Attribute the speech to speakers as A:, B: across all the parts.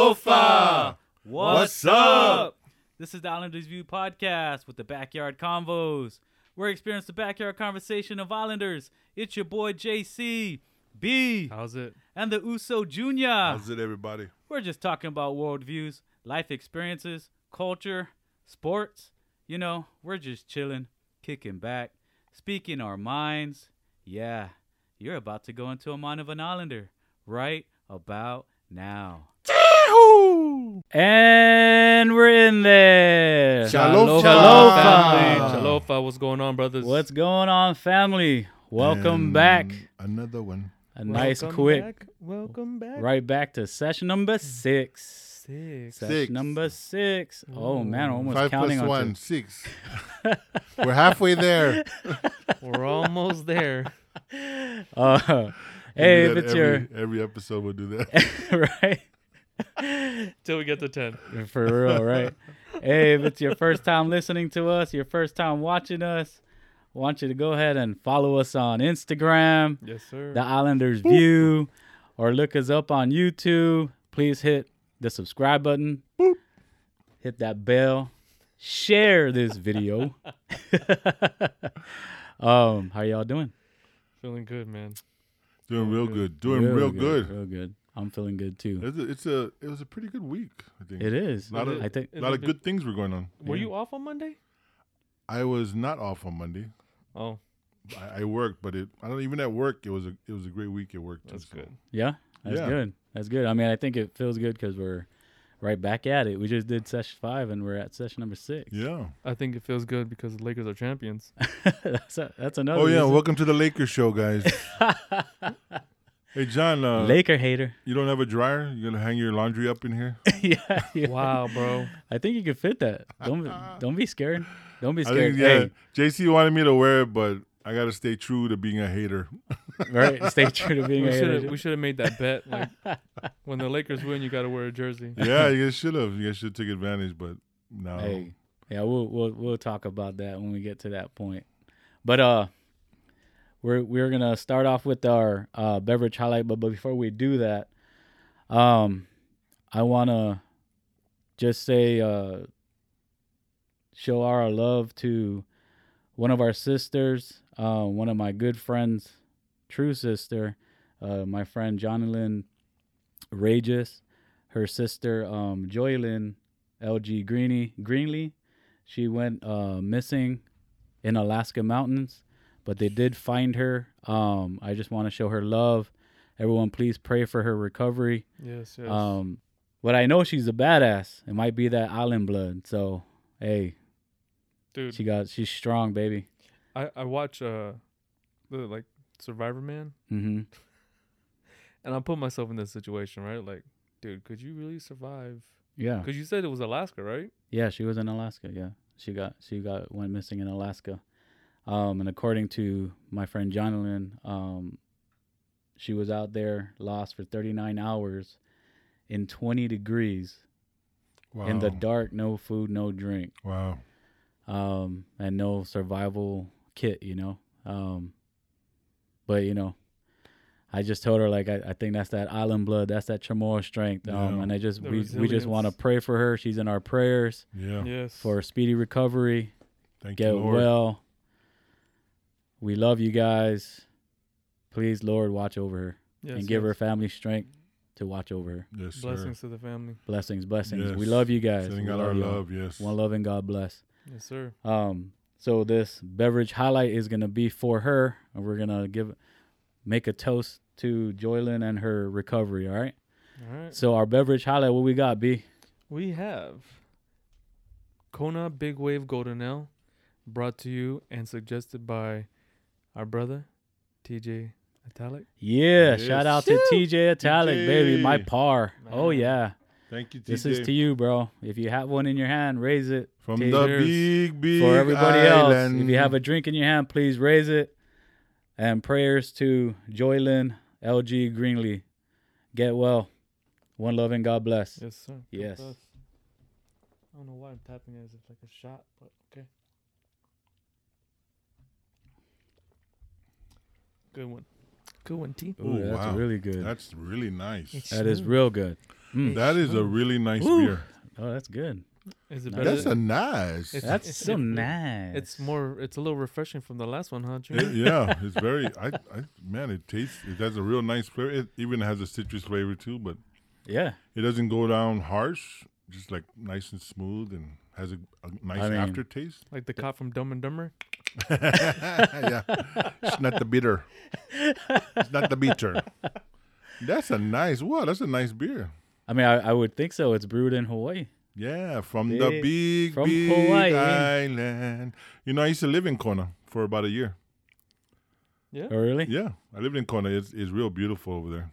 A: Chalofa!
B: What's up? This is the Islanders View podcast with the Backyard Convos. We're experiencing the backyard conversation of Islanders. It's your boy JC, B,
C: How's it?
B: and the Uso Jr.
A: How's it, everybody?
B: We're just talking about worldviews, life experiences, culture, sports. You know, we're just chilling, kicking back, speaking our minds. Yeah, you're about to go into a mind of an Islander right about now. And we're in there.
A: Chalofa.
B: Chalofa.
C: Family. Chalofa, what's going on, brothers?
B: What's going on, family? Welcome back.
A: Another one.
B: A nice quick
C: Welcome Mm. back.
B: right back to session number six.
C: Six.
B: Session
A: Six.
B: number six. Oh man, I'm almost
A: Five
B: counting
A: plus
B: on
A: one,
B: one.
A: six. We're halfway there.
C: We're almost there.
B: Uh,
A: We'll
B: hey,
A: do
B: if
A: that
B: it's
A: every, every episode we'll do that.
B: your right.
C: Till we get to 10.
B: For real, right? hey, if it's your first time listening to us, your first time watching us, I want you to go ahead and follow us on Instagram,
C: Yes, sir.
B: The Islanders View, or look us up on YouTube. Please hit the subscribe button, hit that bell, share this video. um, how y'all doing?
C: Feeling good, man.
A: Doing real good. Doing real, good.
B: Real good. I'm feeling good too.
A: It's a, it's a it was a pretty good week. I think
B: It is.
A: Not a-
B: I think.
A: a lot of good things were going on.
C: Were you off on Monday?
A: I was not off on Monday.
C: Oh,
A: I, I worked, but it I don't even at work. It was a it was a great week at work. Too,
C: that's
A: so.
C: good.
B: Yeah, that's
A: Yeah.
B: good. That's good. I mean, I think it feels good because we're right back at it. We just did session five, and we're at session number six.
A: Yeah.
C: I think it feels good because the Lakers are champions.
B: that's a, that's another.
A: Oh yeah.
B: reason.
A: Welcome to the Lakers show, guys. hey John, uh,
B: Laker hater.
A: you don't have a dryer? You gonna hang your laundry up in here?
B: yeah, yeah.
C: wow, bro.
B: I think you could fit that. Don't be- don't be scared. Don't be
A: I
B: scared.
A: think yeah.
B: Hey,
A: JC wanted me to wear it, but I gotta stay true to being a hater.
B: right. Stay true to being
C: We
B: a
C: should have
B: hater.
C: we should have made that bet. Like when the Lakers win, you got to wear a jersey.
A: yeah, you guys should have. You guys should have took advantage, but no.
B: Hey, yeah, we'll we'll we'll talk about that when we get to that point. But uh, we're we're gonna start off with our uh, beverage highlight. But but before we do that, um, I wanna just say uh, show our love to one of our sisters, uh, one of my good friends, true sister, uh, my friend Jonathan Rages, her sister um, Joylyn LG Greeny Greenlee. She went uh, missing in Alaska mountains, but they did find her. Um, I just want to show her love. Everyone, please pray for her recovery.
C: Yes, yes.
B: Um, but I know she's a badass. It might be that island blood. So, hey,
C: Dude,
B: she got she's strong, baby.
C: I I watch uh the like Survivor Man,
B: hmm
C: and I put myself in this situation, right? Like, dude, could you really survive?
B: Yeah,
C: Because you said it was Alaska, right?
B: yeah. She was in Alaska. Yeah, she got she got went missing in Alaska. Um, and according to my friend Jonathan, um, she was out there lost for 39 hours in 20 degrees
A: wow.
B: in the dark, no food, no drink,
A: Wow.
B: um, and no survival kit, you know. Um, but you know, I just told her like I, I think that's that island blood, that's that Chamorro strength, um,
A: Yeah.
B: and I just
C: The
B: we, we just want to
C: resilience.
B: pray for her. She's in our prayers
A: Yeah.
C: Yes.
B: for speedy recovery.
A: Thank
B: Get
A: you, Lord.
B: well. We love you guys. Please, Lord, watch over her
C: yes,
B: and give her
C: yes.
B: family strength to watch over her.
A: Yes, sir.
C: blessings to the family.
B: Blessings, blessings. We
A: Yes.
B: love you guys.
A: Sending
B: We
A: out our
B: y'all.
A: love. Yes.
B: One love and God bless.
C: Yes, sir.
B: Um, so this beverage highlight is gonna be for her, and we're gonna give make a toast to Joylyn and her recovery. All right.
C: All right.
B: So our beverage highlight, what we got, B?
C: We have Kona Big Wave Golden Ale brought to you and suggested by our brother, TJ Italic.
B: Yeah,
A: Yes.
B: shout out to TJ Italic, baby, my
A: TJ.
B: par. Oh yeah,
A: Thank you, TJ.
B: this is to you, bro. If you have one in your hand, raise it.
A: From
B: TJ.
A: the
C: Cheers.
A: big, big
B: for everybody
A: island.
B: else. If you have a drink in your hand, please raise it. And prayers to Joylyn, LG Greenlee. Get well. One love and God bless.
C: Yes, sir. God
B: Yes.
C: bless. I don't know why I'm tapping it as if like a shot, but okay. Good one. Good one, T.
B: Ooh,
A: Ooh,
B: that's
A: wow.
B: really good.
A: That's really nice.
C: It's-
B: That is real good. Mm.
A: That is a really nice
B: Ooh.
A: beer.
B: Oh, that's good.
C: Is it
B: Now
C: better?
A: That's a nice.
C: It's-
B: That's so
C: it's-
B: nice.
C: it's more. It's a little refreshing from the last one, huh,
A: It-
C: Junior?
A: yeah, it's very. I, I man, it tastes. It has a real nice flavor. It even has a citrus flavor too, but
B: Yeah.
A: it doesn't go down harsh. Just like nice and smooth, and has a, a nice
B: I mean-
A: aftertaste.
C: Like the cop from Dumb and Dumber.
A: yeah, it's not the bitter. It's not the bitter. That's a nice. Wow, that's a nice beer.
B: I mean, I, I would think so. It's brewed in Hawaii.
A: Yeah, from the
B: Big-
A: big,
B: from
A: big
B: Hawaii.
A: island. You know, I used to live in Kona for about a year.
B: Oh, really?
A: Yeah, I lived in Kona. It's, it's real beautiful over there.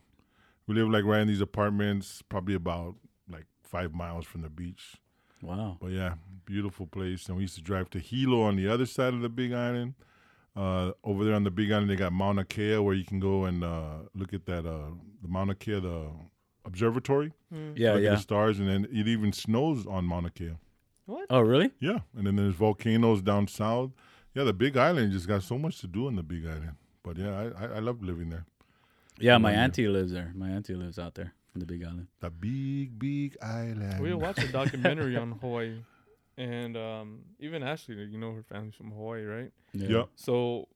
A: We live like right in these apartments, probably about like five miles from the beach.
B: Wow.
A: But yeah, beautiful place. And we used to drive to Hilo on the other side of the Big Island. Uh, over there on the Big Island, they got Mauna Kea where you can go and uh, look at that uh, the Mauna Kea, the observatory.
B: Yeah,
A: look at
B: yeah.
A: the stars, and then it even snows on Mauna Kea.
B: Oh, really?
A: Yeah, and then there's volcanoes down south. Yeah, the Big Island just got so much to do on the Big Island. But yeah, I, I, I love living there.
B: Yeah, my
A: Yeah.
B: auntie lives there. My auntie lives out there in the Big Island.
A: The big, big island.
C: We watched a documentary on Hawaii, and um, even Ashley, you know, her family's from Hawaii, right?
B: Yeah.
A: Yep.
C: So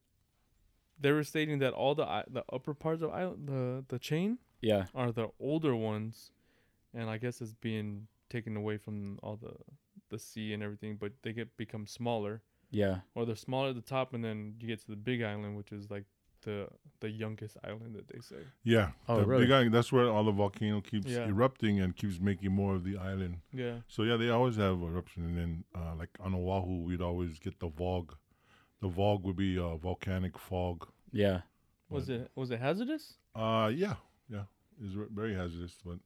C: they were stating that all the i- the upper parts of island, the the chain
B: Yeah.
C: are the older ones, and I guess it's being taken away from all the the sea and everything, but they get become smaller,
B: Yeah.
C: or they're smaller at the top, and then you get to the Big Island, which is like the the youngest island that they say.
A: Yeah.
B: Oh,
A: the
B: really?
A: Big island, that's where all the volcano keeps
C: Yeah.
A: erupting and keeps making more of the island.
C: Yeah.
A: So yeah, they always have eruption. And then uh, like on Oahu, we'd always get the fog. The fog would be uh, volcanic fog.
B: Yeah.
C: Was it was it hazardous?
A: Uh, yeah, yeah, it's re- very hazardous, but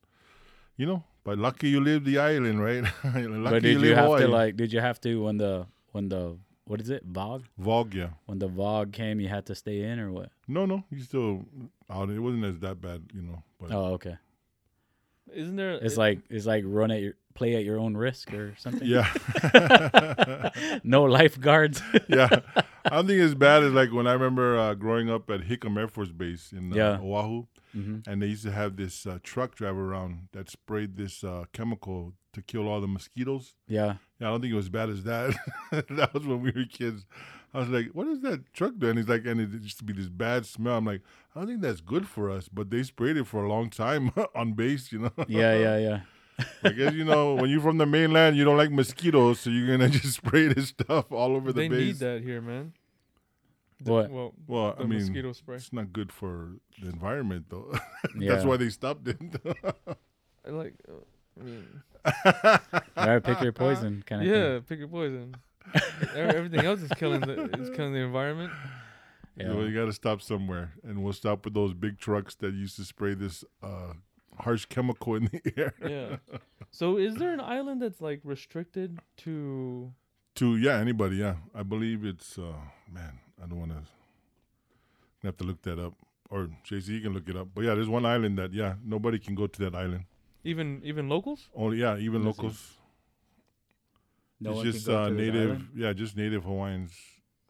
A: you know, but lucky you live the island, right? lucky
B: but did you,
A: live
B: have
A: Hawaii.
B: to like? Did you have to when the when the what is it Vogue?
A: Vog, yeah.
B: When the Vogue came, you had to stay in or what?
A: No, no, he's still out. It wasn't as that bad, you know. But
B: Oh, okay.
C: Isn't there?
B: It's
C: it-
B: like it's like run at your play at your own risk or something.
A: yeah,
B: no lifeguards.
A: yeah. I don't think it's bad as like when I remember uh, growing up at Hickam Air Force Base in uh,
B: Yeah.
A: Oahu,
B: hmm
A: and they used to have this uh, truck drive around that sprayed this uh, chemical to kill all the mosquitoes.
B: Yeah.
A: Yeah, I don't think it was bad as that. that was when we were kids. I was like, "What is that truck doing?" He's like, "And it used to be this bad smell." I'm like, "I don't think that's good for us." But they sprayed it for a long time on base, you know.
B: Yeah. Yeah. Yeah.
A: I guess you know when you're from the mainland, you don't like mosquitoes, so you're gonna just spray this stuff all over the
C: they
A: base.
C: need that here, man. The-
B: What?
C: Well,
A: Well,
C: the
A: I mean,
C: mosquito spray.
A: it's not good for the environment, though.
B: Yeah.
A: that's why they stopped it.
C: I like. Uh, I mean,
B: Right, pick your poison kind of
C: yeah, pick your poison. E- Everything else is killing the is killing the environment.
A: You, know,
B: thing.
A: you got to stop somewhere, and we'll stop with those big trucks that used to spray this uh, harsh chemical in the air.
C: Yeah. So is there an island that's like restricted to?
A: To yeah, anybody, yeah. I believe it's uh man, I don't wanna I have to look that up. Or JC you can look it up. But yeah, there's one island that yeah, nobody can go to that island.
C: Even even locals?
A: Only yeah, even
B: Listen,
A: locals.
B: No
A: it's
B: one can
A: just
B: go
A: uh
B: to the
A: native
B: island?
A: yeah, just native Hawaiians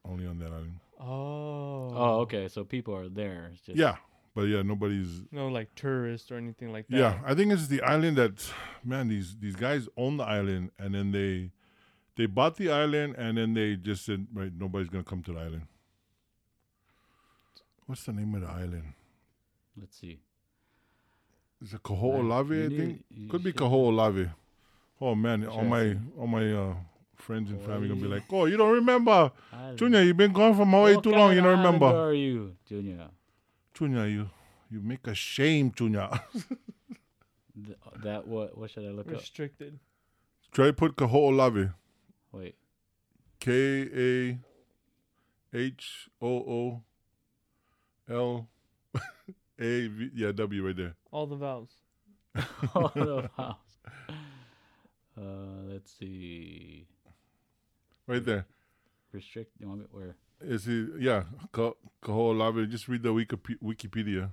A: only on that island.
C: Oh.
B: Oh, okay. So people are there. It's just,
A: Yeah. But yeah, nobody's
C: No, like tourists or anything like that.
A: Yeah, I think it's the island that, man. These these guys own the island, and then they they bought the island, and then they just said, right, nobody's gonna come to the island. What's the name of the island?
B: Let's see.
A: It's a Kaho'olawe, I
B: You
A: think.
B: need- you
A: Could be
B: should-
A: Kaho'olawe. Oh man, all
B: Should I
A: my
B: see?
A: all my uh, friends and family gonna be
B: Hawaii.
A: like, oh, you don't remember,
B: Island.
A: Junior? You've been gone from Hawaii
B: What
A: too long.
B: kind
A: You don't
B: of island
A: remember,
B: Are you Junior?
A: Junior? You you make a shame, Junior.
B: Th- that what? What should I look up?
C: Restricted.
A: Try to put Kaho'olawe.
B: Wait.
A: K A H O O L A V yeah W right there.
C: All the vowels.
B: All the house. Uh, let's see.
A: Right there.
B: Restrict. You want me where?
A: Is it yeah, Ka- Kaho'olawe. Just read the Wikip- Wikipedia.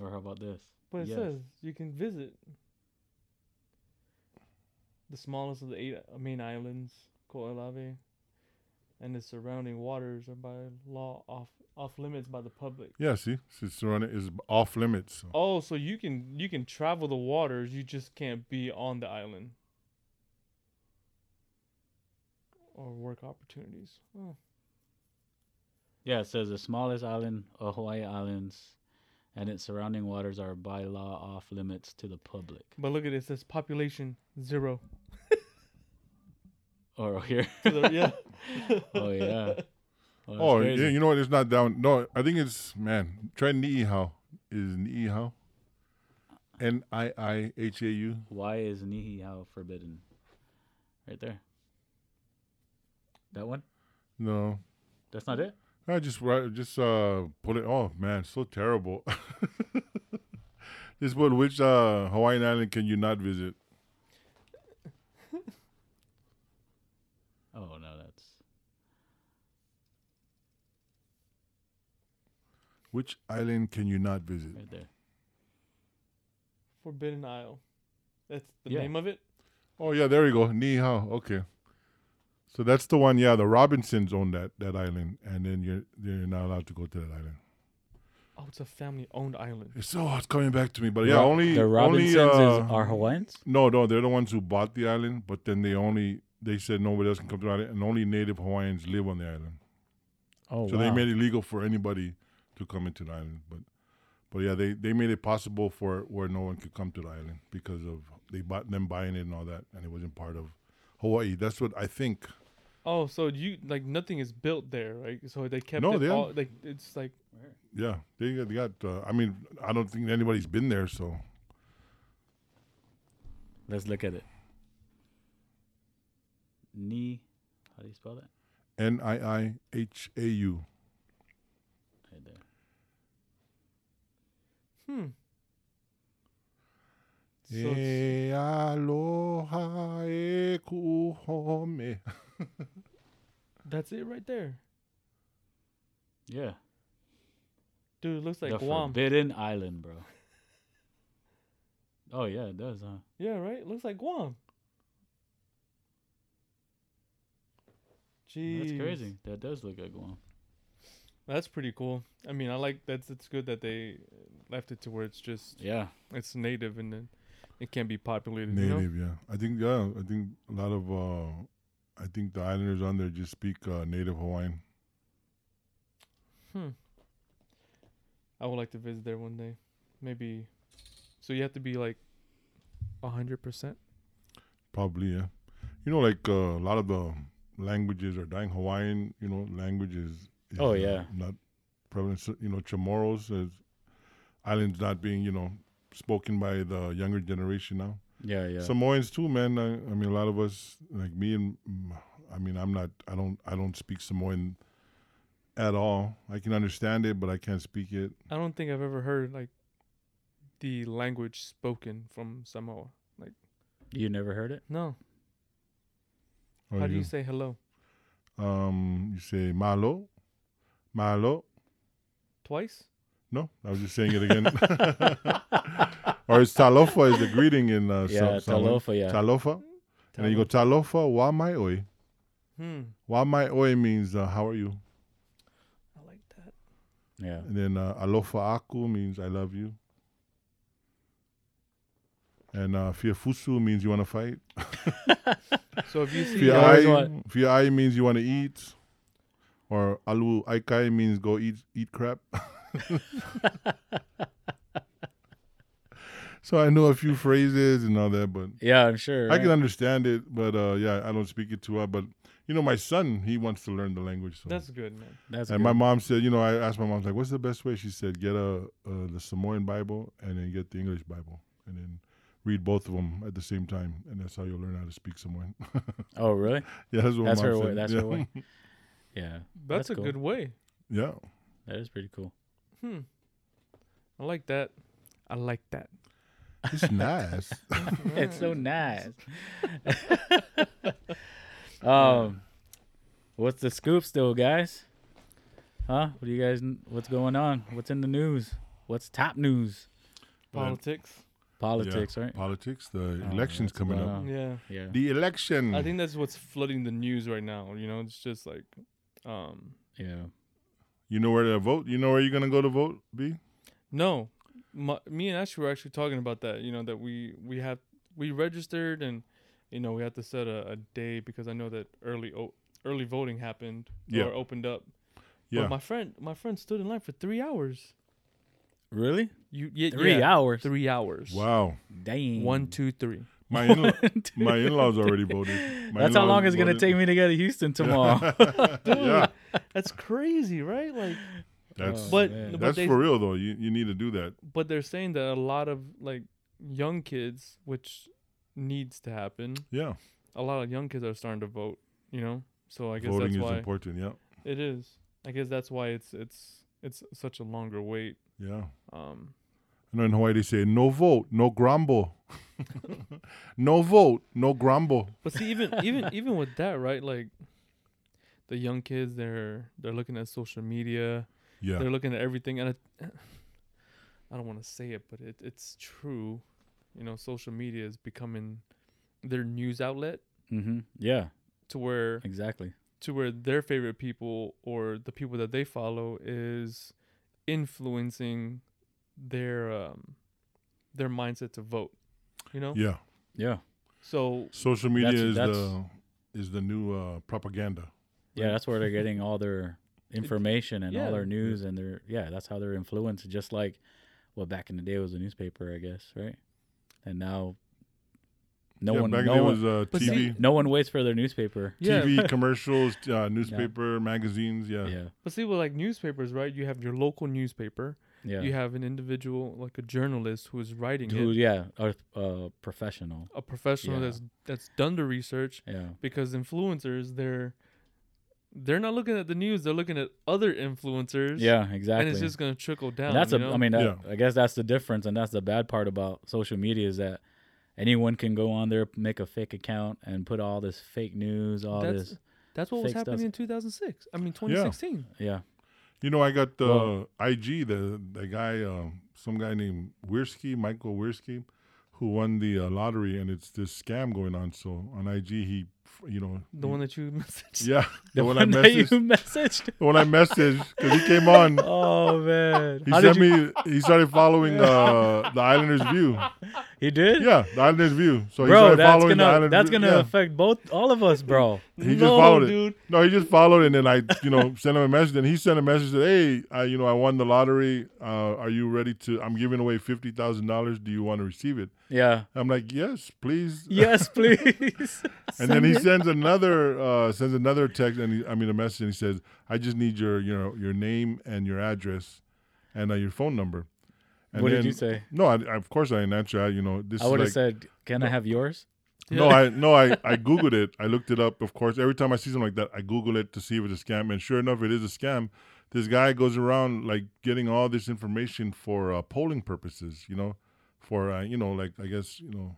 B: Or how about this?
C: But it
B: Yes.
C: says you can visit uh, the smallest of the eight main islands, Ko'olawe, and its surrounding waters are by law off off limits by the public.
A: Yeah, see, it's surrounded is off limits. So.
C: Oh, so you can you can travel the waters, you just can't be on the island. Or work opportunities. Oh.
B: Yeah, it says the smallest island of Hawaii Islands and its surrounding waters are by law off limits to the public.
C: But look at it, it says population zero.
B: Or Oh, here.
C: To the- yeah.
B: Oh yeah. that's
A: Oh,
B: crazy.
A: yeah, you know what? It's not down. No, I think it's man. Try Niihau. Is Niihau? N i i h a u.
B: Why is Nihihao forbidden? Right there. That one?
A: No,
B: That's not it?
A: I just ri- just uh pull it. Oh man, so terrible. this one, which uh Hawaiian island can you not visit?
B: Oh no, that's
A: Which island can you not visit?
B: right there.
C: Forbidden Isle. That's the
B: Yeah.
C: name of it?
A: Oh yeah, there you go. Niihau. Okay. So that's the one. Yeah, the Robinsons own that that island, and then you're you're not allowed to go to that island.
C: Oh, it's a family owned island.
A: It's so it's coming back to me, but yeah,
B: Ro-
A: only
B: the Robinsons
A: only,
B: is,
A: uh,
B: are Hawaiians?
A: No, no, they're the ones who bought the island, but then they only they said nobody else can come to the island, and only Native Hawaiians live on the island.
B: Oh
A: so they made it legal for anybody to come into the island, but but yeah, they they made it possible for where no one could come to the island because of they bought them buying it and all that, and it wasn't part of Hawaii. That's what I think.
C: Oh, so you like nothing is built there, right? So they kept
A: No,
C: it
A: they
C: all like it's like
A: Yeah, they got, they got. Uh, I mean, I don't think anybody's been there, so
B: Let's look at it. Ni how do you spell that?
A: N I I H A U.
B: Right there.
C: hmm. So it's-
A: E aloha e kuhome.
C: that's it right there.
B: Yeah.
C: Dude, it looks like
B: the
C: Guam.
B: Forbidden Island, bro. oh yeah, it does, huh?
C: Yeah, right? It looks like Guam. Jeez.
B: That's crazy. That does look like Guam.
C: That's pretty cool. I mean, I like that's it's good that they left it to where it's just
B: Yeah.
C: it's native and then it can't be populated. You know?
A: Native, yeah. I think yeah. I think a lot of uh, I think the islanders on there just speak uh, native Hawaiian.
C: Hmm. I would like to visit there one day. Maybe so you have to be like a hundred percent.
A: Probably, yeah. You know, like uh, a lot of the languages are dying. Hawaiian, you know, language is, is
B: Oh,
A: uh,
B: yeah.
A: not prevalent. So, you know, Chamorros is islands not being you know spoken by the younger generation now.
B: Yeah, yeah.
A: Samoans too, man. I, I mean, a lot of us, like me and, mm, I mean, I'm not, I don't, I don't speak Samoan at all. I can understand it, but I can't speak it.
C: I don't think I've ever heard like the language spoken from Samoa.
B: you never heard it?
C: No.
A: Or
C: How do you say hello?
A: Um, you say malo, malo.
C: Twice?
A: No, I was just saying it again. or it's talofa is the greeting in uh, Sa-
B: yeah,
A: Samoan.
B: Talofa, yeah.
A: Talofa. And then you go talofa wa mai oi.
C: Hmm.
A: Wa mai oi means uh, how are you,
C: I like that.
B: yeah.
A: and then uh, alofa aku means I love you. And uh, fiafusu means you want to fight.
C: So if you see
B: Yeah, I always
A: Fiai, fiai means you want to eat, or alu aikai means go eat eat crap. so I know a few phrases and all that, but
B: Yeah, I'm sure.
A: I can
B: right?
A: understand it. But uh, yeah, I don't speak it too well. But you know, my son he wants to learn the language. So.
C: that's good, man.
B: That's
A: and
B: good.
A: my mom said, you know, I asked my mom like, what's the best way? She said, get a uh, the Samoan Bible and then get the English Bible and then read both of them at the same time, and that's how you'll learn how to speak Samoan.
B: Oh, really?
A: yeah, that's what
B: That's
A: mom
B: her
A: said.
B: way. That's
A: yeah.
B: her way. Yeah,
C: That's,
B: That's
C: a
B: cool.
C: good way.
A: Yeah.
B: that is pretty cool.
C: Hmm. I like that. I like that.
A: It's nice.
B: it's so nice. um, what's the scoop still, guys? Huh? What do you guys? What's going on? What's in the news? What's top news?
A: But-
C: Politics.
B: Politics, right?
A: Politics, the
B: Oh,
A: election's
B: that's
A: coming
B: about
A: up.
B: all.
C: Yeah.
B: Yeah.
A: The election.
C: I think that's what's flooding the news right now. You know, it's just like, um,
B: Yeah.
A: you know where to vote. You know where you're gonna go to vote. B.
C: no, my, me and Ashley were actually talking about that. You know, that we we have we registered and you know we had to set a, a day because I know that early o- early voting happened
A: Yeah.
C: or opened up.
A: Yeah.
C: But my friend, my friend stood in line for three hours.
B: Really?
C: You yeah,
B: Three
C: yeah,
B: hours.
C: Three hours.
A: Wow.
B: Dang.
C: One, two, three.
A: My in- my in-laws already voted. My
B: That's how
A: in-laws
B: long it's gonna
A: voted.
B: take me to get to Houston tomorrow.
A: yeah.
C: That's crazy, right? Like,
A: That's
C: but
B: man.
C: but
A: that's
C: they-
A: for real though. You you need to do that.
C: but they're saying that a lot of like young kids, which needs to happen,
A: Yeah.
C: a lot of young kids are starting to vote. You know, so I guess
A: Voting
C: that's
A: is
C: why
A: important. Yeah.
C: it is. I guess that's why it's it's it's such a longer wait.
A: Yeah.
C: Um,
A: I know in Hawaii they say no vote, no grumble. no vote, no grumble.
C: but see, even even even with that, right? Like, the young kids, they're they're looking at social media,
A: Yeah.
C: they're looking at everything, and I, I don't want to say it, but it, it's true. You know, social media is becoming their news outlet
B: mm-hmm. Yeah.
C: to where
B: Exactly.
C: to where their favorite people or the people that they follow is influencing their um their mindset to vote you know
A: yeah.
B: Yeah.
C: so
A: Social media
B: That's-
A: is
B: that's-
A: the is the new uh, propaganda.
B: Yeah, that's where they're getting all their information and
C: yeah.
B: all their news and their yeah, that's how they're influenced. Just like well, back in the day it was a newspaper, I guess, right? And now no
A: yeah,
B: one
A: back
B: no
A: then it
B: one,
A: was uh,
C: But
A: TV,
B: no one waits for their newspaper.
C: yeah
A: TV commercials, uh, newspaper, magazines. Yeah.
B: Yeah. Yeah.
C: but see with like newspapers right you have your local newspaper you have an individual like a journalist who is writing
B: Who
C: it
B: yeah, a, a professional.
C: a professional
B: Yeah.
C: that's that's done the research
B: Yeah.
C: because influencers they're they're not looking at the news they're looking at other influencers
B: Yeah, exactly.
C: and it's just gonna trickle down
B: And that's
C: you
B: a,
C: know?
B: I mean, that, I guess that's the difference, and that's the bad part about social media is that anyone can go on there, make a fake account, and put all this fake news, all
C: That's-
B: this,
C: that's what was
B: fixed us.
C: happening in 2006 i mean 2016
B: yeah,
A: You know, I got the
B: Well-
A: IG, the the guy, uh, some guy named Wiersky, Michael Wiersky, who won the uh, lottery, and it's this scam going on. So on IG, he, you know,
C: The
A: he-
C: one that you messaged.
A: yeah, the, one, I
B: that you
A: messaged,
B: messaged.
A: the one I messaged, because he came on.
B: Oh man,
A: He
B: How did
A: sent
B: you-
A: me. He started following uh, the Islanders View.
B: He did,
A: Yeah, the Islanders View. So he
B: bro.
A: started
B: That's
A: following the
B: gonna
A: Islanders
B: that's
A: View.
B: gonna
A: Yeah.
B: affect both all of us, bro.
A: He just
C: no,
A: followed it.
C: dude.
A: No, he just followed, and then I, you know, sent him a message, and he sent a message that, "Hey, I, you know, I won the lottery. Uh, are you ready to? I'm giving away fifty thousand dollars. Do you want to receive it?"
B: yeah.
A: I'm like, "Yes, please."
B: Yes, please.
A: And then he sends another uh, sends another text, and he, I mean a message, and he says, "I just need your you know your name and your address, and uh, your phone number." And
B: what did
A: then-
B: you say?
A: No, I, I- of course I didn't answer. I, you know, this
B: I
A: is
B: would have
A: like,
B: said, "Can I have yours?"
A: no, I no, I, I googled it. I looked it up. Of course, every time I see something like that, I Google it to see if it's a scam. And sure enough, it is a scam. This guy goes around like getting all this information for uh, polling purposes. You know, for uh, you know, like I guess you know,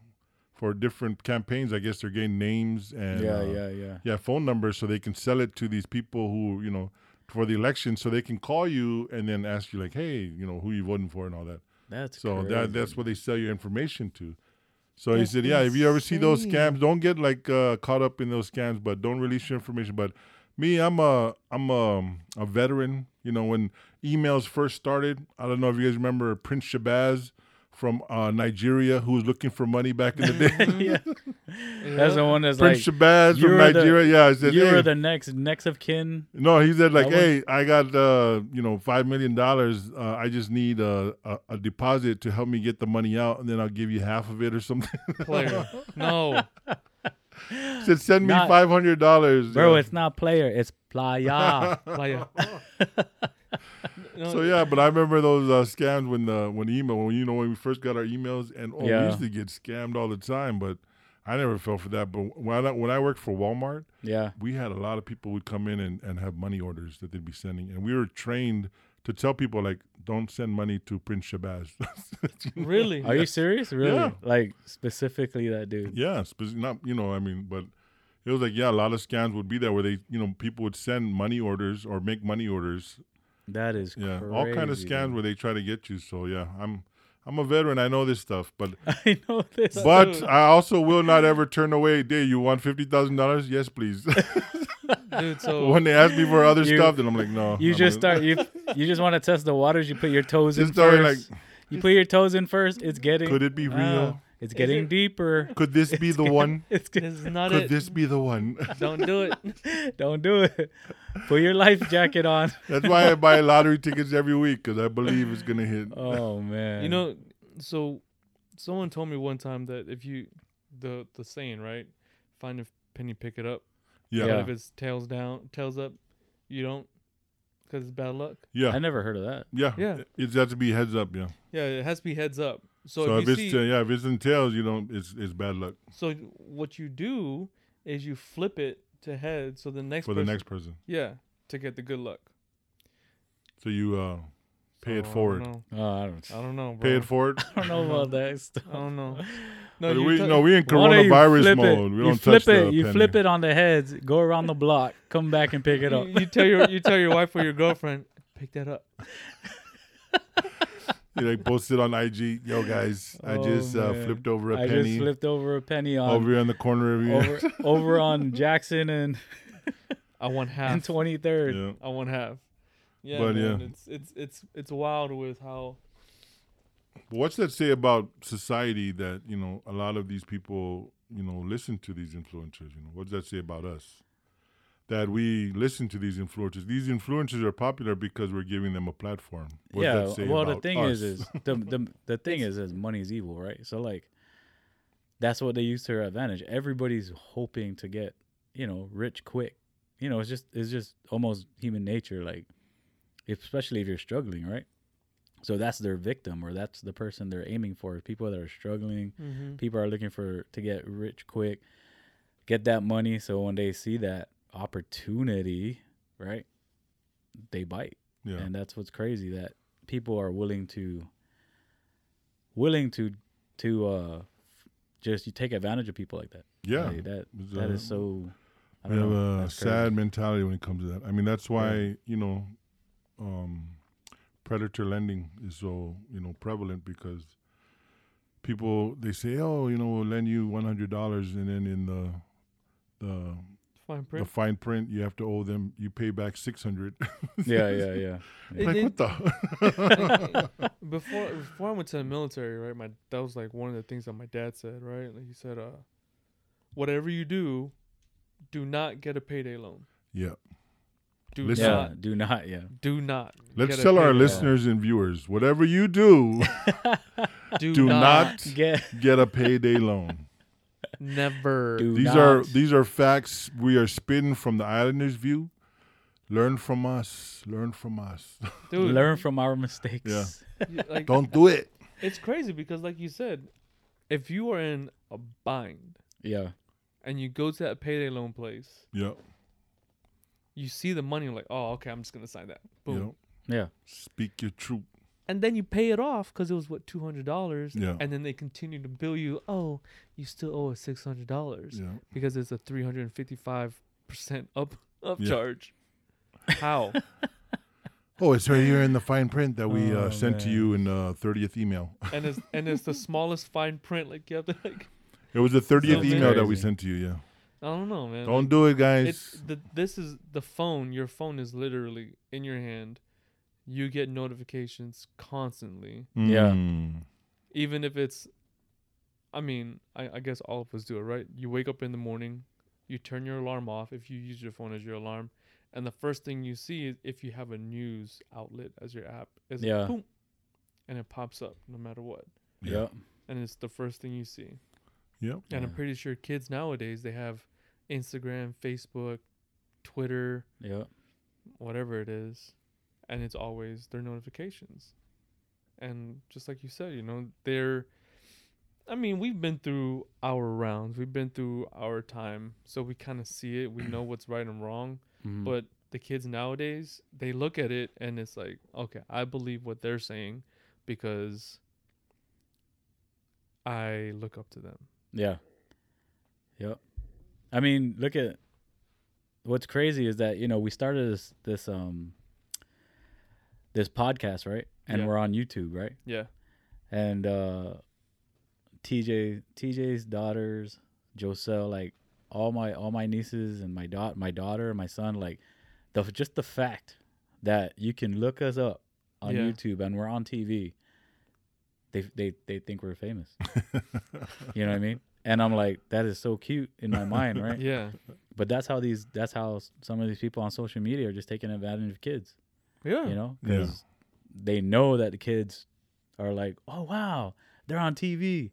A: for different campaigns. I guess they're getting names and
B: yeah,
A: uh,
B: yeah, yeah.
A: yeah, phone numbers so they can sell it to these people who you know for the election, so they can call you and then ask you like, hey, you know, who you voting for and all that.
B: That's
A: So
B: crazy.
A: that that's what they sell your information to. So he
C: That's
A: said, yeah, if you ever see those
C: insane.
A: scams, don't get like uh, caught up in those scams, but don't release your information. But me, I'm a I'm a, um, a veteran. You know, when emails first started, I don't know if you guys remember Prince Shabazz from uh, Nigeria, who was looking for money back in the day.
B: yeah. That's the one that's
A: Prince
B: like
A: Shabazz from
B: you're the-
A: Nigeria. yeah, I said,
B: you
A: "Hey."
B: are the next next of kin.
A: No, he said like,
B: That one?
A: "Hey, I got uh, you know five million dollars. Uh, I just need uh, a, a deposit to help me get the money out, and then I'll give you half of it or something."
C: player. No.
A: He said, "Send me
B: Not-
A: five hundred dollars,
B: Bro, it's not player, it's playa.
C: Player. No,
A: so yeah, but I remember those uh, scams when the when email when you know when we first got our emails, and oh, we
B: Yeah.
A: used to get scammed all the time, but I never fell for that. But when I, when I worked for Walmart,
B: yeah.
A: we had a lot of people would come in and, and have money orders that they'd be sending, and we were trained to tell people like, "Don't send money to Prince Shabazz."
C: Really?
B: Are you serious? Really?
A: Yeah.
B: Like specifically that dude.
A: Yeah, spec- not you know, I mean, but it was like yeah, a lot of scams would be there where they you know people would send money orders or make money orders,
B: That is
A: yeah,
B: crazy.
A: all kind of
B: dude.
A: scams where they try to get you. So yeah, I'm I'm a veteran. I know this stuff, but
B: I know this.
A: but I also will not ever turn away. Day, you want fifty thousand dollars? Yes, please.
C: dude. So
A: when they ask me for other
B: You-
A: stuff, then I'm like, no.
B: you
A: I'm
B: just
A: gonna-
B: start. You you just want to test the waters. You put your toes in
A: Just started
B: first. you put your toes in first. It's getting.
A: Could it be real?
B: Ah, it's getting
C: it-
B: deeper.
A: Could this be the one?
B: It's good.
C: it's not
A: Could
C: it.
A: this be the one?
C: Don't do it.
B: Don't do it. Put your life jacket on.
A: That's why I buy lottery tickets every week because I believe it's gonna hit.
B: Oh man.
C: you know, so someone told me one time that if you the the saying right, find a penny, pick it up.
A: yeah,
C: But
A: yeah.
C: if it's tails down, tails up, you don't, because it's bad luck.
B: I
A: yeah.
B: never heard of that.
C: Yeah.
A: It's got to be heads up, yeah.
C: Yeah, it has to be heads up. So,
A: So,
C: if,
A: if
C: you
A: it's
C: see,
A: uh, yeah, if it's in tails, you don't. It's it's bad luck
C: so what you do is you flip it to head, so the next
A: for the
C: person-
A: next person.
C: yeah to get the good luck.
A: So you uh, Pay it
C: So,
A: forward.
C: I don't know,
B: Oh, I don't.
C: I don't know bro.
A: pay it forward.
B: I don't know about that stuff.
C: I don't know.
A: No,
C: you
A: we
C: t-
A: no, we in
B: Why don't you
A: coronavirus
B: flip it?
A: mode. We
B: you
A: don't
B: flip
A: touch
B: it.
A: the
B: you
A: penny.
B: flip it on the heads. Go around the block. Come back and pick it up.
C: you, you tell your you tell your wife or your girlfriend, pick that up.
A: You like post it on IG. Yo guys, I
B: Oh,
A: just uh,
B: man.
A: flipped over a
B: I just
A: penny
B: flipped over a penny on
A: over here in the corner of you.
B: over, over on Jackson and,
C: I want half.
B: and 23rd.
A: yeah.
C: I want half. Yeah,
A: But,
C: man,
A: yeah.
C: it's it's it's it's wild with how
A: But what's that say about society that you know a lot of these people you know listen to these influencers? You know, what does that say about us? That we listen to these influencers. These influencers are popular because we're giving them a platform. What
B: yeah.
A: does that say
B: Well, the
A: about
B: thing is,
A: us?
B: is the the, the thing is, is money is evil, right? So like, that's what they use to their advantage. Everybody's hoping to get you know rich quick. You know, it's just it's just almost human nature. Like, especially if you're struggling, right? So that's their victim, or that's the person they're aiming for. People that are struggling,
C: Hmm.
B: people are looking for to get rich quick, get that money. So when they see that opportunity, right, they bite
A: yeah,
B: and that's what's crazy that people are willing to willing to to uh just you take advantage of people like that
A: yeah.
B: Like, that
A: It's,
B: that
A: uh,
B: is so I
A: we have
B: don't know.
A: a
B: That's crazy.
A: sad mentality when it comes to that. I mean, that's why you know, um, predator lending is so you know prevalent because people they say, oh, you know, we'll lend you one hundred dollars, and then in the the
C: fine
A: the
C: print.
A: fine print you have to owe them, you pay back six hundred.
B: yeah yeah yeah
A: like
C: It-
A: what the?
C: before before I went to the military, right? My that was like one of the things that my dad said, right? Like he said, uh, whatever you do, do not get a payday loan.
A: yeah.
C: Do
A: Listen.
B: yeah
C: not,
B: do not yeah
C: do not.
A: Let's
C: get a
A: tell our
C: payday
A: listeners and viewers, whatever you do,
C: loan. Do,
A: do
C: not,
A: not
B: get
A: get a payday loan.
C: never.
B: do
A: These
B: not.
A: are these are facts we are spitting from the Islanders' view. Learn from us. Learn from us.
C: Dude,
B: learn from our mistakes
A: Yeah.
C: you- like,
A: Don't do it.
C: it's crazy because, like you said, if you are in a bind
B: yeah
C: and you go to that payday loan place,
A: Yeah.
C: you see the money, you're like, oh, okay, I'm just gonna sign that. Boom.
A: yeah.
B: yeah
A: Speak your truth.
C: and then you pay it off because it was what two hundred dollars.
A: Yeah.
C: And then they continue to bill you. Oh, you still owe us six hundred dollars
A: Yeah.
C: because it's a three hundred and fifty-five percent up
A: Yeah.
C: upcharge. How?
A: Oh, it's right here in the fine print that we uh,
B: Oh,
A: sent to
B: man.
A: you in the thirtieth email.
C: and it's and it's the smallest fine print. Like you have to like.
A: It was the thirtieth
C: So
A: email that we
B: crazy.
A: sent to you. Yeah.
C: I don't know, man.
A: Don't do it,
C: Like,
A: guys.
C: it's the, this is the phone. Your phone is literally in your hand. You get notifications constantly.
B: Yeah.
A: Mm.
C: even if it's i mean I, I guess all of us do it right you wake up in the morning you turn your alarm off if you use your phone as your alarm and the first thing you see is if you have a news outlet as your app is
B: Yeah.
C: boom, and it pops up no matter what
A: Yeah.
B: yeah
C: and it's the first thing you see
A: Yep.
C: and i'm
B: Yeah.
C: pretty sure kids nowadays they have instagram facebook twitter
B: yeah
C: whatever it is and it's always their notifications and just like you said you know they're i mean we've been through our rounds we've been through our time so we kind of see it we know what's right and wrong
B: Mhm.
C: but the kids nowadays they look at it and it's like okay i believe what they're saying because i look up to them
B: Yeah. Yep. I mean, look at what's crazy is that, you know, we started this this um this podcast, right? And
C: Yeah.
B: we're on YouTube, right?
C: yeah
B: and uh, TJ TJ's daughters, Joselle, like all my all my nieces and my dot my daughter and my son, like the just the fact that you can look us up on
C: Yeah.
B: YouTube and we're on TV, they they they think we're famous. you know what I mean? And I'm like, that is so cute in my mind, right?
C: Yeah.
B: But that's how these that's how s- some of these people on social media are just taking advantage of kids
C: Yeah.
B: you know
A: Yeah.
B: because they know that the kids are like oh wow they're on tv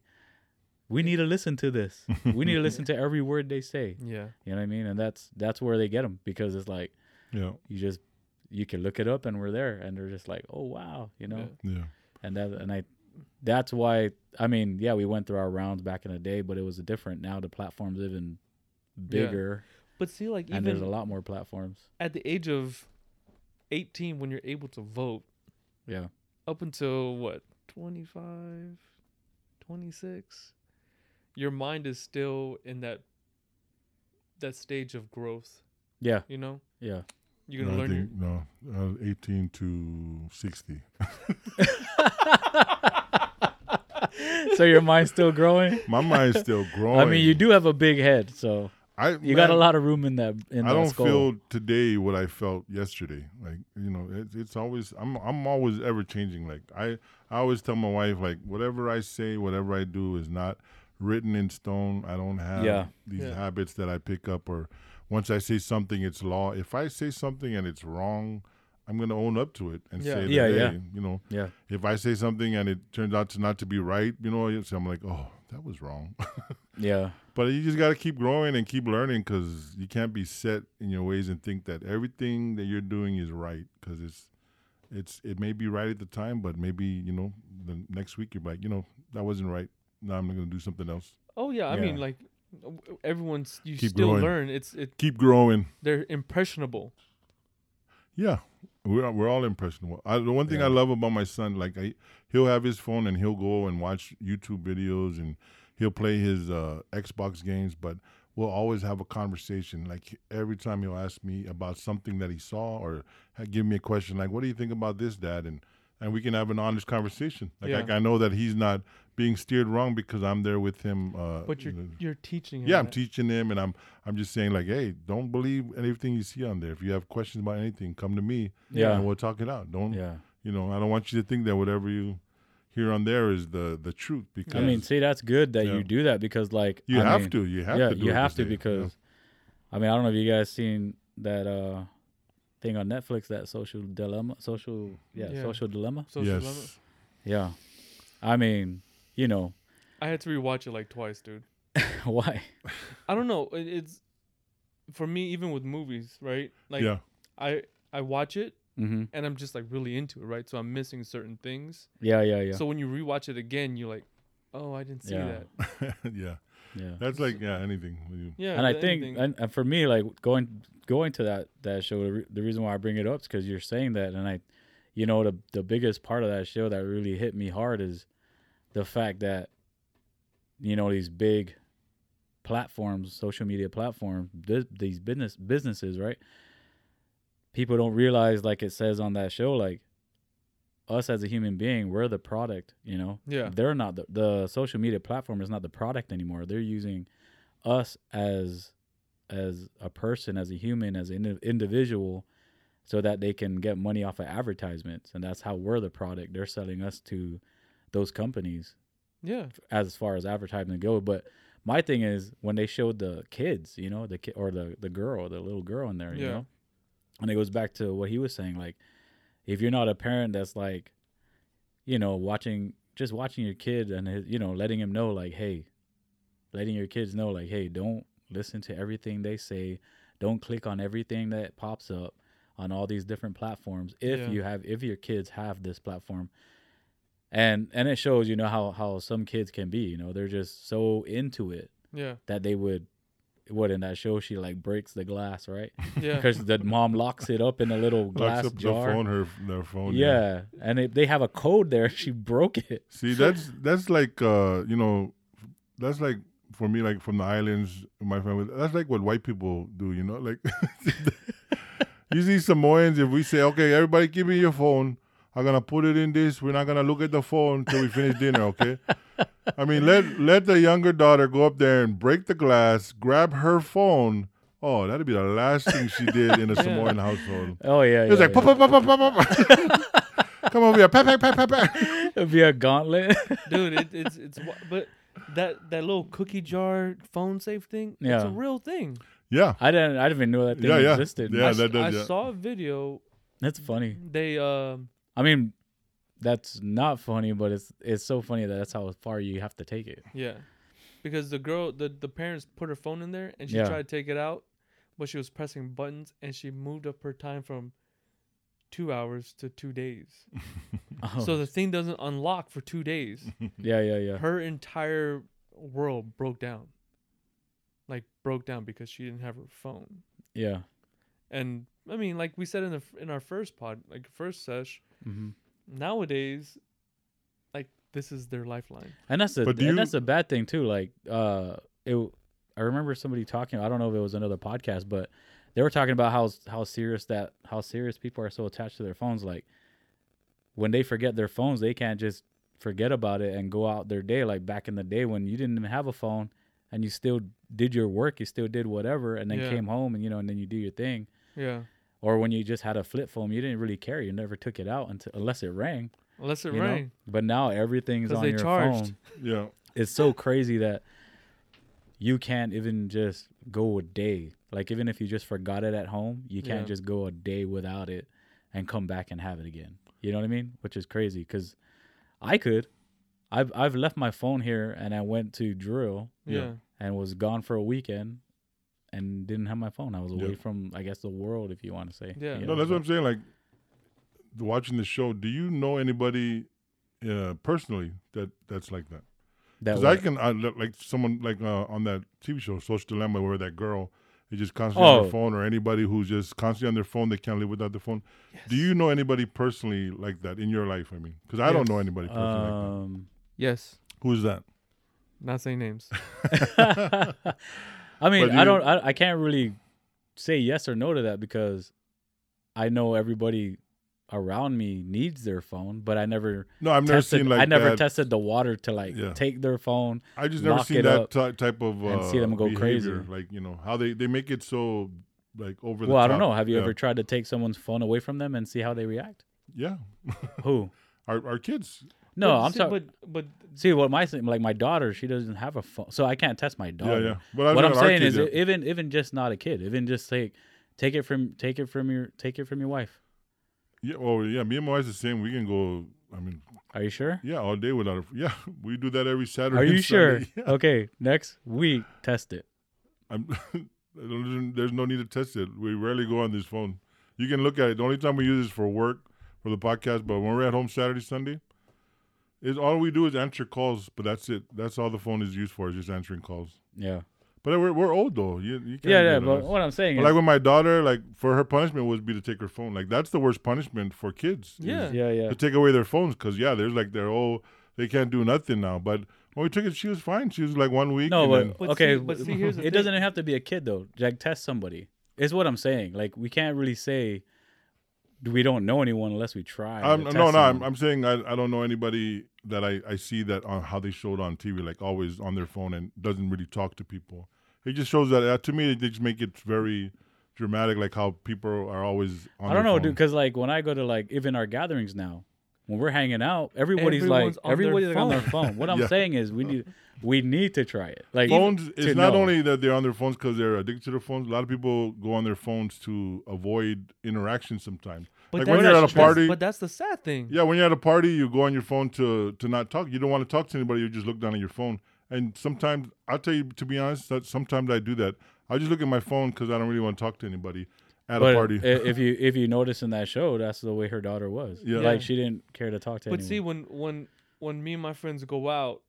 B: we need to listen to this we need to listen to every word they say
C: Yeah.
B: you know what i mean and that's that's where they get them because it's like
A: yeah,
B: you just you can look it up and we're there and they're just like oh wow you know
C: Yeah.
A: yeah,
B: and that and i that's why i mean yeah we went through our rounds back in the day but it was different now the platform's even bigger
C: But see, like
B: and there's a
C: even
B: lot more platforms
C: at the age of 18, when you're able to vote,
B: yeah
C: up until what 25 26 your mind is still in that that stage of growth
B: yeah
C: you know
B: yeah
C: you're gonna
A: No, I
C: learn your,
A: think, no, uh, eighteen to sixty.
B: so your mind's still growing
A: My mind's still growing.
B: I mean, you do have a big head, so
A: I,
B: you got a
A: man,
B: lot of room in that in
A: I
B: that
A: don't
B: skull.
A: feel today what I felt yesterday. Like you know, it, it's always I'm I'm always ever changing. Like I I always tell my wife like whatever I say, whatever I do is not written in stone. I don't have
B: Yeah.
A: these
C: Yeah.
A: habits that I pick up or once I say something, it's law. If I say something and it's wrong, I'm gonna own up to it and
C: Yeah.
A: say,
B: Yeah,
A: "Hey,"
B: yeah.
A: you know,
B: yeah,
A: if I say something and it turns out to not to be right, you know, so I'm like, oh, that was wrong.
B: yeah,
A: But you just got to keep growing and keep learning because you can't be set in your ways and think that everything that you're doing is right because it's it's it may be right at the time, but maybe you know the next week you're like, you know, that wasn't right. Now I'm gonna do something else.
C: oh yeah i
B: Yeah.
C: mean like w- everyone's you
A: Keep
C: still
A: growing.
C: learn it's it
A: Keep growing.
C: they're impressionable
A: Yeah, we're we're all impressionable. I, the one thing
B: Yeah.
A: I love about my son, like I, he'll have his phone and he'll go and watch YouTube videos and he'll play his uh, Xbox games, but we'll always have a conversation. Like every time he'll ask me about something that he saw or ha- give me a question, like "What do you think about this, Dad?" and and we can have an honest conversation. Like
C: Yeah.
A: I, I know that he's not being steered wrong because I'm there with him. Uh,
C: but you're
A: you know,
C: you're teaching him
A: yeah, I'm
C: that.
A: teaching him, and I'm I'm just saying like, hey, don't believe anything you see on there. If you have questions about anything, come to me.
B: Yeah.
A: and we'll talk it out. Don't
B: yeah.
A: you know? I don't want you to think that whatever you hear on there is the the truth because
B: I mean, see, that's good that
A: Yeah.
B: you do that because, like,
A: you
B: I
A: have
B: mean,
A: to. You have
B: yeah,
A: to. Do
B: you
A: it
B: have to
A: day.
B: because, I mean, I don't know if you guys seen that uh thing on Netflix, that social dilemma, social, yeah,
C: Yeah.
B: social dilemma,
A: Yeah.
C: Social
A: yes,
C: dilemma.
B: yeah. I mean, you know,
C: i had to rewatch it like twice dude
B: why?
C: i don't know it, it's for me even with movies right like
A: yeah,
C: i i watch it
B: Mm-hmm.
C: and i'm just like really into it right so i'm missing certain things
B: Yeah, yeah, yeah,
C: So when you rewatch it again, you're like, oh, I didn't see
B: Yeah.
C: that.
A: yeah.
B: yeah.
A: That's like yeah, anything. When you,
C: Yeah,
B: and I
C: the
B: think,
C: ending.
B: and, and for me, like going going to that that show, the, re- the reason why I bring it up is because you're saying that, and I, you know, the the biggest part of that show that really hit me hard is the fact that, you know, these big platforms, social media platforms, th- these business businesses, right? People don't realize, like it says on that show, like us as a human being, we're the product, you know.
C: yeah,
B: They're not the, the social media platform is not the product anymore. They're using us as as a person, as a human, as an indi- individual, so that they can get money off of advertisements, and that's how we're the product. They're selling us to those companies
C: yeah,
B: as far as advertisement go. But my thing is when they showed the kids, you know, the kid or the the girl, the little girl in there, you
C: Yeah.
B: know, and it goes back to what he was saying. Like, if you're not a parent that's like, you know, watching just watching your kid and his, you know letting him know like, hey, letting your kids know like, hey, don't listen to everything they say, don't click on everything that pops up on all these different platforms if
C: Yeah.
B: you have if your kids have this platform and and it shows you know how how some kids can be you know they're just so into it
C: yeah,
B: that they would what in that show she like breaks the glass right
C: yeah,
B: because the mom locks it up in a little glass
A: locks up
B: jar
A: the phone, her their phone.
B: yeah and if they have a code there she broke it
A: See, that's that's like uh, you know, that's like for me, like from the islands, my family. That's like what white people do, you know. Like you see Samoans, if we say, "Okay, everybody, give me your phone," I'm gonna put it in this. We're not gonna look at the phone until we finish dinner, okay? I mean, let let the younger daughter go up there and break the glass, grab her phone. Oh, that'd be the last thing she did in a Samoan household.
B: Oh yeah.
A: It was
B: yeah,
A: like
B: yeah.
A: pop, pop, pop, pop, pop, pop. Come over here, pat, pat, pat, pat, pat.
B: It'd be a gauntlet.
C: dude. It, it's it's wa- but that that little cookie jar phone safe thing. it's a
B: Yeah.
C: real thing.
A: Yeah,
B: I didn't. I didn't even know that thing
A: yeah, yeah,
B: existed.
A: yeah.
C: I,
A: that
C: I
A: does. Yeah.
C: saw a video.
B: That's
C: Mm-hmm.
B: funny.
C: They um
B: I mean, that's not funny, but it's it's so funny that that's how far you have to take it.
C: yeah, because the girl the the parents put her phone in there and she
B: Yeah.
C: tried to take it out, but she was pressing buttons and she moved up her time from two hours to two days.
B: Oh,
C: So the thing doesn't unlock for two days.
B: yeah, yeah, yeah.
C: her entire world broke down. Like broke down because she didn't have her phone.
B: Yeah.
C: And I mean, like we said in the f- in our first pod, like first sesh,
B: hmm
C: nowadays, like this is their lifeline.
B: And that's a
A: But do
B: and
A: you-
B: that's a bad thing too. Like, uh, it. I remember somebody talking. I don't know if it was another podcast, but they were talking about how how serious that how serious people are so attached to their phones. Like, when they forget their phones, they can't just forget about it and go out their day. Like back in the day when you didn't even have a phone and you still did your work, you still did whatever, and then
C: Yeah.
B: came home and you know, and then you do your thing.
C: Yeah,
B: Or when you just had a flip phone, you didn't really care. You never took it out until unless it rang.
C: unless it
B: You know?
C: rang.
B: But now everything's
C: 'Cause
B: on
C: they
B: your
C: charged.
B: phone
A: yeah.
B: it's so crazy that you can't even just go a day. Like even if you just forgot it at home, you can't
C: Yeah.
B: just go a day without it and come back and have it again. You know what I mean? Which is crazy cuz I could I've I've left my phone here and I went to drill
A: Yeah.
C: Yeah,
B: and was gone for a weekend and didn't have my phone. I was away
A: Yeah.
B: from I guess the world if you want to say.
C: Yeah.
B: you
A: No,
B: know,
A: that's what I'm saying. Like watching the show. Do you know anybody uh, personally that that's like that?
B: that
A: Because I
B: way.
A: can, I, li- like someone like uh, on that TV show, Social Dilemma, where that girl is just constantly on
B: Oh.
A: their phone, or anybody who's just constantly on their phone, they can't live without their phone. Do you know anybody personally like that in your life? I mean, because I don't know
C: Yes.
A: anybody personally like that.
B: um
C: yes.
A: Who's that?
C: Not saying names.
B: I mean,
A: But
B: I
A: you-
B: don't. I, I can't really say yes or no to that because I know everybody around me needs their phone, but I never
A: No, I've never
B: tested.
A: seen like
B: I never
A: that.
B: tested the water to like
A: Yeah.
B: take their phone.
A: I just never
B: lock
A: seen
B: it
A: that
B: up
A: ty- type of uh,
B: and see them go
A: behavior.
B: crazy.
A: Like you know how they they make it so like over. the
B: Well, I don't
A: top.
B: know. Have you
A: Yeah.
B: ever tried to take someone's phone away from them and see how they react?
A: Yeah,
B: Who?
A: our our kids.
B: No,
C: But
B: I'm
C: see-
B: sorry.
C: But but
B: see, what my thing- like my daughter, she doesn't have a phone, so I can't test my
A: Yeah,
B: daughter.
A: yeah. But I've
B: Oh, what I'm
A: got our
B: saying
A: kids,
B: is, e,
A: yeah.
B: even even just not a kid, even just take take it from take it from your take it from your wife.
A: yeah, well, yeah. Me and my wife's the same. We can go. I mean,
B: Are you sure?
A: Yeah, all day without a yeah. We do that every Saturday.
B: Are you
A: and
B: sure?
A: Sunday. Yeah.
B: Okay, next week test it.
A: I'm, there's- there's no need to test it. We rarely go on this phone. You can look at it. The only time we use it is for work for the podcast. But when we're at home Saturday, Sunday, is all we do is answer calls. But that's it. That's all the phone is used for is just answering calls.
B: Yeah.
A: But we're, we're old though. You, you can't do
B: Yeah, yeah.
A: that
B: But
A: unless-
B: what I'm saying
A: But
B: is,
A: like with my daughter, like for her punishment was be to take her phone. Like that's the worst punishment for kids. is
C: Yeah.
B: yeah, yeah,
A: to take away their phones because yeah, there's like they're oh they can't do nothing now. But when we took it, she was fine. She was like one week.
B: No,
A: and
B: but,
A: then-
C: But
B: okay.
C: see- but see, here's the
B: it
C: thing.
B: doesn't have to be a kid though. Like test somebody. It's what I'm saying. Like we can't really say we don't know anyone unless we try. to
A: I'm,
B: test
A: no, no, I'm,
B: someone.
A: I'm saying I, I don't know anybody that I, I see that on how they showed on TV, like always on their phone and doesn't really talk to people. It just shows that uh, to me they just make it very dramatic, like how people are always. on
B: I don't
A: their
B: know,
A: phone.
B: dude. Because like when I go to like even our gatherings now, when we're hanging out, everybody's
C: Everyone's
B: like
C: on their
B: everybody's like, on their
C: phone.
B: phone. What I'm
A: Yeah.
B: saying is we need we need to try it. Like
A: Phones.
B: to
A: It's not
B: know.
A: only that they're on their phones because they're addicted to their phones. A lot of people go on their phones to avoid interaction. Sometimes,
C: but
A: like when
C: that's-
A: you're at a
C: that's-
A: party,
C: But that's the sad thing.
A: Yeah, when you're at a party, you go on your phone to to not talk. You don't want to talk to anybody. You just look down at your phone. And sometimes I'll tell you to be honest that sometimes I do that. I just look at my phone because I don't really want to talk to anybody at
B: But
A: a party.
B: i- if you if you notice in that show, that's the way her daughter was.
A: Yeah.
B: Like she didn't care to talk to
C: But
B: anyone.
C: see, when when when me and my friends go out,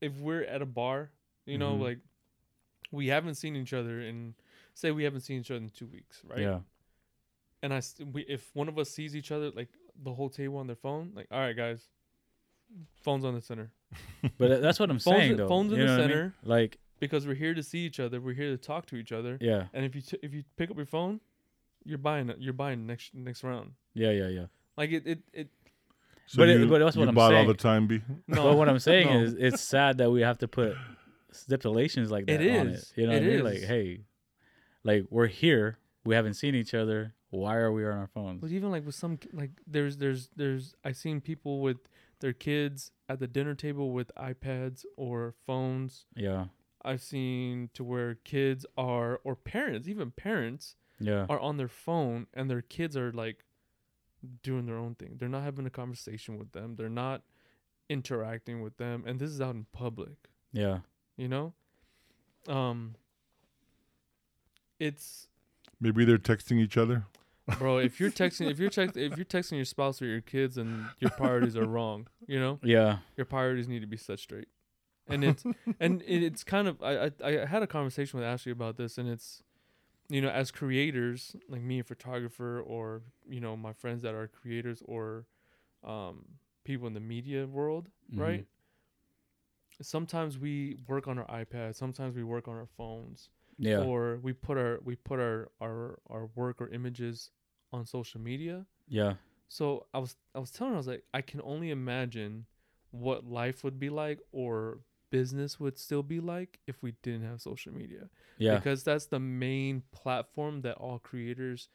C: if we're at a bar, you know,
B: Mhm.
C: like we haven't seen each other in say we haven't seen each other in two weeks, right?
B: Yeah.
C: And I s- we if one of us sees each other, like the whole table on their phone, like all right, guys, phones on the center
B: But that's what I'm
C: Phones
B: saying
C: in-
B: though.
C: phones in
B: You
C: the
B: know what I mean?
C: center.
B: Like
C: because we're here to see each other, we're here to talk to each other.
B: yeah.
C: And if you t- if you pick up your phone, you're buying it- you're buying next next round.
B: Yeah, yeah, yeah.
C: Like it, it, it
A: So
B: But it-
A: you-
B: but that's what
A: you
B: I'm
A: bought all
B: saying.
A: the time, B.
C: no.
B: But what I'm saying
C: No.
B: is, it's sad that we have to put stipulations like
C: It
B: that on it.
C: is.
B: You know
C: It
B: what I mean? Like,
C: is.
B: hey, like we're here. We haven't seen each other. Why are we on our phones?
C: But even like with some ki- like there's there's there's I've seen people with their kids at the dinner table with iPads or phones.
B: Yeah,
C: I've seen to where kids are or parents, even parents
B: yeah,
C: are on their phone and their kids are like doing their own thing. They're not having a conversation with them. They're not interacting with them and this is out in public,
B: yeah.
C: you know? Um it's
A: Maybe they're texting each other.
C: bro if you're texting if you're text if you're texting your spouse or your kids and your priorities are wrong you know
B: Yeah,
C: your priorities need to be set straight and it's and it, it's kind of I, I i had a conversation with ashley about this and it's you know as creators like me a photographer or you know my friends that are creators or um people in the media world
B: Mhm.
C: right sometimes we work on our ipads sometimes we work on our phones
B: yeah,
C: or we put our we put our, our our work or images on social media.
B: yeah,
C: So I was I was telling her, I was like I can only imagine what life would be like or business would still be like if we didn't have social media
B: yeah,
C: because that's the main platform that all creators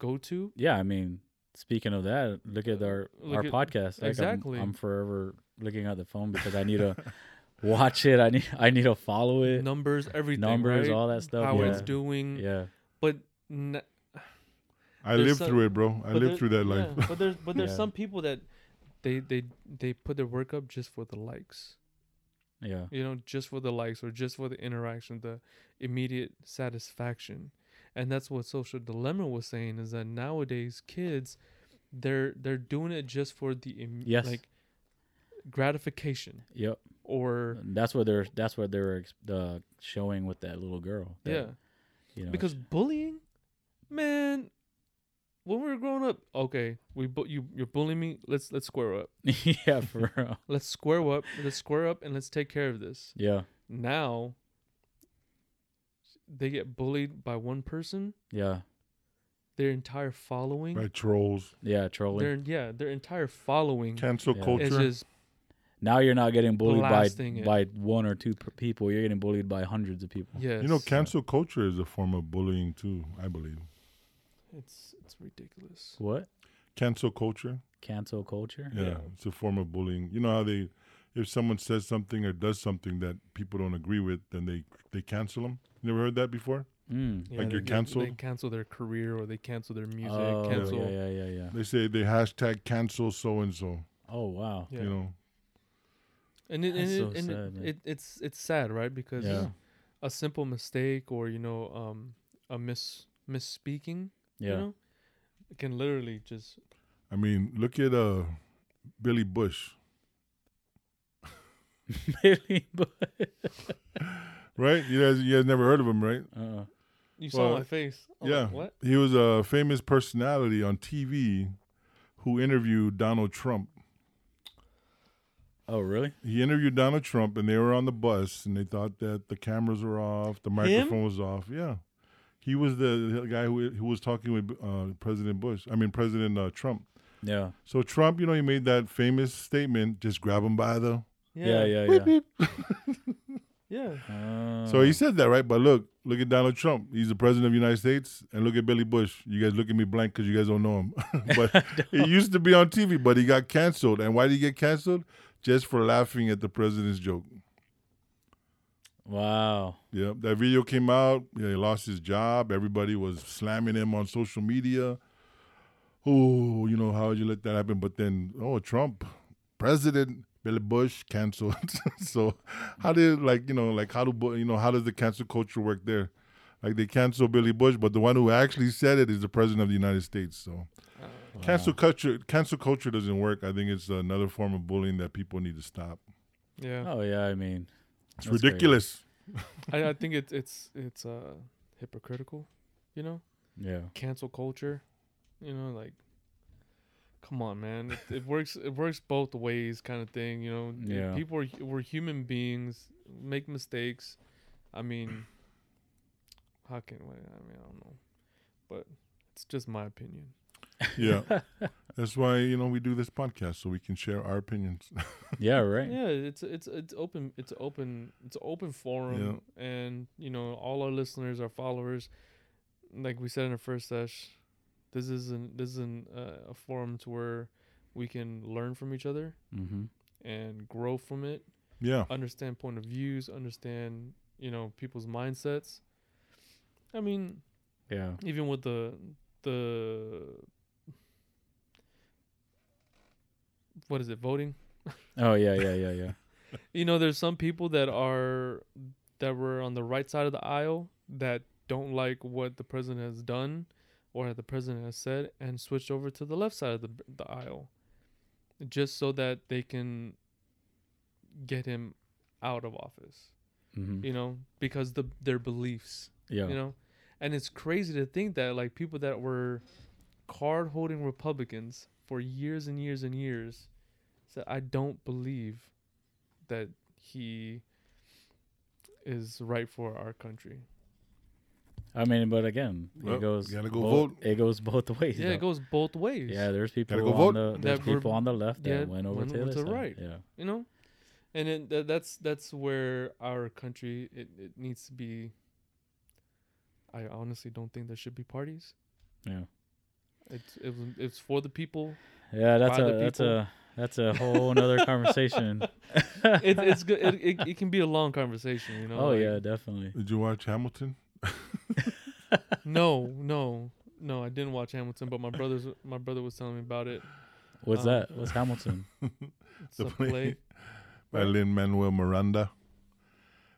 C: go to.
B: yeah. I mean, speaking of that, look at our
C: Look
B: our
C: at-
B: podcast. Like,
C: exactly.
B: I'm, I'm forever looking at the phone because I need to watch it. I need I need to follow it.
C: Numbers, everything,
B: numbers,
C: right?
B: all that stuff.
C: how
B: yeah.
C: it's doing,
B: yeah,
C: but n-
A: I
C: There's
A: lived
C: some-
A: through it, bro. I
C: But
A: lived
C: there-
A: through that life.
C: yeah, but there's but there's
B: Yeah.
C: some people that they they they put their work up just for the likes.
B: yeah,
C: You know, just for the likes or just for the interaction, the immediate satisfaction. And that's what social dilemma was saying is that nowadays kids they're they're doing it just for the Im-
B: Yes.
C: like gratification
B: yep.
C: or
B: And that's what they're that's what they're ex- uh, showing with that little girl. that,
C: yeah.
B: you know,
C: because
B: she-
C: bullying, man, when we were growing up, okay, we bu- you you're bullying me. Let's let's square up.
B: yeah, for real.
C: let's square up let's square up and let's take care of this
B: Yeah,
C: now they get bullied by one person
B: yeah,
C: their entire following
A: By trolls,
B: yeah. Trolling.
C: their yeah their entire following
A: cancel
B: Yeah.
A: culture.
C: is just
B: now you're not getting bullied by
C: blasting it.
B: by one or two p- people. You're getting bullied by hundreds of people.
C: yes
A: You know, cancel culture is a form of bullying too. I believe
C: it's it's ridiculous
B: What?
A: cancel culture.
B: Cancel culture?
A: Yeah,
C: Yeah.
A: it's a form of bullying. You know how they, if someone says something or does something that people don't agree with, then they they cancel them. You never heard that before?
B: Mm.
C: yeah,
A: Like
C: they
A: you're
C: get- they
A: canceled?
C: cancel their career or they cancel their music
B: Oh,
C: cancel
B: yeah, yeah, yeah, yeah.
A: They say they hashtag cancel so and so.
B: Oh, wow.
C: Yeah.
A: You know,
C: and, it, and,
B: That's
C: it,
B: so
C: and it-
B: sad, man.
C: it, it's it's sad right because
B: Yeah.
C: a simple mistake or you know um a mis misspeaking
B: Yeah,
C: you know it can literally just
A: I mean, look at uh, Billy Bush,
B: Billy, but
A: right? You guys, you guys never heard of him, right?
B: uh,
A: Well,
C: You saw my face. I'm
A: yeah.
C: Like, what?
A: He was a famous personality on TV who interviewed Donald Trump.
B: oh, really?
A: He interviewed Donald Trump, and they were on the bus, and they thought that the cameras were off, the microphone was off. Yeah, he was the the guy who who was talking with uh, President Bush. I mean, President uh, Trump.
B: Yeah,
A: So Trump, you know, he made that famous statement: "Just grab him by the."
B: yeah, yeah, yeah.
C: yeah.
B: Uh,
A: So he said that, right? But look, look at Donald Trump. He's the president of the United States, and look at Billy Bush. You guys look at me blank because you guys don't know him. but he used to be on TV, but he got canceled. And why did he get canceled? Just for laughing at the president's joke.
B: wow.
A: Yeah, that video came out. Yeah, he lost his job. Everybody was slamming him on social media. Oh, you know how would you let that happen? But then, oh, Trump, president Billy Bush canceled. so, how did like you know like how do bu- you know how does the cancel culture work there? Like they cancel Billy Bush, but the one who actually said it is the president of the United States. So, cancel culture cancel culture doesn't work. I think it's another form of bullying that people need to stop.
C: Yeah.
B: Oh yeah, I mean,
A: It's
B: That's crazy.
A: ridiculous.
C: I, I think it's it's it's uh hypocritical, you know?
B: yeah,
C: Cancel culture. You know, like come on, man. It, it works it works both ways kind of thing, you know. Y-
B: Yeah.
C: People are hu- we're human beings, make mistakes. I mean how can I mean I don't know. But it's just my opinion.
A: Yeah. That's why, you know, we do this podcast so we can share our opinions.
B: Yeah, right.
C: Yeah, it's it's it's open. It's open. It's open forum, and you know all our listeners, our followers. Like we said in the first sesh, this isn't this isn't uh, a forum to where we can learn from each other
B: Mm-hmm.
C: and grow from it,
A: yeah.
C: understand point of views, understand you know people's mindsets. I mean,
B: Yeah.
C: even with the the what is it voting?
B: Oh yeah, yeah, yeah, yeah.
C: you know there's some people that are that were on the right side of the aisle that don't like what the president has done or the president has said and switched over to the left side of the, the aisle just so that they can get him out of office
B: Mm-hmm.
C: you know because the their beliefs
B: Yeah.
C: you know and it's crazy to think that like people that were card holding republicans for years and years and years said i don't believe that he is right for our country
B: I mean, but again,
A: Well,
B: it goes.
A: gotta go
B: both-
A: vote.
B: It goes both ways.
C: yeah it
B: though.
C: goes both ways
B: Yeah, there's people
A: Gotta go
B: on
A: vote.
B: the there's
C: That were-
B: people on the left that
C: yeah,
B: went over
C: went
B: to,
C: over
B: the,
C: to the
B: right.
C: right.
B: Yeah.
C: you know and it, tha- that's that's where our country it, it needs to be i honestly don't think there should be parties
B: Yeah.
C: it's it, was- it's for the people
B: Yeah, that's
C: By
B: a
C: the
B: that's
C: people.
B: a that's a whole another conversation.
C: it, it's good it, it, it can be a long conversation you know
B: oh
C: like-
B: yeah, definitely.
A: Did you watch Hamilton?
C: No, no, no. I didn't watch Hamilton, but my brother's my brother was telling me about it.
B: What's
C: Um,
B: that? What's Hamilton?
C: It's
A: The
C: a
A: play.
C: play.
A: by Lin Manuel Miranda.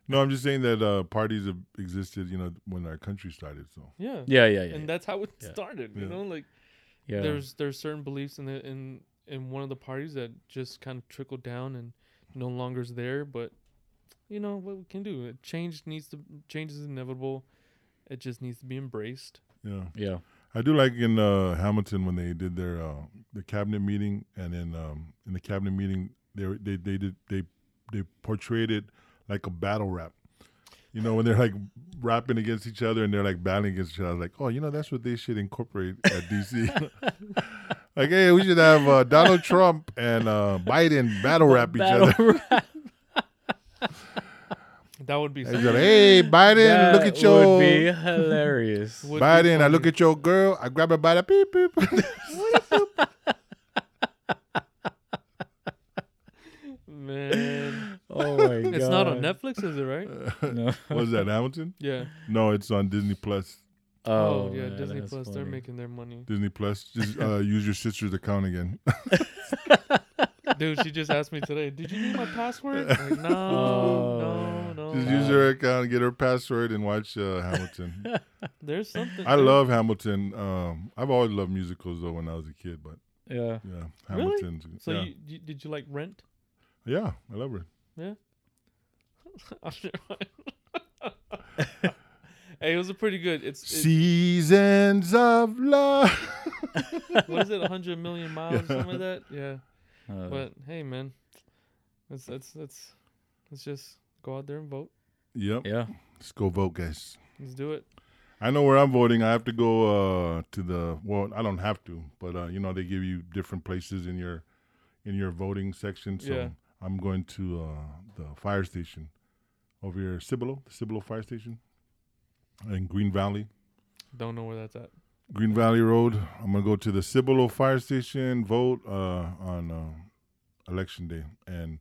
A: No, I'm just saying that uh, parties have existed, you know, when our country started. So
C: Yeah.
B: Yeah, yeah, yeah.
C: And that's how it
B: Yeah.
C: started. You
A: Yeah.
C: know, like
B: yeah.
C: there's there's certain beliefs in the in in one of the parties that just kind of trickled down and no longer's there. But you know what we can do. It- Change needs to change is inevitable. It just needs to be embraced.
A: yeah,
B: yeah.
A: I do like in uh, Hamilton when they did their uh, the cabinet meeting, and then um, in the cabinet meeting they were- they they did they they portrayed it like a battle rap. You know, when they're like rapping against each other and they're like battling against each other, I was like, oh, you know, that's what they should incorporate at DC. like, hey, we should have uh, Donald Trump and uh, Biden battle rap each other.
B: Battle rap.
C: That would be.
A: He's
C: something.
A: like, hey, Biden,
B: That
A: look at your
B: would be hilarious.
C: Would be
A: Biden. I
C: funny.
A: look at your girl. I grab her by the peep peep.
C: man.
B: oh my god. Uh,
C: It's not on Netflix, is it right?
B: No.
A: Was that Hamilton?
C: Yeah.
A: No, it's on Disney Plus.
B: Oh,
C: Oh, yeah,
B: man,
C: Disney
B: that's
C: Plus. They're
B: funny.
C: making their money.
A: Disney Plus. Just uh, use your sister's account again.
C: Dude, she just asked me today, did you need my password? Like, no,
B: Oh,
C: no,
A: Just
C: no.
A: use her account, get her password, and watch uh, Hamilton.
C: There's something.
A: I
C: dude.
A: love Hamilton. Um, I've always loved musicals though when I was a kid, but
B: Yeah.
A: yeah,
C: Really?
A: Hamilton's.
C: So
A: yeah.
C: you, you did you like Rent?
A: yeah, I love her.
C: hey, it was a pretty good. It's it,
A: Seasons of Love.
C: what is it? 100 million miles,
A: Yeah. Uh-huh.
C: something like that. Yeah.
B: Uh,
C: But hey, man, that's that's that's let's just go out there and vote.
A: Yep.
B: yeah.
A: Let's go vote, guys.
C: Let's do it.
A: I know where I'm voting. I have to go uh, to the well. I don't have to, but uh, you know they give you different places in your in your voting section. So
C: Yeah.
A: I'm going to uh, the fire station over here, Cibolo, the Cibolo Fire Station in Green Valley,
C: Don't know where that's at.
A: Green Valley Road. I'm gonna go to the Cibolo Fire Station, vote uh, on uh, election day. And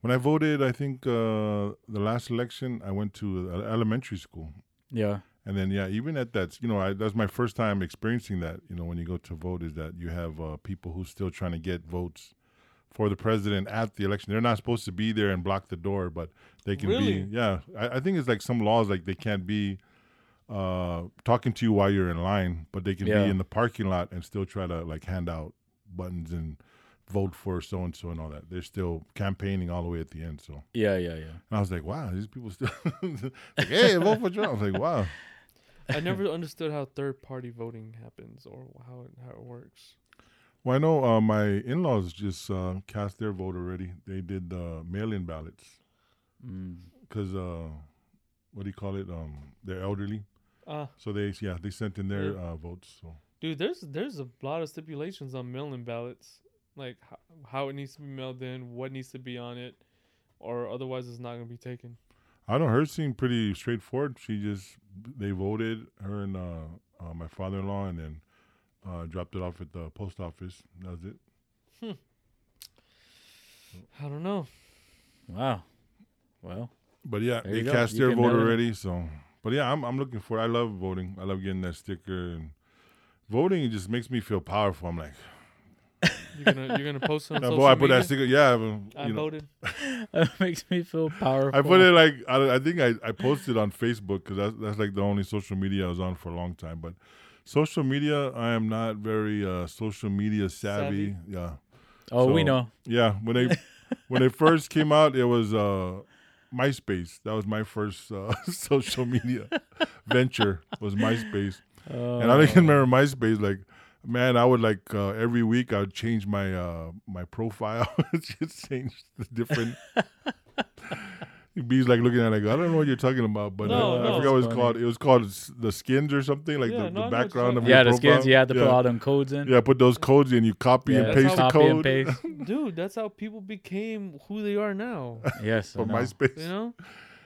A: when I voted, I think uh, the last election, I went to uh, elementary school.
B: Yeah.
A: And then yeah, even at that, you know, I, that's my first time experiencing that. You know, when you go to vote, is that you have uh, people who still trying to get votes for the president at the election. They're not supposed to be there and block the door, but they can
C: Really?
A: be. Yeah, I, I think it's like some laws like they can't be uh, talking to you while you're in line, but they can
B: Yeah.
A: be in the parking lot and still try to like hand out buttons and vote for so and so and all that. They're still campaigning all the way at the end. So and
B: Yeah. Yeah. Yeah.
A: I was like, wow, these people still like, hey, vote for Trump. I was like, wow.
C: I never understood how third party voting happens or how it, how it works.
A: Well, I know uh, my in-laws just uh, cast their vote already. They did the mail-in ballots
B: Mm.
A: because uh, what do you call it? Um, they're elderly,
C: Ah,
A: so they yeah they sent in their
B: Mm.
C: Yeah.
A: uh, votes. So
C: dude. There's there's a lot of stipulations on mailing ballots, like how, how it needs to be mailed in, what needs to be on it, or otherwise it's not gonna be taken.
A: I don't. know, Hers seemed pretty straightforward. She just they voted her and uh, uh, my father-in-law, and then uh, dropped it off at the post office. That was it.
C: I don't know.
B: Wow. Well,
A: But yeah,
B: There
A: they
B: you go.
A: cast
B: You
A: their
B: can
A: vote
B: mail it in.
A: already. So, but yeah, I'm I'm looking for. It. I love voting. I love getting that sticker and voting. It just makes me feel powerful. I'm like,
C: You're gonna you're gonna post it on
A: "Oh,
C: social
A: boy, I put
C: media?
A: that sticker. Yeah, I'm-
C: I
A: you know,
C: voted.
B: that makes me feel powerful.
A: I put it like I, I think I I posted on Facebook because that's that's like the only social media I was on for a long time. But social media, I am not very uh, social media savvy.
C: Savvy.
A: Yeah,
B: Oh, we
A: so-
B: know.
A: yeah. When they when it first came out, it was uh, MySpace. That was my first uh, social media venture. Was MySpace.
B: Uh,
A: And I can remember MySpace. Like, man, I would like uh, every week I would change my uh, my profile. Just change the different. B's like looking at it, like I don't know what you're talking about, but
C: No,
A: uh,
C: no.
A: I forgot what it's
B: That's funny.
A: called. It was called s- the skins or something, like the,
C: Yeah, no, I know
A: the
C: what you're
A: background of
C: talking
A: your
B: Oh. yeah, the
A: profile.
B: skins. You had to
A: yeah.
B: put all them codes in.
A: Yeah, put those codes in. You copy
B: Yeah,
A: and
B: that's
A: paste the
C: how-
B: copy
A: code
B: and paste.
C: Dude, that's how people became who they are now.
B: yes. I
A: from
B: know.
A: MySpace,
C: You know?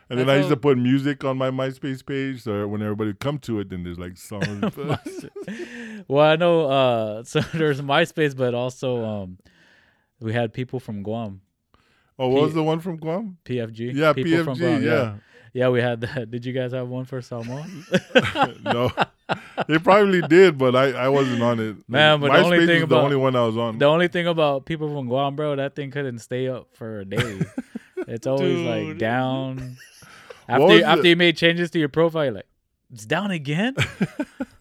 A: and then
C: That's
A: I used
C: how-
A: to put music on my MySpace page. So when everybody would come to it, then there's like songs.
B: well, I know. Uh, so there's MySpace, but also um, we had people from Guam,
A: oh, what was
B: P-
A: the one from Guam?
B: PFG.
A: Yeah,
B: people
A: PFG.
B: From Guam,
A: yeah.
B: Yeah, we had that. Did you guys have one for Samoan?
A: no, it probably did, but I, I wasn't on it.
B: Man, but the only
A: MySpace
B: thing
A: was
B: about-
A: the only one I was on.
B: the only thing about people from Guam, bro, that thing couldn't stay up for a day. It's always like
C: Dude.
B: down.
A: What
B: After
A: was
B: you, after
A: the-
B: you made changes to your profile, you're like it's down again.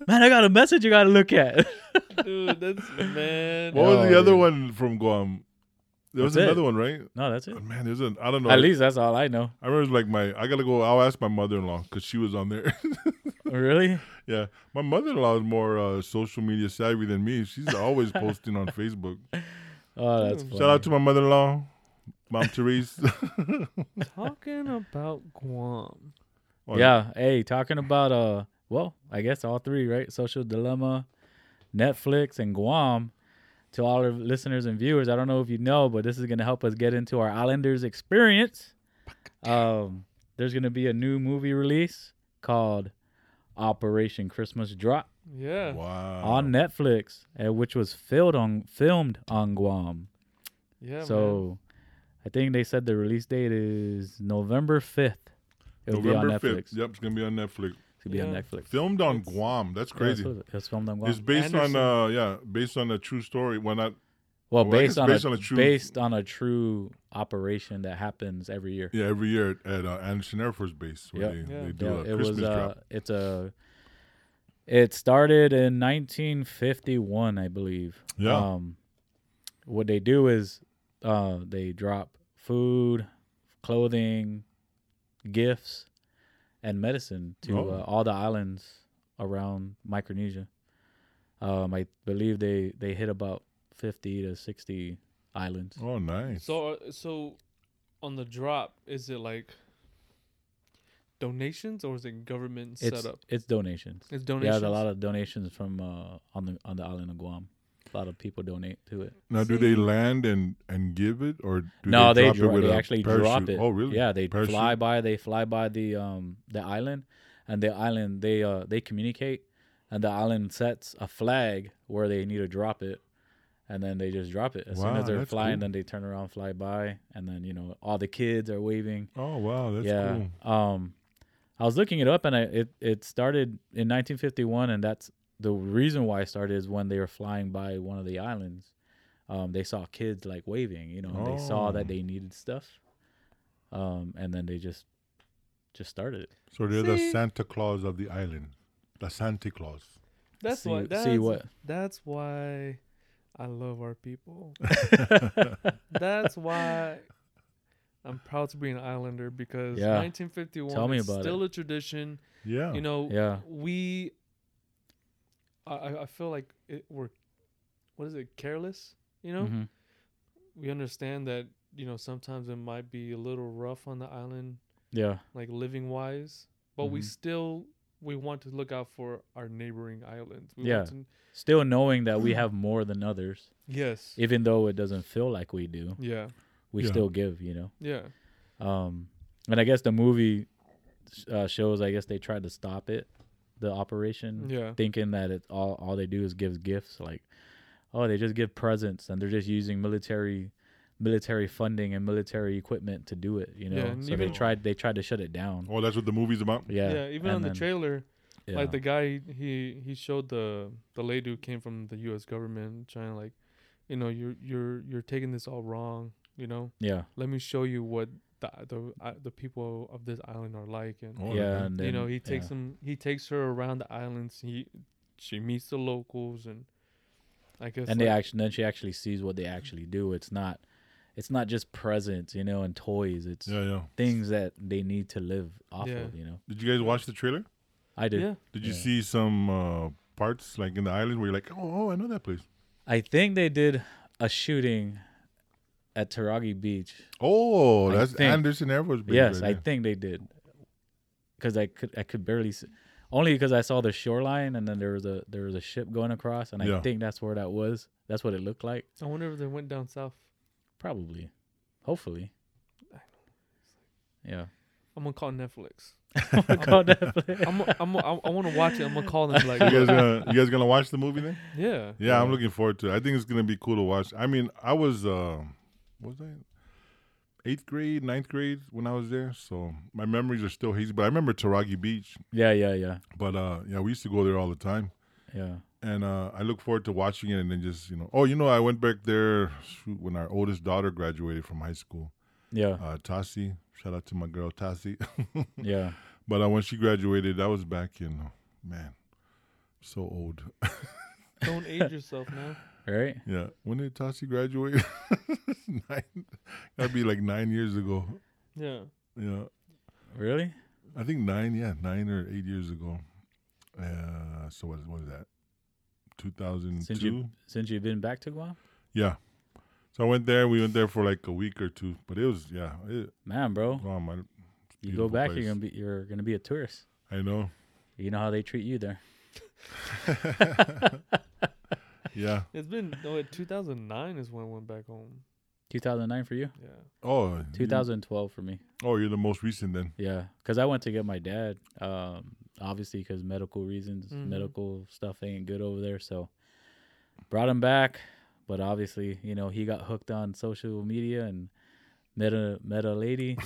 B: Man, I got a message you got to look at.
C: Dude, that's man.
A: what was
B: No,
A: the other
B: dude.
A: one from Guam? There was
B: Oh, That's it.
A: another one, right?
B: no, that's it.
A: Man, there's an I don't know.
B: At least that's all I know.
A: I remember it was like my I gotta go. I'll ask my mother-in-law because she was on there.
B: Really?
A: yeah, my mother-in-law is more uh, social media savvy than me. She's always posting on Facebook.
B: Oh, that's
C: Dude.
B: funny.
A: Shout out to my mother-in-law, Mom Therese.
C: Talking about Guam.
A: on-
B: yeah. Hey, talking about uh, well, I guess all three, right? Social Dilemma, Netflix, and Guam. To all our listeners and viewers, I don't know if you know, but this is gonna help us get into our Islanders experience. Um, there's gonna be a new movie release called Operation Christmas Drop
C: Yeah.
A: Wow.
B: on Netflix, uh, which was filmed on filmed on Guam.
C: Yeah. man.
B: so, I think they said the release date is November fifth. It'll be
A: November
B: on Netflix.
A: fifth. Yep, it's gonna be on Netflix.
B: It'll be on
C: Yeah.
B: Netflix.
A: Filmed on
C: It's-
A: Guam. That's
B: Yeah,
A: crazy.
B: so it was filmed on
A: It's
B: Guam.
A: based
C: Anderson.
A: on uh yeah, based on a true story. Well not
B: Well,
A: well, I
B: based
A: guess
B: on
A: based
B: a,
A: on a true-
B: based on a true operation that happens every year.
A: yeah, every year at, at uh, Anderson Air Force Base where
B: Yeah.
A: they,
C: Yeah.
A: they do
B: Yeah,
A: a
B: it
A: Christmas
B: was. Uh,
A: drop.
B: it's a. It started in 1951, I believe.
A: Yeah.
B: Um, what they do is, uh, they drop food, clothing, gifts, and medicine to
A: Oh.
B: uh, all the islands around Micronesia. Um, I believe they they hit about 50 to 60 islands.
A: Oh nice.
C: So uh, so on the drop, is it like donations or is it government
B: it's
C: setup?
B: it's donations.
C: It's
B: Yeah,
C: donations.
B: there's a lot of donations from uh, on the on the island of Guam. A lot of people donate to it.
A: now do they
C: See?
A: land and and give it or do
B: no,
A: they
B: they
A: drop
B: dro-
A: it with
B: they
A: a
B: actually
A: parachute?
B: drop it.
A: Oh really?
B: Yeah, they
A: Parachute?
B: fly by. They fly by the um the island, and the island they uh they communicate, and the island sets a flag where they need to drop it, and then they just drop it as soon
A: Wow,
B: as they're
A: that's
B: flying.
A: cool.
B: Then they turn around, fly by, and then you know all the kids are waving.
A: Oh wow, that's
B: yeah.
A: cool.
B: Um, I was looking it up, and I, it it started in 1951, and that's the reason why it started is when they were flying by one of the islands. Um, they saw kids like waving, you know, and they saw that
A: Oh.
B: they needed stuff. Um, and then they just just started it.
A: So they're the
C: See?
A: Santa Claus of the island. The Santa Claus.
C: That's
B: see-
C: why.
B: see
C: That's,
B: what-
C: That's why I love our people. that's why I'm proud to be an Islander because
B: Yeah.
C: 1951
B: Tell me
C: is
B: about it.
C: still a tradition.
A: Yeah.
C: You know,
B: Yeah.
C: we. I- I I feel like it, we're, what is it? Careless. You know,
B: Mhm.
C: we understand that you know sometimes it might be a little rough on the island,
B: Yeah.
C: like living wise, but we
B: Mhm.
C: still we want to look out for our neighboring islands. We
B: Yeah.
C: Want to,
B: Still knowing that we have more than others,
C: yes.
B: even though it doesn't feel like we do,
C: yeah.
B: we
A: Yeah.
B: still give, you know.
C: Yeah.
B: Um, and I guess the movie uh, shows. I guess they tried to stop it, the operation,
C: Yeah.
B: thinking that it all all they do is give gifts. Like, oh, they just give presents, and they're just using military military funding and military equipment to do it. You know,
C: Yeah, and
B: so they
C: even-
B: tried they tried to shut it down.
A: Oh, that's what the movie's about.
B: Yeah,
C: Yeah. even on
B: and
C: the
B: then-
C: trailer,
B: yeah.
C: like the guy he he showed the the lady who came from the U.S. government trying like, you know, you're you're you're taking this all wrong. You know,
B: yeah,
C: let me show you what the the uh, the people of this island are like, and
A: Oh,
B: yeah,
A: okay.
B: and
C: you know
B: then-
C: he takes
B: yeah.
C: him he takes her around the islands. He she meets the locals and. I guess
B: and
C: like,
B: they actually then she actually sees what they actually do. It's not it's not just presents, you know, and toys. It's
A: Yeah, yeah.
B: things that they need to live off
C: Yeah.
B: of, you know.
A: Did you guys watch the trailer?
B: I did.
C: yeah,
A: Did you
B: Yeah.
A: see some uh, parts like in the island where you're like, oh, oh I know that place.
B: I think they did a shooting at Taragi Beach.
A: Oh,
B: I
A: that's
B: think-
A: Anderson Air Force Base.
B: yes,
A: right
B: I
A: there.
B: think they did. Cuz I could I could barely see only because I saw the shoreline and then there was a there was a ship going across and I
A: Yeah.
B: think that's where that was. That's what it looked like.
C: I wonder if they went down south.
B: Probably. Hopefully. Yeah.
C: I'm gonna call Netflix.
B: Oh my God, Netflix.
C: I'm gonna- I'm gonna- I want to watch it. I'm gonna call them like,
A: you guys gonna you guys gonna watch the movie then?
C: yeah,
A: Yeah, I'm looking forward to. it. I think it's gonna be cool to watch. I mean, I was uh, what was I eighth grade, ninth grade when I was there, so my memories are still hazy. But I remember Taragi Beach.
B: Yeah, yeah, yeah.
A: But uh, yeah, we used to go there all the time.
B: Yeah.
A: and uh, I look forward to watching it and then just you know oh you know I went back there shoot, when our oldest daughter graduated from high school
B: Yeah.
A: uh, Tasi shout out to my girl Tasi
B: Yeah.
A: but uh, when she graduated that was back in oh, man so old
C: don't age yourself, man.
B: Right?
A: yeah when did Tasi graduate nine that'd be like nine years ago
C: Yeah,
A: yeah
B: Really?
A: I think nine yeah nine or eight years ago uh, so what, what is that 2002
B: Since you since you've been back to Guam?
A: Yeah. So I went there. We went there for like a week or two, but it was yeah. It,
B: Man, bro.
A: wow, man,
B: Oh. You go
A: beautiful
B: back,
A: place.
B: you're gonna be you're gonna be a tourist.
A: I know.
B: You know how they treat you there.
A: Yeah.
C: it's been no. it- 2009 is when I went back home.
B: 2009 for you,
C: Yeah,
A: Oh. you-
B: 2012 for me.
A: oh, you're the most recent then.
B: Yeah, because I went to get my dad. Um, obviously, because medical reasons,
C: Mhm.
B: medical stuff ain't good over there. So brought him back, but obviously, you know, he got hooked on social media and met a met a lady,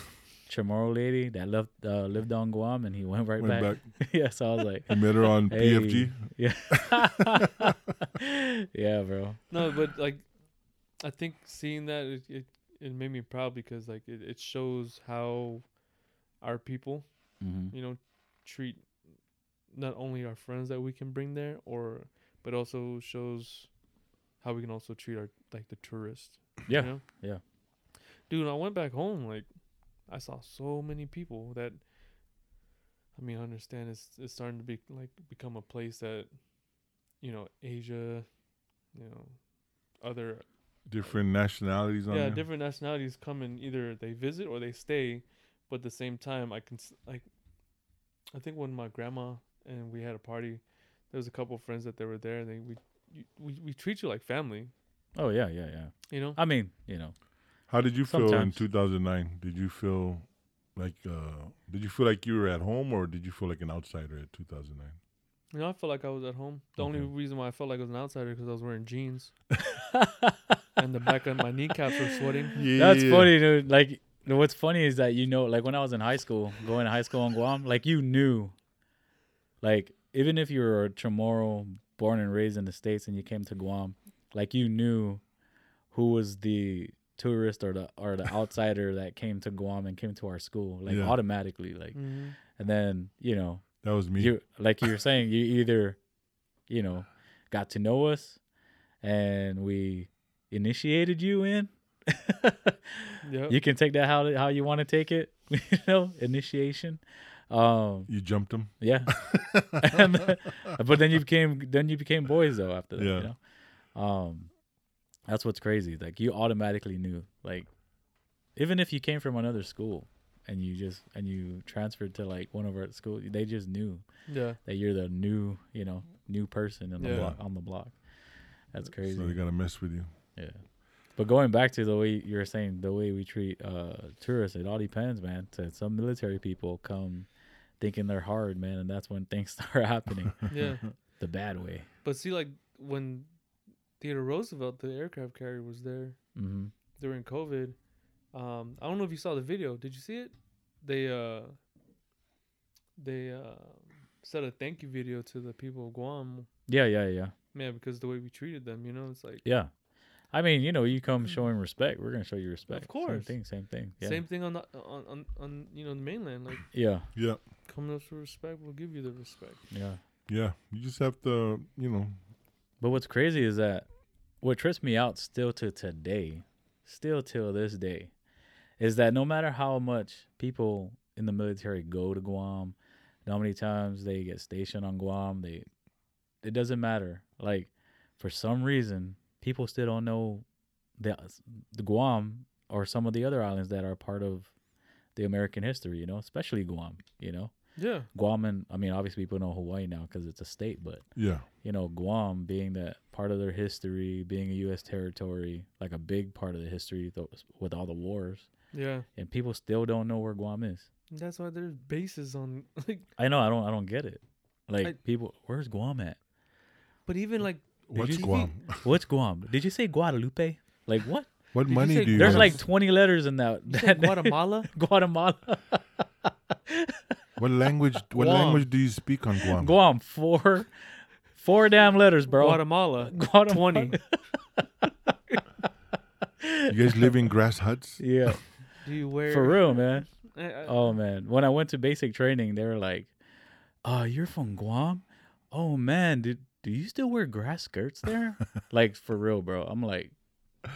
B: Chamorro lady that lived uh, lived on Guam, and he went right
A: went
B: back.
A: back.
B: yeah, so I was like,
A: I met her on
B: Hey.
A: PFG.
B: yeah, yeah, bro.
C: no, but like, I think seeing that it it, it made me proud because like it, it shows how our people
B: hmm
C: you know treat not only our friends that we can bring there or but also shows how we can also treat our like the tourists
B: Yeah,
C: know?
B: yeah.
C: dude when i went back home like i saw so many people that i mean i understand it's, it's starting to be like become a place that you know asia you know other
A: Different nationalities on
C: yeah
A: there.
C: different nationalities come and either they visit or they stay but at the same time i can s- like i think when my grandma and we had a party there was a couple of friends that they were there and they we you, we, we treat you like family
B: Oh yeah, yeah, yeah.
C: you know
B: I mean, you know,
A: How did you feel in
B: Sometimes.
A: 2009? Did you feel like uh did you feel like you were at home or did you feel like an outsider at 2009?
C: you know i felt like i was at home the only
A: Okay.
C: reason why i felt like i was an outsider because i was wearing jeans and the back of my kneecaps were sweating
A: Yeah.
B: that's funny, dude. Like, what's funny is that you know, like when I was in high school, going to high school on Guam, like you knew, like even if you were a Chamorro, born and raised in the states, and you came to Guam, like you knew who was the tourist or the or the outsider that came to Guam and came to our school, like
A: Yeah.
B: automatically, like,
C: mm-hmm.
B: and then you know,
A: That was me.
B: you like you were saying you either you know got to know us and we initiated you in
C: yeah
B: you can take that how how you want to take it you know initiation um
A: you jumped him.
B: yeah And then- but then you became then you became boys though after that
A: Yeah.
B: you know um that's what's crazy like you automatically knew like even if you came from another school and you just and you transferred to like one over at school, they just knew
C: Yeah.
B: that you're the new, you know, new person on the
C: Yeah.
B: block. On the block, that's crazy.
A: So they gotta mess with you.
B: Yeah. But going back to the way you were saying the way we treat uh, tourists, it all depends, man. So some military people come thinking they're hard, man, and that's when things start happening
C: Yeah.
B: the bad way.
C: But see, like when Theodore Roosevelt, the aircraft carrier, was there
B: hmm
C: during COVID. Um, I don't know if you saw the video. Did you see it? They uh, they uh, said a thank you video to the people of Guam.
B: Yeah, yeah, yeah,
C: Yeah, because the way we treated them, you know, it's like
B: yeah. I mean, you know, you come showing respect, we're gonna show you respect. same
C: course.
B: thing, same thing. Yeah,
C: same thing on the on, on on you know the mainland. Like
B: yeah,
A: Yeah,
C: coming up for respect, we'll give you the respect.
B: yeah.
A: yeah. You just have to, you know,
B: But what's crazy is that what trips me out still to today, still till this day, is that no matter how much people in the military go to Guam, how many times they get stationed on Guam, they it doesn't matter. Like for some reason, people still don't know the the Guam or some of the other islands that are part of the American history, you know, especially Guam, you know.
C: Yeah,
B: Guam and I mean obviously people know Hawaii now cuz it's a state, but
A: yeah,
B: you know, Guam being that part of their history, being a U.S. territory, like a big part of the history tho- with all the wars,
C: yeah.
B: and people still don't know where Guam is.
C: And that's why there's bases on like.
B: I know, I don't, I don't get it. Like
C: I-
B: people, where's Guam at?
C: But even like
A: what's
C: you-
A: Guam?
B: What's Guam? Did you say Guadalupe? Like what?
A: What
C: Did you
A: money
C: say
A: do you?
B: There's
A: have?
B: like 20 letters in that.
C: you
B: that
C: said Guatemala,
B: Guatemala.
A: What language? What
C: Guam.
A: language do you speak on Guam?
B: Guam. Four, four damn letters, bro.
C: Guatemala,
B: Guatemala.
C: twenty.
A: You guys live in grass huts?
B: Yeah,
C: Do you wear
B: for real, man.
C: I- I-
B: Oh man, when I went to basic training, they were like, "Uh, you're from Guam? Oh man, do do you still wear grass skirts there?" like for real, bro. I'm like,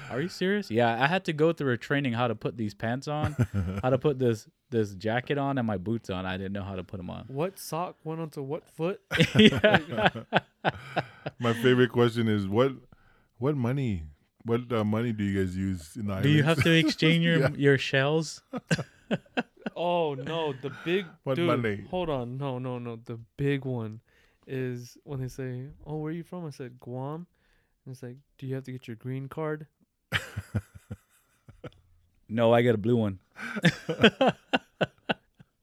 B: "Are you serious?" Yeah, I had to go through a training how to put these pants on, how to put this this jacket on and my boots on. I didn't know how to put them on.
C: What sock went onto what foot?
B: yeah.
A: My favorite question is what? What money? What uh, money do you guys use in the
B: Do you
A: islands?
B: have to exchange your
A: Yeah.
B: your shells?
C: Oh no, the big
A: What
C: dude.
A: money?
C: Hold on, no, no, no. The big one is when they say, "Oh, where are you from?" I said Guam, and it's like, "Do you have to get your green card?"
B: No, I got a blue one.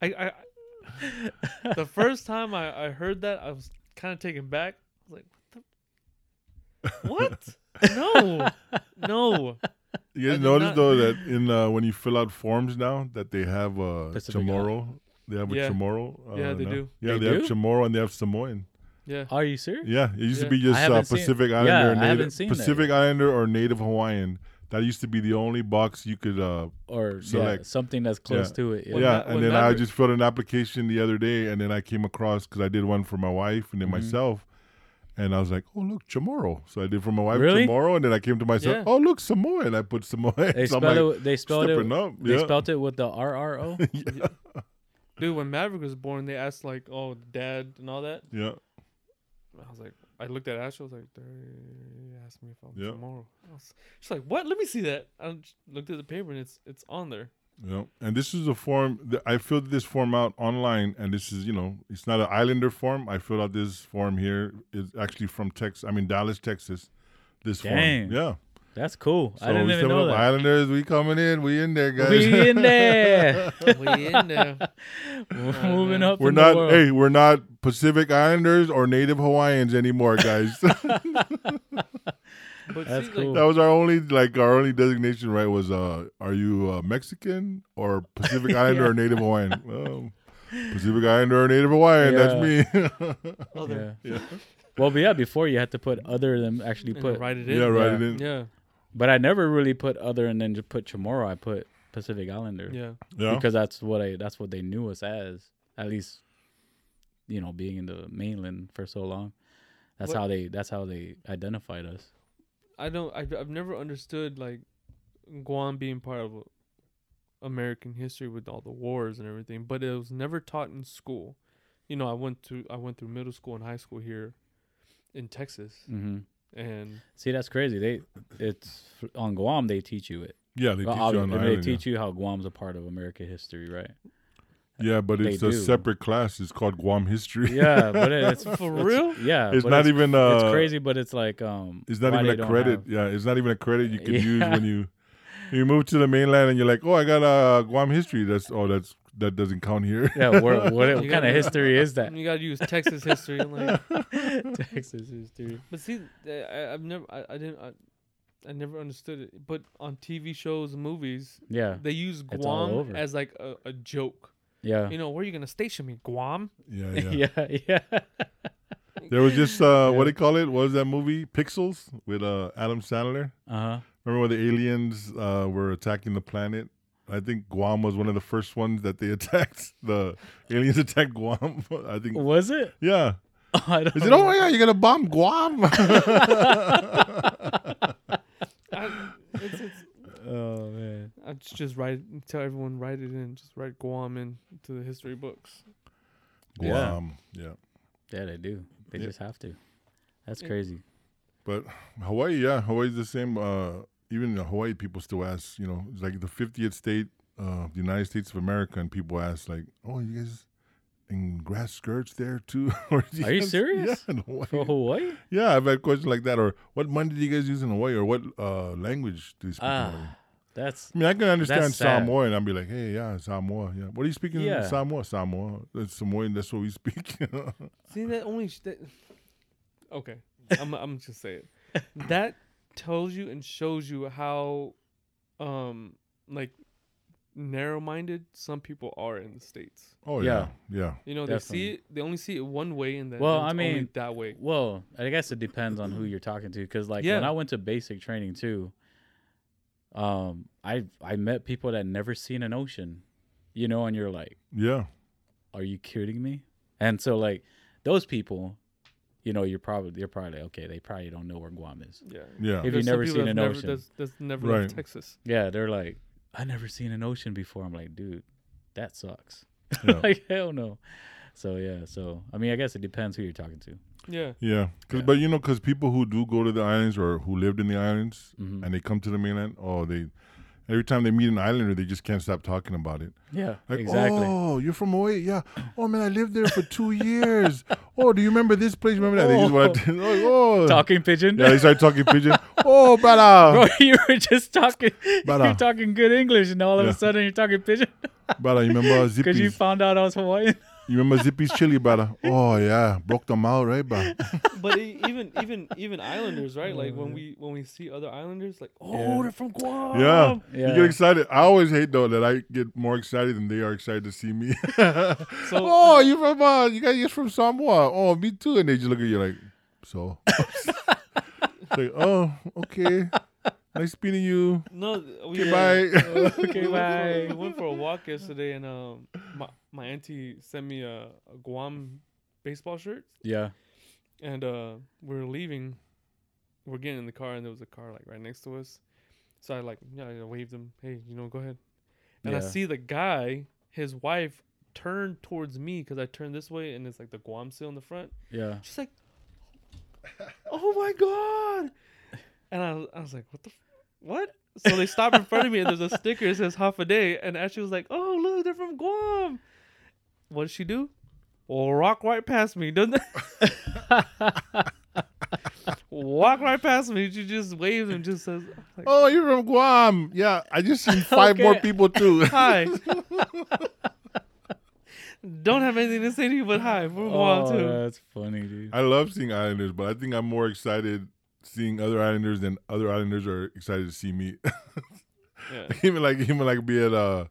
C: I, I I- the first time I, I heard that, I was kind of taken back. I was like, "What? The, what? No, no."
A: You
C: I
A: guys
C: did
A: notice
C: not-
A: though that in uh, when you fill out forms now that they have uh,
B: Pacific
A: Chamorro. They have a
C: Yeah.
A: Chamorro. Uh,
C: Yeah, they
A: now.
C: do.
A: Yeah,
B: They
A: they, have
B: do?
A: Chamorro and they have Samoan.
C: Yeah,
B: Are you serious?
A: Yeah, it used
C: Yeah.
A: to be just
B: I
A: uh,
B: haven't seen-
A: Pacific
B: Yeah,
A: Islander.
B: I
A: or Native,
B: haven't seen that
A: Pacific Islander or Native Hawaiian. That used to be the only box you could. Uh,
B: Or yeah,
A: Select.
B: something that's close
A: Yeah.
B: to it.
A: yeah,
C: Well, that-
A: and
C: well,
A: then
C: now
A: I
C: they're-
A: just filled an application the other day, and then I came across because I did one for my wife and then
B: Mhm.
A: myself, and I was like, "Oh look, Chamorro." So I did for my wife
B: Really?
A: Chamorro, and then I came to myself,
C: Yeah.
A: "Oh look, Samoa," and I put Samoa.
B: They
A: so
B: spelled
A: I'm like,
B: it. They spelled it.
A: stepping up.
B: They
A: yeah.
B: spelled it with the R R O.
C: dude. When Maverick was born, they asked like, "Oh, dad" and all that.
A: yeah.
C: I was like, I looked at Ash. I was like, they asked me if I'm
A: Yeah.
C: tomorrow. I was, she's like, what? Let me see that. I j- looked at the paper and it's it's on there.
A: Yeah, and this is a form that I filled this form out online, and this is you know it's not an Islander form. I filled out this form here. It's actually from Texas. I mean Dallas, Texas. This
B: Dang.
A: form, yeah.
B: That's cool. I didn't
A: we
B: even
A: some
B: know
A: of
B: that.
A: Islanders, we coming in. We in there, guys.
B: We in there.
C: we in there.
B: We're Moving
C: man.
B: up.
A: are
B: in
A: not.
B: The world.
A: Hey, we're not Pacific Islanders or Native Hawaiians anymore, guys. that
C: But
B: That's
C: see,
B: cool.
C: Like,
A: was our only like our only designation, right? Was uh, are you uh, Mexican or Pacific Islander or Native Hawaiian? Well, Pacific Islander or Native Hawaiian. That's me.
C: other.
B: Yeah. Well, but yeah. Before you had to put other than actually
C: And
B: put.
C: write it in.
A: yeah, right.
B: Yeah.
A: It in.
C: Yeah,
B: But I never really put other and then just put Chamorro. I put Pacific Islander
C: yeah.
A: Yeah.
B: because that's what I. That's what they knew us as. At least, you know, being in the mainland for so long. That's
C: What-
B: how they. That's how they identified us.
C: I don't. I've, I've never understood like Guam being part of American history with all the wars and everything, but it was never taught in school. You know, I went to I went through middle school and high school here in Texas,
B: Mm-hmm.
C: and
B: See, that's crazy. They it's on Guam. They teach you it.
A: Yeah, they
B: Well,
A: teach you
B: obvi-
A: on the
B: they
A: island. yeah.
B: teach you how Guam's a part of American history, right?
A: Yeah, but
B: They
A: it's
B: do.
A: a separate class. It's called Guam history.
B: Yeah, but it, it's
C: For
B: it's-
C: real?
B: Yeah,
A: it's
B: but
A: not even. Uh,
B: it's crazy, but it's like um.
A: It's not
B: why they
A: even a
B: don't
A: credit.
B: have-
A: Yeah, it's not even a credit you can
B: Yeah.
A: use when you you move to the mainland and you're like, oh, I got uh, Guam history. That's oh, that's that doesn't count here.
B: yeah, what what,
C: You
B: what kind
C: gotta-
B: of history is that?
C: you gotta use Texas history. And like,
B: Texas history.
C: but see, I, I- I've never, I, I didn't, I, I never understood it. But on TV shows, movies,
B: Yeah,
C: they use
B: It's all
C: Guam
B: over.
C: as like a, a joke.
B: yeah,
C: You know, where are you gonna station me, Guam?
A: yeah, yeah.
B: yeah, yeah.
A: There was just uh, what do you call it? What was that movie? Pixels with uh, Adam Sandler.
B: Uh
C: Uh-huh.
B: huh.
A: Remember where the aliens uh, were attacking the planet? I think Guam was one of the first ones that they attacked. The aliens attacked Guam. I think.
B: Was it?
A: Yeah.
B: I don't
A: Is it? Oh my God! You're gonna bomb Guam?
C: I, it's, it's,
B: Oh man.
C: I just- just write, tell everyone write it in, just write Guam into the history books.
B: Yeah.
A: Guam. yeah.
B: Yeah, they do. They
A: Yeah.
B: just have to. That's
C: Yeah.
B: crazy.
A: But Hawaii, yeah, Hawaii's the same. Uh, even the Hawaii people still ask, you know, it's like the 50th state uh, of the United States of America, and people ask, like, oh, you guys in grass skirts there too? Or do
B: Are you
A: guys-
B: serious?
A: Yeah,
B: Oh.
A: in Hawaii.
B: For Hawaii?
A: yeah, I've had questions like that. Or what money do you guys use in Hawaii? Or what uh, language do you speak in Hawaii?
B: Ah, that's
A: I mean, I can understand
B: That's sad.
A: Samoa, and I'll be like, hey, yeah, Samoa. Yeah. What are you speaking in
B: Yeah.
A: Samoa? Samoa. That's Samoan. That's what we speak.
C: See that only sh- that, okay. I'm I'm just say it. That tells you and shows you how, um, like narrow-minded some people are in the states.
A: oh,
B: Yeah.
A: Yeah. yeah.
C: You know, they see it, they only see it one way, and then
B: Well,
C: it's
B: I
C: only
B: mean,
C: that way.
B: well. I guess it depends on who you're talking to. Because like when
C: Yeah.
B: I went to basic training too, um, I I met people that never seen an ocean, you know, and you're like,
A: Yeah.
B: are you kidding me? And so like those people, you know, you're probably they're probably like, okay. They probably don't know where Guam is.
C: Yeah.
A: Yeah.
B: If
C: There's
B: you've
C: some
B: never
C: people
B: seen
C: that's
B: an
C: never,
B: ocean.
C: that's, that's never
A: Right.
C: left Texas.
B: Yeah, they're like, I never seen an ocean before. I'm like, dude, that sucks.
A: Yeah.
B: like hell no. So yeah, so I mean, I guess it depends who you're talking to.
C: Yeah.
A: Yeah, 'Cause-
B: Yeah.
A: but you know, because people who do go to the islands or who lived in the islands
B: Mhm.
A: and they come to the mainland, oh, they every time they meet an islander, they just can't stop talking about it.
B: Yeah,
A: Like,
B: exactly.
A: Oh, you're from Hawaii? Yeah. Oh man, I lived there for two years. Oh, do you remember this place? Remember that? They just want to, oh, oh.
B: Talking pigeon.
A: Yeah, they start talking pigeon. oh, brother,
B: Bro, you were just talking.
A: Brother.
B: You're talking good English, and all of
A: uh, Yeah.
B: a sudden you're talking pigeon
A: brother, you remember
B: because
A: Zippy's?
B: you
A: You,
B: found out I was Hawaiian.
A: remember Zippy's chili, brother? Oh yeah, broke them out, right, brother?
C: But e- even even even islanders, right? Like when we when we see other islanders, like oh, they're from Guam.
A: Yeah.
B: Yeah.
A: You get excited. I always hate though that I get more excited than they are excited to see me. oh, you from uh you guys you're from Samoa. Oh, me too. And they just look at you like, so It's like, oh, okay. Nice meeting you.
C: No, th- we,
A: Okay,
C: uh,
A: bye.
B: Okay,
C: we Went for,
B: bye.
C: we went for a walk yesterday, and um, my my auntie sent me a, a Guam baseball shirt,
B: Yeah.
C: and uh, we were leaving. We're getting in the car, and there was a car like right next to us. So I like, yeah, I waved him. Hey, you know, go ahead. And I
B: Yeah.
C: see the guy, his wife, turn towards me because I turned this way, and it's like the Guam seal in the front.
B: Yeah.
C: She's like, "Oh my god!" And I, I was like, "What the, f- what?" So they stop in front of me, and there's a sticker that says "Half a Day," and Ashley was like, "Oh look, they're from Guam." What did she do? Well, rock right past me, doesn't it? Walk right past me. She just waves and just says, like,
A: Oh, you're from Guam. Yeah, I just seen five more
B: Okay.
A: people too.
C: "Hi." Don't have anything to say to you, but hi, we're Guam
B: Oh,
C: too.
B: that's funny, dude.
A: I love seeing Islanders, but I think I'm more excited seeing other Islanders than other Islanders are excited to see me.
C: Yeah.
A: even like even like be at uh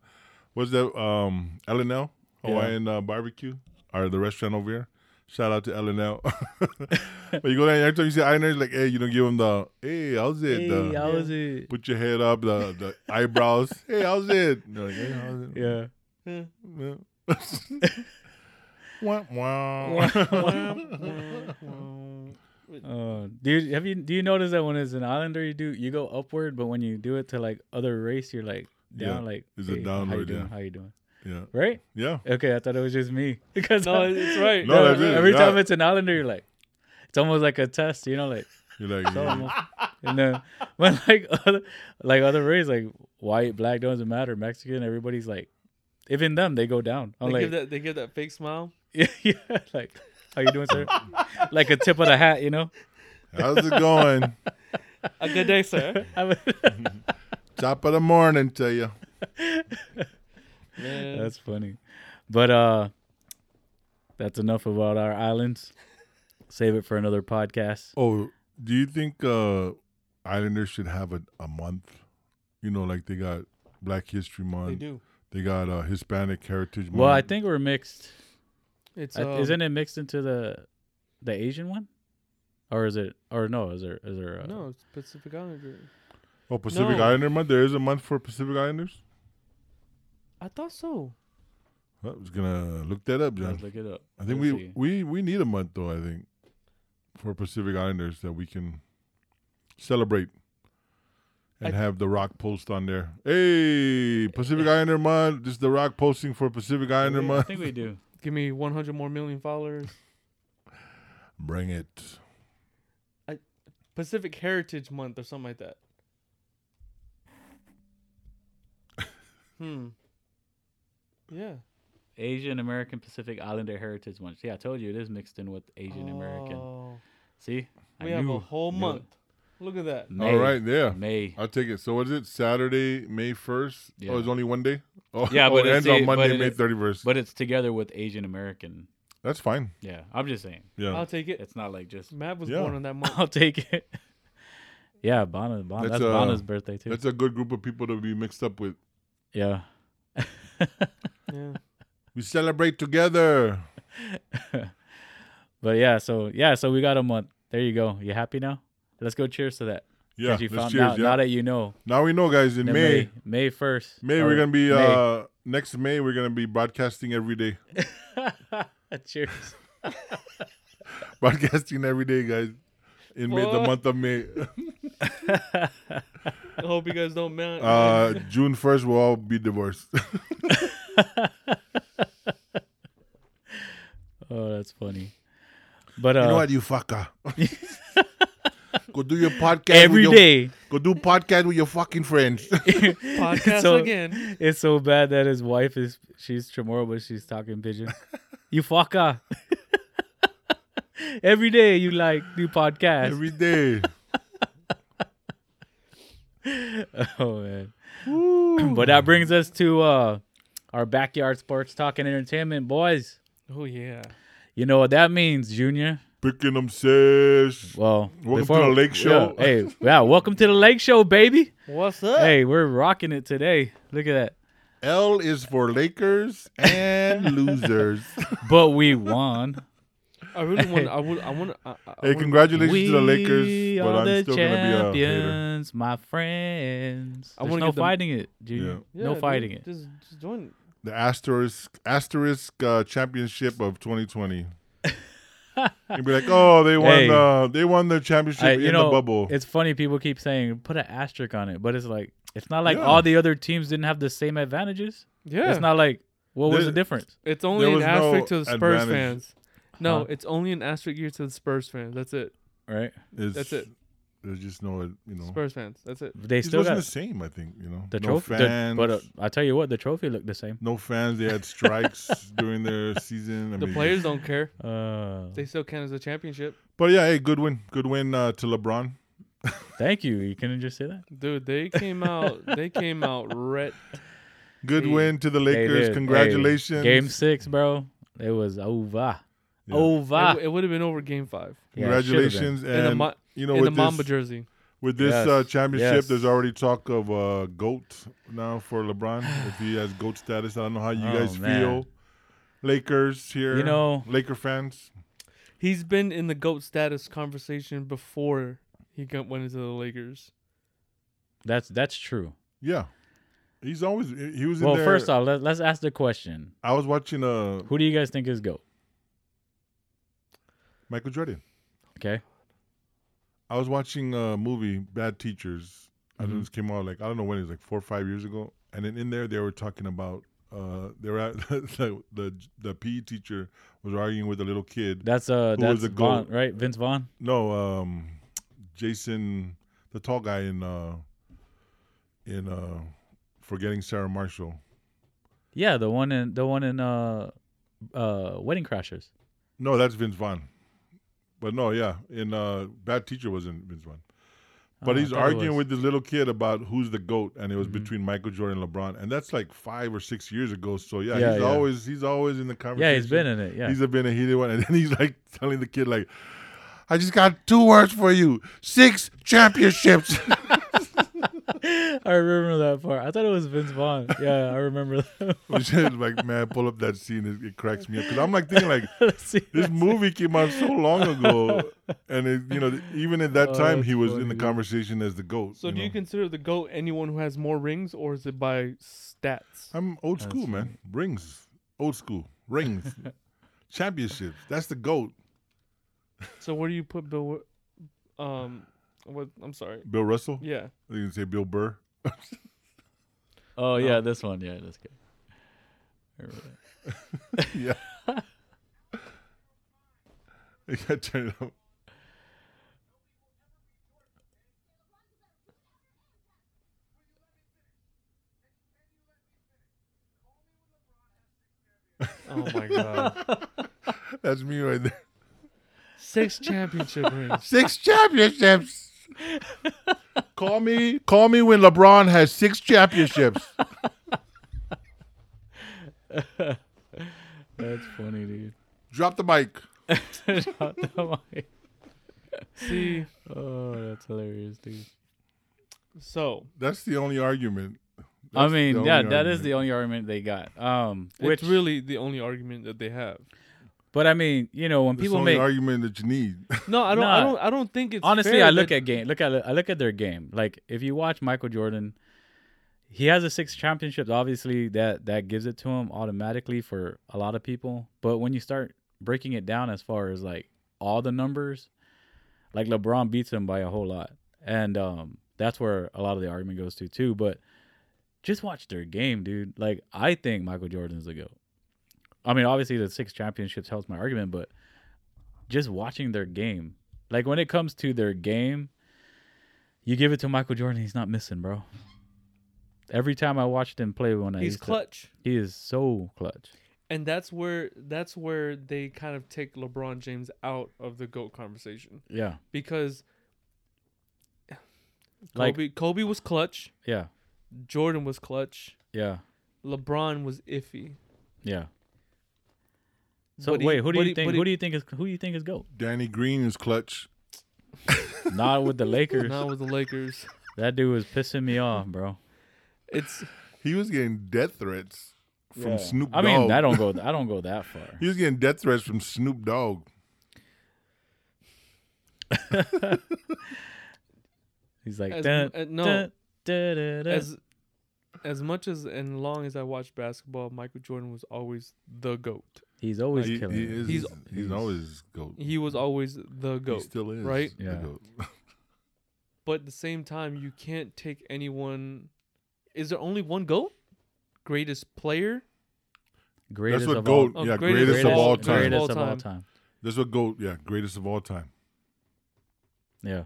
A: what's that um L and L Hawaiian uh, barbecue or the restaurant over here. Shout out to L and L. But you go there and every time you see Islanders, like hey, you don't give them the hey, how's it? the,
B: Hey, how was it?
A: Put your head up, the the eyebrows. Hey, how's it? They're like, hey, how's it?
B: Yeah.
C: Yeah.
A: Yeah. Wah, wah.
B: Uh, do you have you do you notice that when it's an islander you do you go upward, but when you do it to like other race you're like down
A: Yeah.
B: like
A: It's a
B: How you
A: downward,
B: doing?
A: yeah.
B: How you doing?
A: yeah,
B: Right?
A: yeah.
B: Okay, I thought it was just me because
C: No, it's right.
A: No, that's it.
B: every
A: Yeah.
B: time it's an islander you're like it's almost like a test, you know, like
A: You're like,
B: So
A: yeah.
B: I'm a- and then when like other like other races like white, black doesn't matter, Mexican, everybody's like even them they go down. I'm
C: They
B: like
C: give that they give that fake smile.
B: yeah, yeah, like how you doing, sir? like a tip of the hat, you know?
A: how's it going?
C: A good day, sir.
B: I mean,
A: Top of the morning to you.
C: Man.
B: that's funny. But uh that's enough about our islands. Save it for another podcast.
A: Oh, do you think uh Islanders should have a, a month? You know, like they got Black History Month.
C: they do.
A: They got uh, Hispanic Heritage Month.
B: Well, I think we're mixed.
C: It's
B: I-
C: um,
B: isn't it mixed into the the Asian one? Or is it or no, is there is there a,
C: no it's Pacific Islander.
A: Oh, Pacific
C: No.
A: Islander Month. There is a month for Pacific Islanders.
C: I thought so.
A: I was gonna look that up, John.
B: Let's look it up.
A: I think
B: Let's
A: we,
B: see.
A: we we need a month though. I think for Pacific Islanders that we can celebrate and
C: I-
A: have the rock post on there. Hey, Pacific Islander month. This is the rock posting for Pacific Islander
B: We- I
A: month.
B: think we do.
C: Give me 100 more million followers.
A: Bring it.
C: Pacific Heritage Month or something like that. hmm. Yeah.
B: Asian American Pacific Islander Heritage Month. Yeah, I told you it is mixed in with Asian American.
C: Oh,
B: See,
C: We
B: I
C: have
B: knew-
C: a whole
B: knew it.
C: month. Look at that.
B: May,
A: All right, yeah.
B: May.
A: I'll take it. So what is it? Saturday, May first. Oh, it's
B: Yeah.
A: only one day. Oh,
B: Yeah,
A: oh, it
B: but it's
A: ends
B: a-
A: on
B: but
A: Monday,
B: it
A: May
B: is-
A: thirty first.
B: But it's together with Asian American.
A: That's fine.
B: Yeah, I'm just saying
A: Yeah,
C: I'll take it.
B: it's not like just.
C: Matt was
A: Yeah.
C: born on that month.
B: I'll take it. yeah, Bonna. Bonna
A: That's,
B: that's
A: uh,
B: Bonna's birthday too.
A: that's a good group of people to be mixed up with.
B: yeah.
C: yeah.
A: We celebrate together.
B: But yeah, so yeah, so we got a month. There you go. You happy now? Let's go. Cheers to that.
A: Yeah,
B: 'Cause you
A: let's
B: found
A: cheers.
B: out-
A: yeah.
B: now that you know.
A: now we know, guys. In
B: that
A: May,
B: May first.
A: May we're gonna be uh next May we're gonna be broadcasting every day. uh,
B: Cheers.
A: broadcasting every day, guys. In May, the
C: What?
A: month of May,
C: I hope you guys don't mind.
A: uh, June first, we'll all be divorced.
B: Uh. Oh, that's funny. But uh,
A: you know what, you fucker? go do your podcast with
B: every
A: your,
B: day
A: Go do podcast with your fucking friends.
C: Podcast
B: so-
C: again.
B: it's so bad that his wife is she's Chamorro, but she's talking pigeon. you fucker. every day you like new podcast.
A: every day.
B: oh man. but that brings us to uh, our backyard sports talk and entertainment, boys.
C: Oh, yeah.
B: You know what that means, Junior.
A: Picking them sis.
B: Well,
A: Welcome to the Lake Show.
B: yeah, hey, yeah, welcome to the Lake Show, baby.
C: What's up?
B: Hey, we're rocking it today. Look at that.
A: L is for Lakers and losers.
B: But we won.
C: I really want. I would. I want. I, I
A: hey,
C: wanna-
A: congratulations
B: we
A: to the Lakers,
B: are
A: but I'm
B: the
A: still gonna be a hater.
B: champions, my friends.
C: I
B: There's
C: wanna
B: no
C: get them-
B: fighting it, Junior.
C: Yeah,
B: no
C: dude,
B: fighting it.
C: Just, just join.
A: The asterisk asterisk uh, championship of 2020. You'd be like, oh, they won
B: Hey.
A: the they won the championship
B: I-
A: in
B: you know,
A: the bubble.
B: it's funny people keep saying put an asterisk on it, but it's like it's not like
A: Yeah.
B: all the other teams didn't have the same advantages.
C: Yeah.
B: It's not like what was
A: There-
B: the difference?
C: It's only
A: There
C: an
A: was no
C: asterisk to the Spurs
A: advantage.
C: fans. No,
B: Huh?
C: it's only an asterisk here to the Spurs fans. That's it.
B: Right?
A: It's-
C: that's it.
A: There's just no, you know,
C: Spurs fans. That's it.
B: They
A: it
B: still
A: wasn't
B: got
A: the same. I think you know,
B: the
A: no
B: trophy, the-
A: fans,
B: but uh, I tell you what, the trophy looked the same.
A: no fans. They had strikes during their season. I
C: The
A: mean,
C: players don't care.
B: Uh,
C: They still count as a championship,
A: but yeah, hey, good win, good win uh, to LeBron.
B: thank you. You couldn't just say that.
C: dude. They came out. They came out red.
A: Good
C: Hey.
A: win to the
B: They did.
A: Lakers.
B: Hey,
A: Congratulations.
B: game six, bro. It was over.
A: Yeah.
B: Over.
C: It, would have been over game five
B: Yeah, it should've been.
A: Congratulations.
C: in
A: and
C: the Ma-
A: you know,
C: in the
A: with
C: Mamba
A: this,
C: jersey.
A: with this
B: Yes.
A: uh, championship,
B: Yes.
A: there's already talk of uh, GOAT now for LeBron. if he has GOAT status, I don't know how you
B: Oh,
A: guys
B: man.
A: feel. Lakers here.
B: You know-
A: Laker fans.
C: He's been in the goat status conversation before he got, went into the Lakers.
B: That's that's true.
A: Yeah. He's always, he was in
B: Well,
A: there.
B: first off, let, let's ask the question:
A: I was watching uh,
B: Who do you guys think is goat?
A: Michael Jordan.
B: Okay.
A: I was watching a movie, Bad Teachers. I
B: Mhm.
A: just came out like I don't know when it was like four or five years ago, and then in there they were talking about uh, they were at, the, the the PE teacher was arguing with a little kid.
B: That's uh,
A: Who was
B: that's
A: the
B: Vaughn,
A: GOAT?
B: right? Vince Vaughn.
A: No, um, Jason, the tall guy in uh, in uh, forgetting Sarah Marshall.
B: Yeah, the one in the one in uh uh Wedding Crashers.
A: No, that's Vince Vaughn. But no, yeah, in uh, Bad Teacher wasn't Vince Vaughn. But
B: Oh, I
A: he's
B: thought it
A: arguing
B: was.
A: with this little kid about who's the goat, and it was
B: Mhm.
A: between Michael Jordan and LeBron, and that's like five or six years ago. So yeah,
B: Yeah,
A: he's
B: yeah.
A: always he's always in the conversation.
B: Yeah, he's been in it. Yeah.
A: He's been a heated one, and then he's like telling the kid like, "I just got two words for you: six championships."
B: I remember that part. I thought it was Vince Vaughn. Yeah, I remember that.
A: Which is like, man, pull up that scene. It, it cracks me up because I'm like thinking like,
B: Let's see.
A: this movie came out so long ago, and it, you know, even at that
B: Oh,
A: time, he
B: that's
A: was in
B: funny,
A: the
B: dude.
A: conversation as the goat.
C: So do you
A: know?
C: consider the GOAT anyone who has more rings or is it by stats?
A: I'm old
B: That's
A: school, man. Rings, old school rings, championships. That's the goat.
C: So where do you put Bill Wi- um what I'm sorry.
A: Bill Russell.
C: Yeah.
A: You can say Bill Burr.
B: Oh yeah, this one. Yeah, that's good. I remember that.
A: yeah. yeah, turn it up.
C: Oh my god.
A: That's me right there.
C: Six championship rings.
A: Six championships. call me, call me when LeBron has six championships.
B: That's funny, dude.
A: Drop the mic.
B: Drop the mic.
C: See,
B: oh, that's hilarious, dude.
C: so
A: That's the only argument.
B: I
A: That's the
B: mean,
A: only
B: yeah, that is
A: argument.
B: the only argument they got. Um,
C: it's
B: which
C: really the only argument that they have.
B: but I mean, you know, when
A: That's the
B: people
A: only
B: make
A: argument that you need.
C: No, I don't. I
B: Nah.
C: don't. I don't think it's
B: honestly,
C: fair
B: I look
C: that-
B: at game. Look at I look at their game. Like if you watch Michael Jordan, he has a six championships. Obviously, that that gives it to him automatically for a lot of people. But when you start breaking it down as far as like all the numbers, like LeBron beats him by a whole lot, and um, that's where a lot of the argument goes to too. But just watch their game, dude. Like I think Michael Jordan's the goat. I mean, obviously the six championships helps my argument, but just watching their game, like when it comes to their game, you give it to Michael Jordan, he's not missing, bro. Every time I watched him play when I
C: he's
B: used to-
C: clutch,
B: he is so clutch.
C: and that's where that's where they kind of take LeBron James out of the goat conversation
B: Yeah,
C: because
B: Like-
C: Kobe Kobe was clutch,
B: yeah,
C: Jordan was clutch,
B: yeah,
C: LeBron was iffy.
B: yeah. So
C: But he-
B: wait, who do
C: but
B: you
C: he-
B: think?
C: but he-
B: Who do you think is who do you think is goat?
A: Danny Green is clutch.
B: Not with the Lakers.
C: Not with the Lakers.
B: That dude was pissing me off, bro.
C: It's
A: He was getting death threats from Snoop
B: I
A: Dogg.
B: mean, I don't go. I don't go that far.
A: He was getting death threats from Snoop Dogg.
B: He's like,
C: as,
B: dun,
C: uh, no
B: dun, dun, dun, dun.
C: as as much as and long as I watched basketball, Michael Jordan was always the goat.
B: he's always
A: He,
B: killing.
A: he
B: it.
A: is, he's,
C: He's-
A: always goat.
C: He
B: Mm-hmm.
C: was always the
A: He
C: goat.
A: still is.
C: right?
A: the
B: Yeah.
A: GOAT.
C: but at the same time, you can't take anyone. Is there only one goat? Greatest player?
B: greatest
A: what
B: of
A: goat-
B: all.
A: Yeah, greatest
B: Greatest,
A: of all
B: greatest
A: time.
B: of all time.
A: That's what goat. Yeah, greatest of all time.
B: Yeah.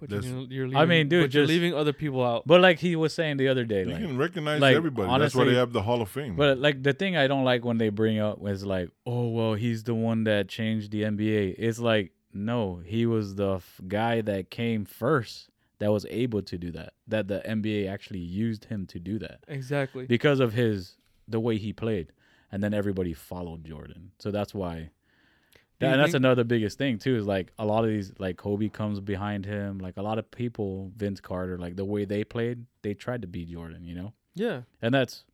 C: But you're,
A: That's-
C: gonna- you're leaving,
B: I mean, dude,
C: but you're
B: just-
C: leaving other people out.
B: But like he was saying the other day,
A: You
B: like,
A: can recognize
B: like,
A: everybody. That's why
B: honestly-
A: they have the Hall of Fame.
B: but like the thing I don't like when they bring up is like, oh well, he's the one that changed the NBA. It's like, no, he was the f- guy that came first that was able to do that. That the NBA actually used him to do that
C: exactly.
B: because of his the way he played, and then everybody followed Jordan. So that's why.
C: Do
B: That,
C: you
B: and that's
C: think-
B: another biggest thing too is like a lot of these like Kobe comes behind him like a lot of people Vince Carter like the way they played they tried to beat Jordan you know
C: yeah.
B: and that's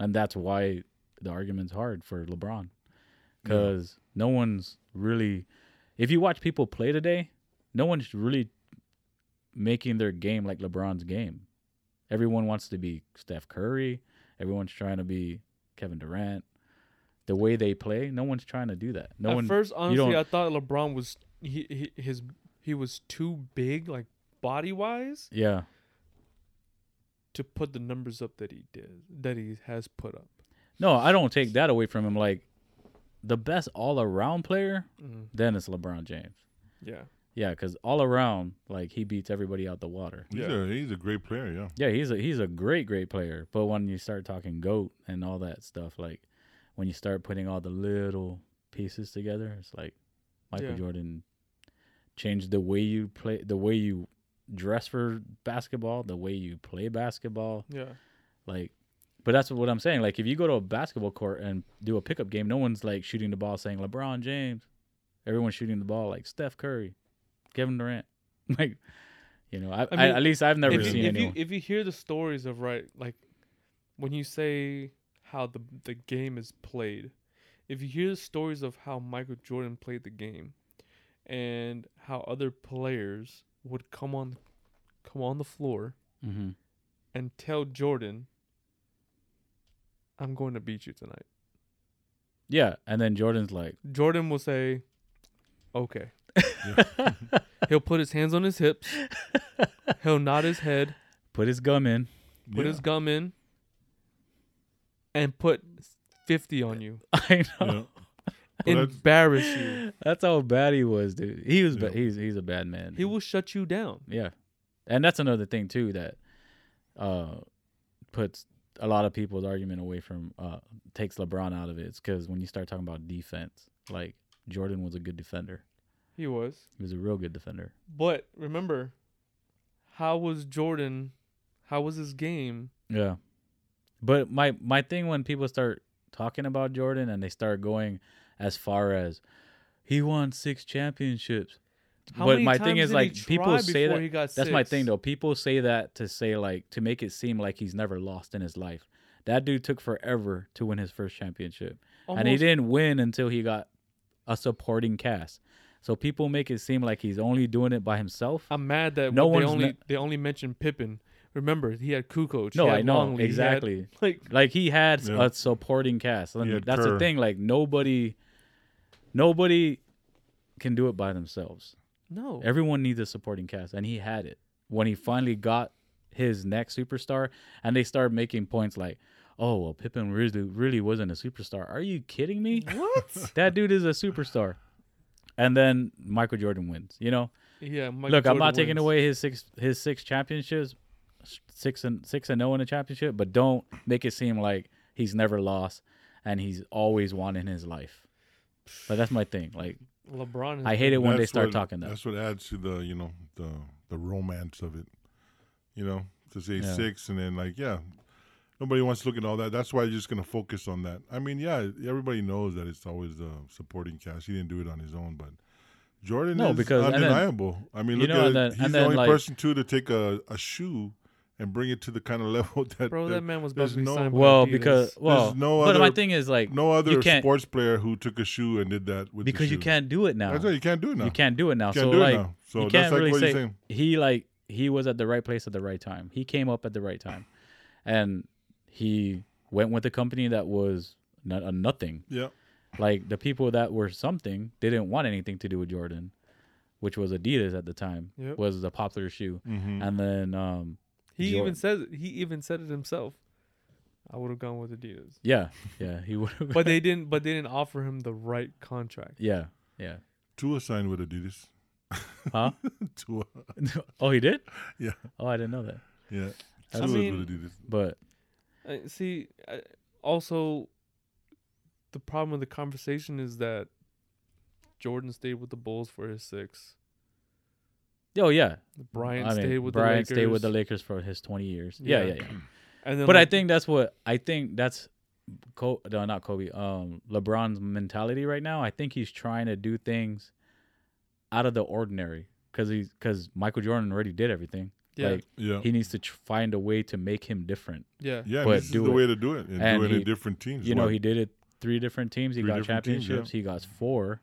B: and that's why the argument's hard for LeBron because no one's really if you watch people play today no one's really making their game like LeBron's game everyone wants to be Steph Curry everyone's trying to be Kevin Durant the way they play no one's trying to do that no
C: At
B: one
C: first,
B: don't-
C: honestly, I thought LeBron was he, he his he was too big, like body wise,
B: yeah
C: to put the numbers up that he did that he has put up.
B: no I don't take that away from him like the best all around player then it's LeBron James
C: Yeah.
B: Yeah, because all around, like he beats everybody out the water.
A: He's,
C: Yeah.
A: a, he's a great player, yeah.
B: Yeah, he's a he's a great great player. But when you start talking goat and all that stuff, like when you start putting all the little pieces together, it's like Michael
C: Yeah.
B: Jordan changed the way you play, the way you dress for basketball, the way you play basketball.
C: Yeah.
B: Like, but that's what I'm saying. Like, if you go to a basketball court and do a pickup game, no one's like shooting the ball saying LeBron James. Everyone's shooting the ball like Steph Curry, Kevin Durant. Like, you know, I, I,
C: mean,
B: at least I've never
C: if you,
B: seen
C: if you
B: anyone.
C: if you hear the stories of right like when you say how the the game is played if you hear the stories of how michael jordan played the game and how other players would come on come on the floor
B: hmm
C: and tell jordan i'm going to beat you tonight
B: Yeah, and then Jordan's like,
C: jordan will say okay he'll put his hands on his hips he'll nod his head
B: put his gum in.
C: put
A: yeah.
C: his gum in, and put 50 on you.
B: I
A: yeah.
B: know.
A: Well, that's-
C: Embarrass you.
B: That's how bad he was, dude. He was, ba-
A: Yeah.
B: he's he's a bad man.
C: He
B: dude.
C: will shut you down.
B: Yeah. And that's another thing too that uh puts a lot of people's argument away from uh takes LeBron out of it. It's cuz when you start talking about defense, like Jordan was a good defender.
C: He was.
B: He was a real good defender.
C: But remember, how was Jordan? How was his game?
B: Yeah. But my my thing when people start talking about Jordan and they start going as far as he won 6 championships.
C: How
B: but
C: many
B: my thing
C: times
B: is
C: did
B: like
C: he
B: people
C: try
B: say
C: before
B: that
C: he got
B: That's my thing
C: six?
B: though. People say that to say like to make it seem like he's never lost in his life. That dude took forever to win his first championship. And he
C: Almost-
B: didn't win until he got a supporting cast. So people make it seem like he's only doing it by himself.
C: I'm mad that
B: No
C: they
B: one's
C: only
B: ne-
C: they only mentioned Pippen. Remember, he had Kukoc. he
B: no,
C: had
B: I know
C: Longley, he had-
B: exactly.
C: like
B: like he had
A: Yeah.
B: a supporting cast. And
A: He had
B: that's the
A: Kerr.
B: thing. Like nobody nobody can do it by themselves.
C: no.
B: Everyone needs a supporting cast, and he had it when he finally got his next superstar. And they started making points like, "Oh, well, Pippen really, really wasn't a superstar." Are you kidding me?
C: what?
B: that dude is a superstar. And then Michael Jordan wins. You know,
C: Yeah. Michael
B: look, I'm
C: Jordan
B: not taking
C: wins.
B: away his six his six championships, six and six and zero in a championship, but don't make it seem like he's never lost and he's always won in his life. But that's my thing. Like
C: LeBron. has
B: I hate it when they
A: that's
B: start
A: what-
B: talking that.
A: That's what adds to the you know the the romance of it. You know, to say
B: Yeah.
A: six and then like yeah, nobody wants to look at all that. That's why you're just gonna focus on that. I mean, yeah, everybody knows that it's always the supporting cast. He didn't do it on his own, but. Jordan
B: No,
A: is
B: because- and then-
A: undeniable. I mean,
B: you
A: look
B: know,
A: at
B: and
A: it.
B: then-
A: He's
B: and
A: the
B: then,
A: only
B: like-
A: person too to take a, a shoe and bring it to the kind of level that
C: Bro, that man was about
A: there's
C: to be
A: no-
C: signed by
B: Well,
C: Adidas.
B: because well,
A: no
B: but my
A: other-
B: thing is like
A: no
B: you
A: other
B: can't-
A: sports player who took a shoe and did that with the
B: because you
A: shoe.
B: can't do it now.
A: That's right. You can't do it now.
B: You can't do it now.
A: Can't
B: so
A: do
B: like
A: it now. So
B: you
A: that's
B: can't
A: like
B: really
A: what
B: say
A: you're saying.
B: he like he was at the right place at the right time. He came up at the right time, and he went with a company that was not a nothing.
A: Yeah.
B: Like the people that were something, they didn't want anything to do with Jordan, which was Adidas at the time.
C: Yep.
B: Was the popular shoe,
A: hmm
B: and then um
C: he
B: Jordan-
C: even says it. He even said it himself. I would have gone with Adidas.
B: yeah yeah he would
C: but they didn't but they didn't offer him the right contract
B: yeah yeah
A: Tua signed with Adidas.
B: huh
A: Tua.
B: oh he did
A: Yeah.
B: oh I didn't know that
A: Yeah.
B: I
A: Tua is
C: mean-
A: with Adidas.
B: but
C: uh, see I, also the problem with the conversation is that jordan stayed with the bulls for his six
B: oh yeah
C: Bryant
B: I mean,
C: stayed with
B: Bryant
C: the Lakers.
B: stayed with the Lakers for his 20 years. Yeah,
C: Yeah.
B: yeah, yeah.
C: And then
B: But I
C: like,
B: think that's what I think that's Ko- no, not Kobe. Um, LeBron's mentality right now. I think he's trying to do things out of the ordinary because he's because Michael Jordan already did everything.
C: yeah,
B: Like
A: Yeah.
B: he needs to tr- find a way to make him different.
C: yeah,
A: yeah.
B: but
A: and This is
B: do
A: the
B: it.
A: way to do it. And,
B: And
A: do it
B: he-
A: in different teams.
B: You know,
A: Why-
B: he did it three different teams. He
A: Three
B: got
A: different teams,
B: championships.
A: yeah.
B: He got four.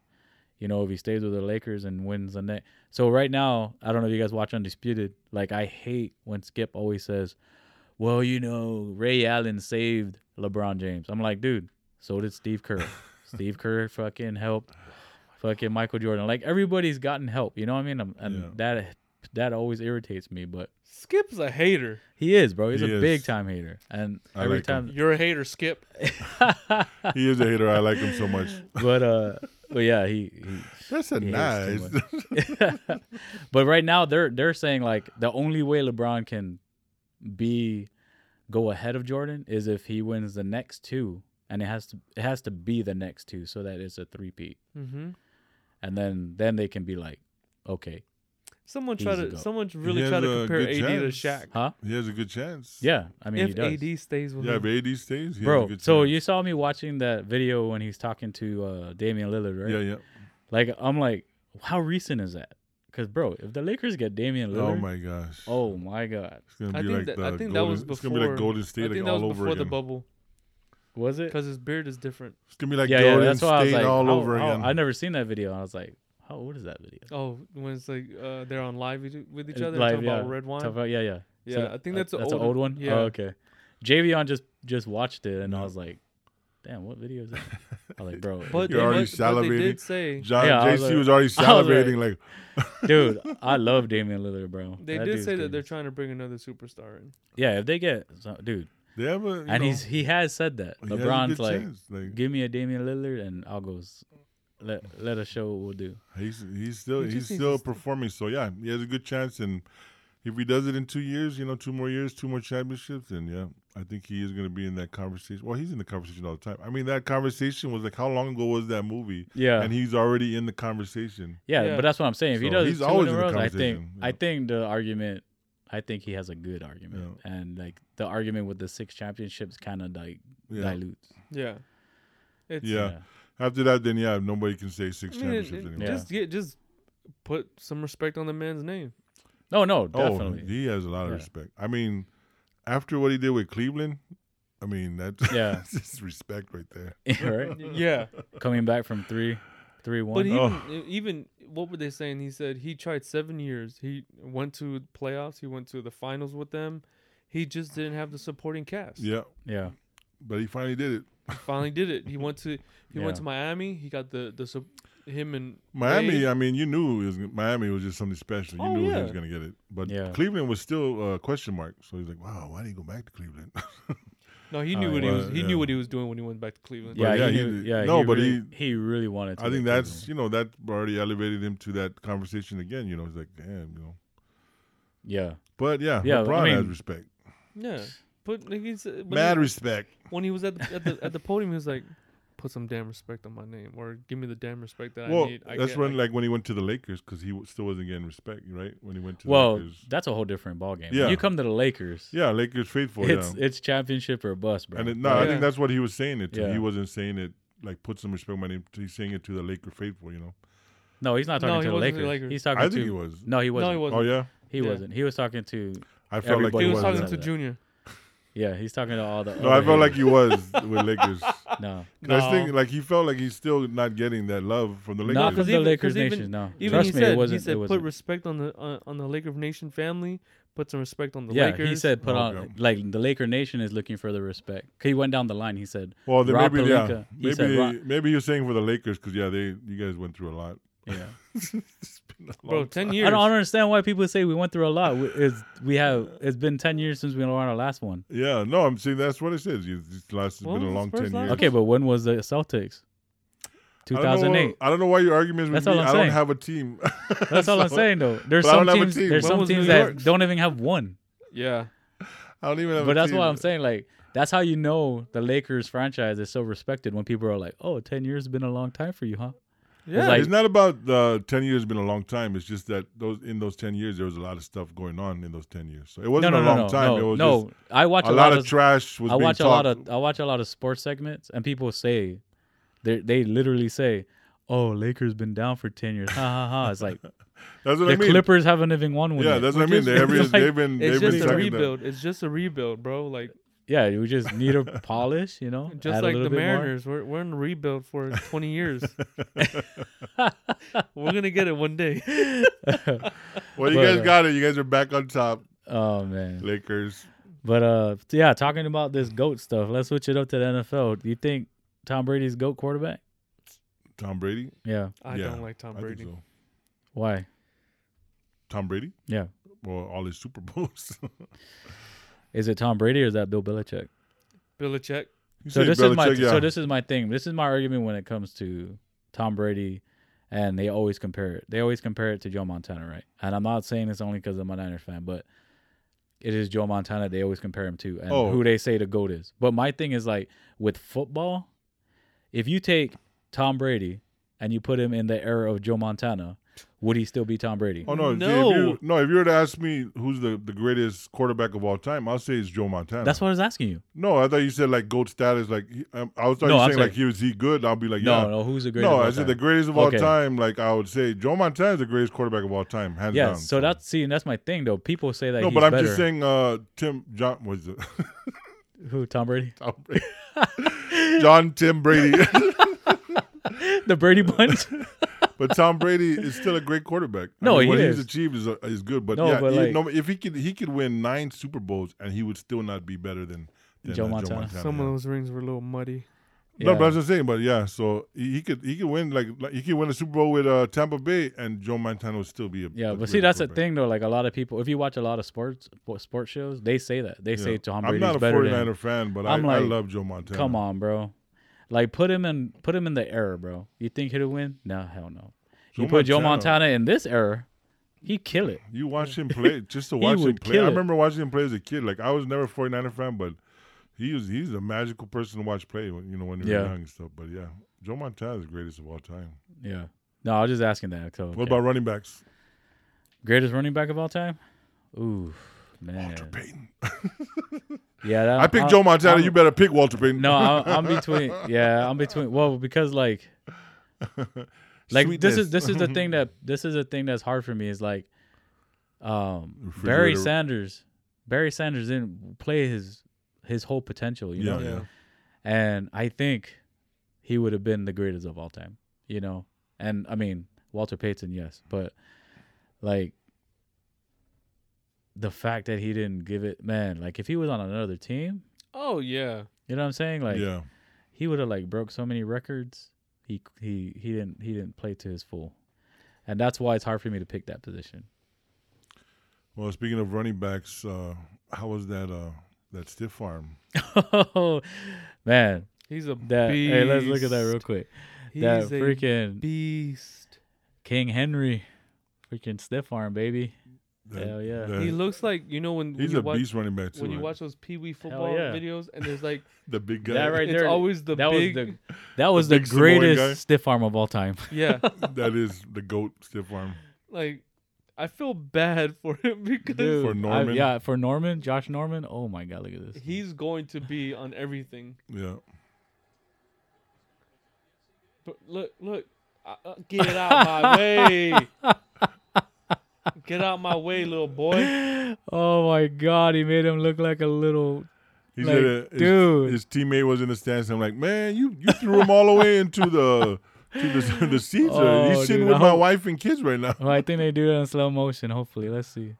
B: You know, if he stays with the Lakers and wins the next. So right now, I don't know if you guys watch Undisputed. Like I hate when Skip always says, "Well, you know, Ray Allen saved LeBron James." I'm like, dude, so did Steve Kerr. Steve Kerr fucking helped. Fucking Michael Jordan. Like everybody's gotten help. You know what I mean? Um, And
A: Yeah.
B: that that always irritates me. But
C: skip's a hater
B: he is, bro. He's
A: He
B: a
A: is.
B: big time hater. And
A: I
B: every
A: like him.
B: time
C: you're a hater skip
A: He is a hater. I like him so much.
B: but uh But yeah, he. he
A: That's a
B: he
A: nice.
B: hates too much. but right now they're they're saying like the only way LeBron can be go ahead of Jordan is if he wins the next two, and it has to it has to be the next two so that it's a three peat,
C: Mm-hmm.
B: and then then they can be like, okay,
C: Someone try
B: Easy
C: to
B: go.
C: someone really
A: has
C: try to
A: a
C: compare
A: good
C: AD
A: chance.
C: to Shaq.
B: huh?
A: he has a good chance.
B: Yeah, I mean he
C: if
B: does.
C: AD stays with
A: Yeah,
C: him,
A: if AD stays, he has a
B: Bro,
A: good
B: so
A: chance.
B: you saw me watching that video when he's talking to uh, Damian Lillard, right?
A: Yeah, yeah.
B: Like I'm like, how recent is that? Because bro, if the Lakers get Damian Lillard,
A: Oh my gosh.
B: oh my god,
A: It's gonna
C: I
A: be
C: think
A: like
C: that-
A: the
C: I think that
A: Golden-
C: was
A: It's gonna be like
C: before-
A: Golden State
C: I think
A: like,
C: that was
A: all over
C: before the
A: again.
C: bubble
B: was it?
C: because his beard is different.
A: It's gonna be like
B: yeah, yeah,
A: Golden
B: that's why I was
A: State
B: like,
A: all
B: how-
A: over
B: how-
A: again.
B: I never seen that video. and I was like, how old is that video?
C: Oh, when it's like uh, they're on live with- with each
B: It's
C: other,
B: Uh, live,
C: talking about
B: yeah.
C: red wine.
B: Talk about- yeah, yeah,
C: yeah,
B: So
C: I
B: that-
C: think that's,
B: that's
C: an
B: an old one.
C: Yeah,
B: Oh, okay. Javion just just watched it, and I
A: Yeah.
B: was like, damn, what video is that? I was like, bro,
C: but
A: You're
C: they,
A: already
C: must- but they did
A: salivating.
C: say
A: John
B: Yeah, I was
A: JC
B: like-
A: was already
B: I was
A: salivating
B: like-
A: like,
B: dude, I love Damian Lillard, bro.
C: they
B: That
C: did
B: dude's
C: say that
B: good.
C: they're trying to bring another superstar in.
B: yeah. If they get so, dude,
A: they have a, you
B: and
A: know,
B: he's he has said that
A: he has a
B: LeBron's
A: good
B: like,
A: chance. like
B: give me a Damian Lillard, and I'll go. s- Let let us show what we'll do.
A: he's he's still
C: He just
A: he's
C: needs
A: still
C: to stay.
A: performing. So yeah, he has a good chance, and if he does it in two years, you know, two more years, two more championships, then yeah, I think he is going to be in that conversation. Well, he's in the conversation all the time. I mean, that conversation was like how long ago was that movie?
B: Yeah,
A: And he's already in the conversation.
B: yeah,
C: Yeah.
B: but that's what I'm saying. If he
A: So
B: does
A: he's
B: two
A: always
B: in a
A: in the
B: row, I think
A: conversation,
B: I
A: yeah.
B: think the argument, I think he has a good argument, and like the argument with the six championships kind of like
A: Yeah.
B: dilutes.
C: Yeah, it's
A: Yeah. After that, then yeah, nobody can say six
C: I mean, it-
A: championships
C: it-
A: anymore.
B: Yeah.
C: just get just put some respect on the man's name.
B: No, no,
A: Oh,
B: definitely.
A: he has a lot of
B: Yeah.
A: respect. I mean, after what he did with Cleveland, I mean that's
B: Yeah.
A: that's just respect right there.
B: right?
C: Yeah,
B: Coming back from three, three one.
C: but even
A: Oh.
C: e, even what were they saying? He said he tried seven years. He went to playoffs. He went to the finals with them. He just didn't have the supporting cast.
A: Yeah,
B: yeah,
A: but he finally did it.
C: finally did it. He went to he
B: Yeah.
C: went to Miami. He got the the sup- him and
A: Miami,
C: Wade.
A: I mean, you knew it was, Miami was just something special. You
C: Oh,
A: knew he
C: yeah.
A: was going to get it, but
B: Yeah.
A: Cleveland was still a question mark. So he's like, "Wow, why did he go back to Cleveland?"
C: No, he
B: Oh,
C: knew
B: yeah.
C: what he was.
A: Well,
C: He
A: yeah.
C: knew what he was doing when he went back to Cleveland.
B: yeah,
A: yeah,
B: he
A: he
B: knew-
A: did-
B: yeah.
A: no,
B: he
A: but
B: really, he really wanted. To
A: I think
B: get
A: that's
B: Cleveland.
A: you know that already elevated him to that conversation again. You know, he's like, "Damn," you know.
B: yeah,
A: But yeah,
B: Yeah, I
A: LeBron has
B: mean-
A: respect,
C: yeah. But like, he's uh, when,
A: mad
C: he,
A: respect.
C: when he was at the, at the at the podium, he was like, "Put some damn respect on my name, or give me the damn respect that
A: well,
C: I need." I
A: that's
C: get-
A: when
C: I-
A: like when he went to the Lakers because he w- still wasn't getting respect, right? When he went to
B: Well,
A: the Lakers.
B: that's a whole different ballgame.
A: Yeah.
B: When you come to the Lakers,
A: yeah, Lakers faithful.
B: it's
A: yeah.
B: it's championship or bust, bro.
A: And it, no, I
C: Yeah.
A: think that's what he was saying. It to.
B: Yeah.
A: he wasn't saying it like put some respect on my name. He's saying it to the Laker faithful. You know,
B: no, he's not
C: No,
B: talking
C: he
B: to the
C: wasn't
B: Lakers.
C: to the Lakers.
B: He's
A: I
B: talking
A: think
B: to
A: he was.
B: no, he wasn't.
C: no, he wasn't.
A: Oh yeah,
B: He
C: Yeah.
B: wasn't. He was talking to
A: I felt
B: Everybody
C: he
A: like
C: was
A: he
C: talking
A: was.
C: to
B: Yeah.
C: Junior.
B: yeah. He's talking to all the.
A: No, I
B: other
A: felt like
B: haters.
A: he was with Lakers. 'Cause
B: no,
A: I was thinking, like he felt like he's still not getting that love from the Lakers.
B: not from
C: 'cause
B: the
C: even-
B: Lakers
C: 'cause even-
B: Nation. No,
C: Even
B: trust
C: he
B: me,
C: said,
B: it wasn't.
C: he said,
B: it
C: "Put
B: wasn't.
C: respect on the uh, on on the Laker Nation family. Put some respect on the
B: yeah,
C: Lakers."
B: he said put
A: Okay.
B: on like the Laker Nation is looking for the respect. He went down the line. He said,
A: well, then
B: Rob
A: maybe yeah,
B: Pelinka, he
A: maybe
B: said
A: they-
B: Rob-
A: maybe he was saying for the Lakers because yeah, they you guys went through a lot.
B: "Yeah,
A: It's been a
C: "Bro,
A: long time.
C: ten
B: I
C: years."
B: don't, I don't understand why people say we went through a lot. We, it's, we have it's been ten years since we were on our last one.
A: Yeah, no, I'm saying that's what it says. You- This last has
C: When
A: been a
C: was
A: long
C: the first
A: ten
C: last
A: years.
C: one?
B: Okay, but when was the Celtics?
A: I
B: Two
A: don't know
B: thousand
A: why-
B: eight.
A: I don't know why your argument is with
B: That's all
A: me.
B: I'm
A: I don't
B: saying.
A: have a team.
B: That's all I'm
A: So,
B: saying though. There's
A: But I
B: some
A: don't have a
B: teams.
A: team.
B: There's
C: When
B: some
C: was New
B: teams that
C: York's?
B: don't even have one.
C: yeah,
A: I don't even have.
B: But
A: a
B: that's
A: team.
B: what I'm saying. Like that's how you know the Lakers franchise is so respected when people are like, "Oh, 10 years has been a long time for you, huh?"
C: yeah.
B: like-
A: it's not about the ten years been a long time. It's just that those in those ten years there was a lot of stuff going on in those ten years. So it
B: No,
A: wasn't
B: no,
A: a
B: no,
A: long
B: no,
A: time.
B: no.
A: it was
B: no.
A: just
B: I watch
A: a lot, of
B: of
A: trash was
B: I
A: being
B: watch a
A: talked.
B: lot of I watch a lot of sports segments, and people say, they they literally say, "Oh, Lakers been down for ten years." Ha ha ha! It's like
A: that's what
B: the
A: I mean.
B: Clippers haven't even won one.
A: yeah,
B: yet.
A: that's what I
C: Which
A: mean.
C: is-
A: They every,
B: it's like-
A: they've been
C: it's
A: they've been
C: just a
A: talking that.
C: rebuild. It's just a rebuild, bro. Like
B: yeah. We just need a polish, you know,
C: Just
B: add a
C: like
B: little
C: the
B: bit more.
C: Mariners, we're we're in rebuild for 20 years. we're gonna get it one day.
A: Well, you
B: But,
A: guys
B: uh,
A: got it. You guys are back on top,
B: Oh man,
A: Lakers.
B: but uh, yeah, talking about this goat stuff. Let's switch it up to the NFL. Do you think Tom Brady's goat quarterback?
A: Tom Brady.
B: Yeah.
C: I
A: Yeah,
C: don't like Tom
A: I think
C: Brady.
A: so.
B: Why?
A: Tom Brady.
B: Yeah.
A: Well, all his Super Bowls.
B: Is it Tom Brady or is that Bill Belichick?
C: Belichick.
A: You
B: So
A: say
B: this is my
A: Belichick, yeah.
B: so this is my thing. This is my argument when it comes to Tom Brady, and they always compare it. They always compare it to Joe Montana, right? And I'm not saying it's only because I'm a Niners fan, but it is Joe Montana. They always compare him to, and
A: Oh.
B: who they say the goat is. But my thing is like with football, if you take Tom Brady and you put him in the era of Joe Montana, would he still be Tom Brady?
A: Oh no, if-
C: No.
A: If you, no. If you were to ask me who's the, the greatest quarterback of all time, I'll say it's Joe Montana.
B: That's what I was asking you.
A: no, I thought you said like goat status. Like he- um, I was thought
B: No,
A: you were
B: I'm
A: saying like he was he good. I'll be like yeah.
B: No, no, who's the greatest?
A: No,
B: of all
A: I said
B: time?
A: the greatest of all
B: Okay.
A: time. Like I would say, Joe Montana is the greatest quarterback of all time, hands
B: Yeah,
A: down.
B: so that's see, and that's my thing though. People say that
A: no,
B: he's
A: but I'm
B: better.
A: just saying, uh, Tim John was it
B: Who Tom Brady?
A: Tom Brady. John Tim Brady,
B: the Brady Bunch.
A: but Tom Brady is still a great quarterback. I
B: No,
A: mean,
B: he
A: what
B: is.
A: he's achieved is uh, is good. But
B: No,
A: yeah,
B: but
A: he-
B: like-
A: no, if he could he could win nine Super Bowls and he would still not be better than, than
B: Joe
A: uh,
B: Montana.
C: Some
A: yeah.
C: of those rings were a little muddy.
A: No,
B: Yeah.
A: but I was just saying. But yeah, so he, he could he could win like, like he could win a Super Bowl with uh, Tampa Bay, and Joe Montana would still be a
B: Yeah,
A: a
B: but see,
A: great
B: that's the
A: quarterback.
B: thing though. Like a lot of people, if you watch a lot of sports sports shows, they say that they say
A: Yeah.
B: Tom
A: I'm
B: Brady's
A: not a
B: better
A: 49er
B: than.
A: fan, but
B: I'm
A: I, I
B: like,
A: love Joe Montana.
B: Come on, bro. Like put him in put him in the era, bro. You think he'll win? No, hell no. you
A: Joe
B: put Joe
A: Montana.
B: Montana in this era, he kill it.
A: You watch him play just to
B: He
A: watch him
B: would
A: play. I
B: kill it.
A: remember watching him play as a kid. Like I was never a 49er fan, but he was he's a magical person to watch play when you know when you're
B: Yeah.
A: young and stuff. But yeah. Joe Montana is the greatest of all time.
B: Yeah. No, I was just asking that. So,
A: What
B: okay.
A: about running backs?
B: greatest running back of all time? Ooh, man.
A: Walter Payton.
B: Yeah, that,
A: I picked
B: I'll-
A: Joe Montana.
B: I'll-
A: you better pick Walter Payton.
B: Uh, No, I'm, I'm between. Yeah, I'm between. Well, because like, like this is this is the thing that this is the thing that's hard for me is like, um, Barry
A: Refrigerator.
B: Sanders, Barry Sanders didn't play his his whole potential, you
A: Yeah.
B: know, and I think he would have been the greatest of all time, you know, and I mean Walter Payton, yes, but like. The fact that he didn't give it, man, like if he was on another team,
C: Oh yeah.
B: you know what I'm saying? Like,
A: yeah.
B: he would have like broke so many records. He he he didn't he didn't play to his full, and that's why it's hard for me to pick that position.
A: Well, speaking of running backs, uh, how was that uh, that stiff arm?
B: oh man,
C: He's a
B: that
C: beast.
B: hey, let's look at that real quick.
C: He's
B: that
C: a
B: freaking
C: beast.
B: King Henry, freaking stiff arm baby.
A: That-
B: Hell yeah.
A: that-
C: He looks like you know when, when
A: he's
C: you
A: a
C: watch
A: beast running back too.
C: when you
A: right?
C: watch those Pee Wee football
B: yeah.
C: videos and there's like
A: the big guy,
B: That right
C: it's
B: there.
C: always the
B: that
C: big
B: was the that was
A: the
B: the,
A: big Samoan guy.
B: greatest stiff arm of all time.
C: yeah
A: that is the goat stiff arm.
C: like I feel bad for him because
B: Dude, I-
A: Norman.
B: yeah, for Norman, Josh Norman. Oh my god, look at this.
C: he's going to be on everything.
A: Yeah.
C: But look, look, uh, uh, get out my way. Get out my way, little boy.
B: oh my god, he made him look like a little
A: He
B: Like,
A: said, uh, his,
B: dude.
A: his teammate was in the stands. I'm like, man, you, you threw him all the way into the to the, the seats. uh,
B: Oh,
A: He's sitting
B: dude,
A: with
B: I
A: my
B: hope-
A: wife and kids right now.
B: Well, I think they do that in slow motion. Hopefully, let's see.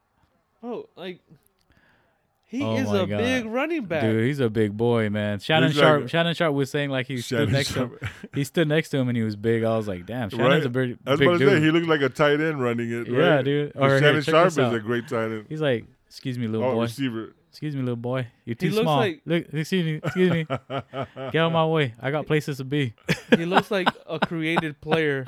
C: Bro, Oh, like he
B: Oh
C: is
B: my
C: a
B: God.
C: big running back.
B: Dude, he's a big boy, man. Shannon
A: He's like
B: Sharp.
A: a-
B: Shannon Sharp was saying like he stood
A: Shannon
B: next
A: Sharp.
B: to him. He stood next to him and he was big. I was like, damn, Shannon's a big,
A: I was
B: big
A: about to
B: dude.
A: say he looked like a tight end running it.
B: Yeah,
A: right?
B: dude.
A: But
B: Or here,
A: Shannon
B: check
A: Sharp
B: this
A: is
B: out.
A: a great tight end.
B: he's like, excuse me, little
A: Oh,
B: boy.
A: receiver.
B: Excuse me, little boy. You're too
C: looks
B: small.
C: like-
B: Look, excuse me, excuse me. Get out of my way. I got places to be.
C: He looks like a created player.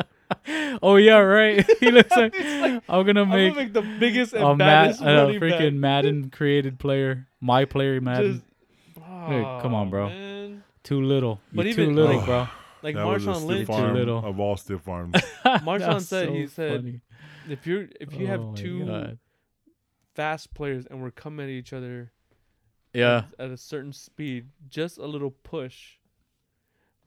B: oh yeah, right. he looks like,
C: like,
B: I'm gonna
C: I'm gonna
B: make
C: make the biggest and
B: a, Mad,
C: baddest
B: a
C: running
B: freaking
C: back.
B: Madden created player. My player Madden.
C: Just-
B: Hey, come
C: Aw,
B: on, bro.
C: man.
B: too little.
C: But
B: You're
C: even,
B: too little,
C: like,
B: bro.
C: Like
A: that was a
C: Marshawn
A: stiff
C: Lynch.
B: Too
A: arm
B: little.
A: of all stiff arms.
B: That was
C: Oh, said- he said,
B: funny.
C: If you're if you
B: Oh
C: have
B: my
C: two
B: God.
C: fast players and we're coming at each other
B: yeah,
C: at a certain speed, just a little push.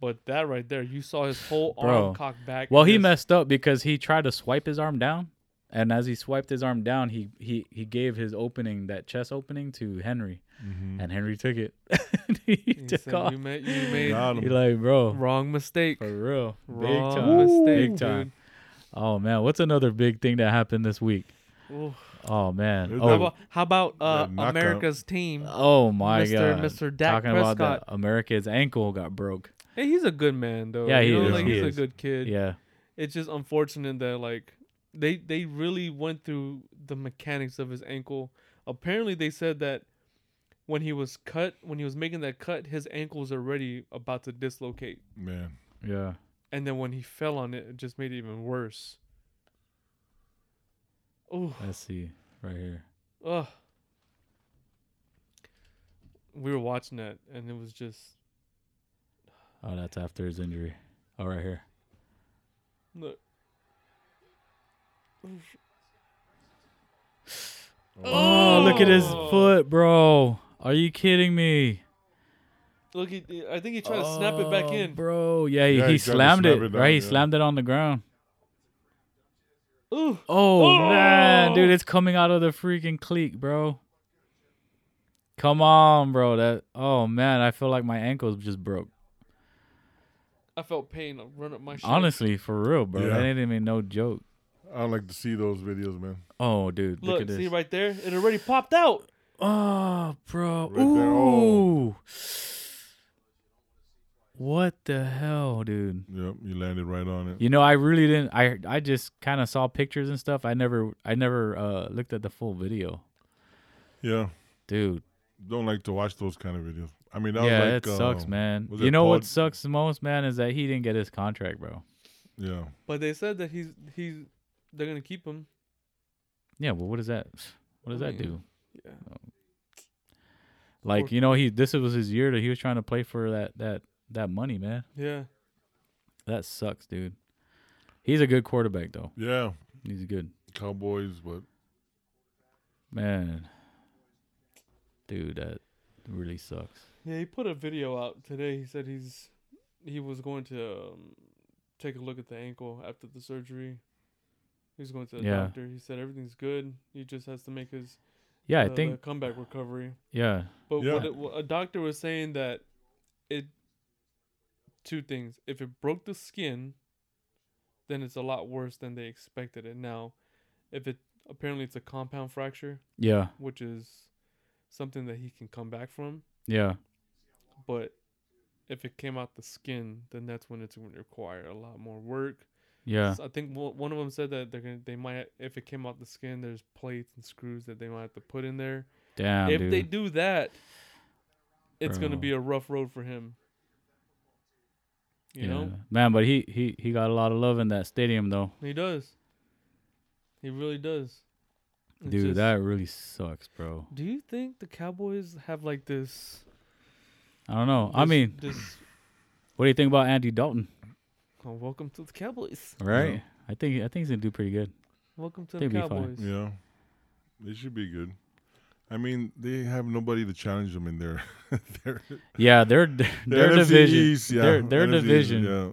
C: But that right there, you saw his whole
B: Bro.
C: arm cocked back.
B: well, he
C: just-
B: messed up because he tried to swipe his arm down, and as he swiped his arm down, he he he gave his opening that chest opening to Henry,
A: Mhm.
B: and Henry took it. he,
C: He
B: took
C: said,
B: off.
C: You made, you made
A: Got him.
B: He like, bro,
C: wrong mistake.
B: for real,
C: Wrong
B: big time,
C: mistake,
B: big time. Oh man, what's another big thing that happened this week?
C: dude. Ooh.
B: Oh man,
A: There's
C: How
A: that-
B: oh,
C: about, how about uh,
A: That knockout.
C: America's team?
B: oh my
C: Mr.
B: god,
C: Mr. Dak
B: talking about
C: Prescott.
B: that America's ankle got broke.
C: Hey, he's a good man though.
B: Yeah,
C: you
B: he
C: know,
A: is.
C: Like,
A: He
C: he's
B: is.
C: a good kid.
B: Yeah,
C: It's just unfortunate that like they they really went through the mechanics of his ankle. Apparently, they said that when he was cut, when he was making that cut, his ankle was already about to dislocate.
A: Man,
B: yeah.
C: and then when he fell on it, it just made it even worse. Oh,
B: Let's see right here.
C: ugh. We were watching that, and it was just
B: Oh, that's after his injury. Oh, right here.
C: look.
B: Oh, look at his
C: Oh.
B: foot, bro. Are you kidding me?
C: Look, he, I think he tried to snap it back
B: Oh,
C: in.
B: bro. Yeah, he,
A: Yeah,
B: he
A: he tried to
B: slammed
A: snap
B: it,
A: it down,
B: right? He
A: yeah.
B: slammed it on the ground.
C: Ooh,
B: Oh, man, dude,
C: Oh.
B: it's coming out of the freaking cleat, bro. Come on, bro. That oh man, I feel like my ankles just broke.
C: I felt pain run up my shin.
B: Honestly, for real, bro.
A: Yeah.
B: That ain't even no joke.
A: I don't like to see those videos, man.
B: Oh, dude, look,
C: look,
B: at this.
C: see right there, it already popped out.
B: Oh, bro.
A: Right there.
B: Ooh.
A: Oh.
B: What the hell, dude?
A: Yep, you landed right on it.
B: You know, I really didn't. I I just kind of saw pictures and stuff. I never I never uh, looked at the full video,
A: Yeah,
B: dude.
A: don't like to watch those kind of videos. I mean, that
B: yeah,
A: was like,
B: it sucks,
A: uh,
B: man.
A: was
B: You
A: it
B: know what
A: Paul-
B: sucks the most, man, is that he didn't get his contract, bro.
A: Yeah,
C: But they said that he's he's they're gonna keep him.
B: Yeah, well, what does that? What does
C: I
B: that
C: mean,
B: do?
C: Yeah.
B: Like, you know, he this was his year that he was trying to play for that that that money, man.
C: Yeah.
B: That sucks, dude. He's a good quarterback, though.
A: yeah,
B: He's good.
A: Cowboys, but
B: Man. Dude, that really sucks.
C: Yeah, he put a video out today. He said he's he was going to um, take a look at the ankle after the surgery. He was going to the
B: Yeah.
C: doctor. He said everything's good. He just has to make his
B: Yeah,
C: uh,
B: I
C: the
B: think
C: comeback recovery.
B: yeah.
C: But
A: Yeah.
C: what it, what a doctor was saying that it two things. If it broke the skin, then it's a lot worse than they expected it. Now, if it apparently it's a compound fracture,
B: Yeah.
C: which is something that he can come back from,
B: Yeah.
C: but if it came out the skin, then that's when it's going to require a lot more work.
B: Yeah.
C: S- I think one one of them said that they're gonna they might if it came out the skin, there's plates and screws that they might have to put in there.
B: Damn,
C: if
B: dude.
C: they do that, it's gonna
B: Bro.
C: be a rough road for him. You
B: yeah.
C: know,
B: Man, but he he he got a lot of love in that stadium though.
C: he does. He really does. It's
B: Dude,
C: just-
B: that really sucks, bro.
C: Do you think the Cowboys have like this?
B: I don't know. Oh, I
C: this-
B: mean,
C: this.
B: what do you think about Andy Dalton?
C: Oh, welcome to the Cowboys.
B: Right? I think I think he's gonna do pretty good.
C: Welcome to
B: They'll
C: the
B: be fine.
C: Cowboys.
A: yeah, they should be good. I mean, they have nobody to challenge them in their their,
B: Yeah, their their,
A: NFC
B: division
A: East, yeah,
B: their- their
A: NFC East,
B: division
A: yeah.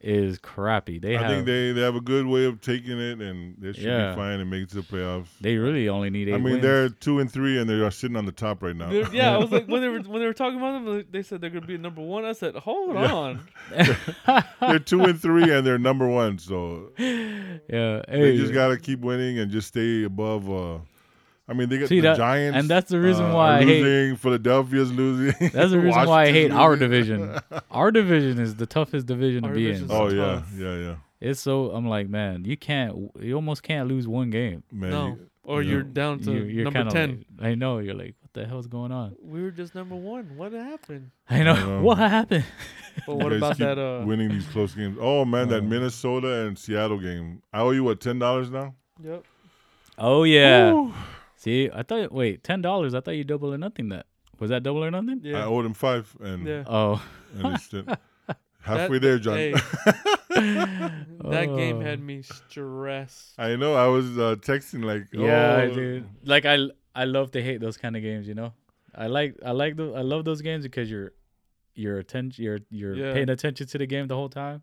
B: is crappy. They
A: I
B: have
A: think they, they have a good way of taking it, and they should
B: Yeah.
A: be fine and make it to the playoffs.
B: they really only need eight.
A: I mean,
B: wins.
A: they're two and three, and they are sitting on the top right now.
C: They're- yeah, I was like when they were when they were talking about them, they said they're gonna be number one. I said, hold
A: Yeah.
C: on,
A: they're two and three, and they're number one. So
B: yeah.
A: they
B: hey.
A: just gotta keep winning and just stay above. Uh, I mean, they got
B: See,
A: the
B: that-
A: Giants,
B: and that's the reason
A: uh,
B: why
A: are
B: I hate-
A: losing. Philadelphia's losing.
B: That's the reason why I hate our
A: Washington's
B: division. Our division is the toughest division
C: Our
B: to be in.
C: division's-
A: losing. Oh yeah,
C: Tough.
A: yeah, yeah,
B: It's so I'm like, man, you can't, you almost can't lose one game.
A: man.
C: no,
A: you-
C: or
A: yeah.
C: you're down to
B: You, you're
C: number
B: kinda
C: ten.
B: Like, I know you're like, what the hell's going on?
C: we were just number one. What happened?
B: I know
A: know.
B: what happened.
C: But
A: you
C: what
A: guys
C: about
A: keep
C: that? Uh,
A: winning these close games? Oh man, that
B: Oh.
A: Minnesota and Seattle game. I owe you what ten dollars now?
C: yep.
B: Oh yeah.
A: Ooh.
B: See, I thought wait, ten dollars. I thought you double or nothing. That was that double or nothing.
A: I
C: Yeah.
A: owed him five, and
C: Yeah.
B: Oh,
A: and it's still-
C: That-
A: halfway there, John.
C: hey, that game
B: Oh.
C: had me stressed.
A: I know. I was uh, texting like,
B: yeah,
A: oh,
B: dude. Like I, I love to hate those kind of games. You know, I like, I like the, I love those games because you're, you're attention, you're, you're
C: Yeah.
B: paying attention to the game the whole time.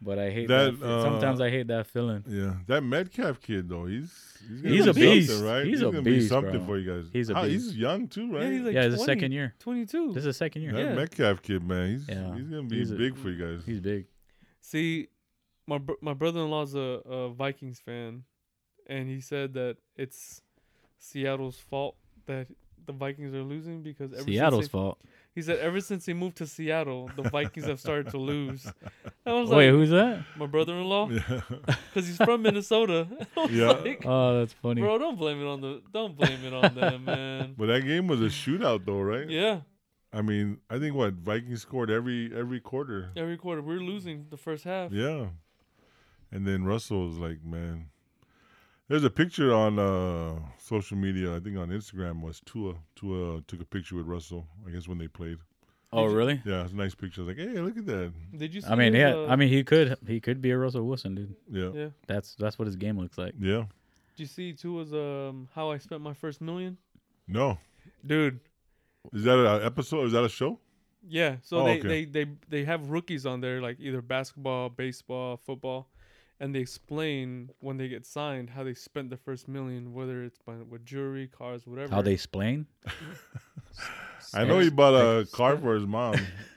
B: But I hate
A: That,
B: that. fe- sometimes
A: uh,
B: I hate that feeling.
A: Yeah, that Metcalf kid though, he's he's, gonna
B: He's
A: be
B: a beast.
A: something, right?
B: He's a
A: gonna
B: beast,
A: be something
B: bro.
A: for you guys.
B: He's a
A: How- He's
B: beast.
A: young too, right?
C: Yeah, he's like
B: yeah,
C: 20,
B: it's the second year.
C: twenty-two.
B: This is the second year.
A: that
C: yeah.
A: Metcalf kid, man, he's
B: Yeah.
A: he's gonna be
B: He's a-
A: big for you guys.
B: He's big.
C: See, my br- my brother-in-law's a, a Vikings fan, and he said that it's Seattle's fault that the Vikings are losing because ever since
B: Seattle's
C: they-
B: fault.
C: He said ever since he moved to Seattle, the Vikings have started to lose. I was
B: Wait,
C: like,
B: who's that?
C: my brother-in-law,
A: Yeah,
C: because he's from Minnesota. I was
A: Yeah.
C: like,
B: Oh, that's funny.
C: bro, don't blame it on the, don't blame it on them, man.
A: but that game was a shootout though, right?
C: Yeah,
A: I mean, I think what Vikings scored every every quarter.
C: Every quarter, we were losing the first half.
A: Yeah. And then Russell was like, man, there's a picture on uh, social media. I think on Instagram was Tua. Tua took a picture with Russell. I guess when they played.
B: Oh, really?
A: Yeah, it's a nice picture. I was like, hey, look at that.
C: Did you? See
B: I mean,
C: his,
B: yeah.
C: uh,
B: I mean, he could he could be a Russell Wilson, dude.
A: Yeah,
C: yeah.
B: That's that's what his game looks like.
A: yeah.
C: Did you see too? Was um how I spent my first million,
A: No,
C: dude.
A: is that an episode? Is that a show?
C: Yeah. So
A: Oh,
C: they,
A: okay.
C: they they they have rookies on there like either basketball, baseball, football, and they explain when they get signed how they spent the first million, whether it's by, with jewelry, cars, whatever.
B: How they explain?
A: I know he
B: That's-
A: bought a car for his mom.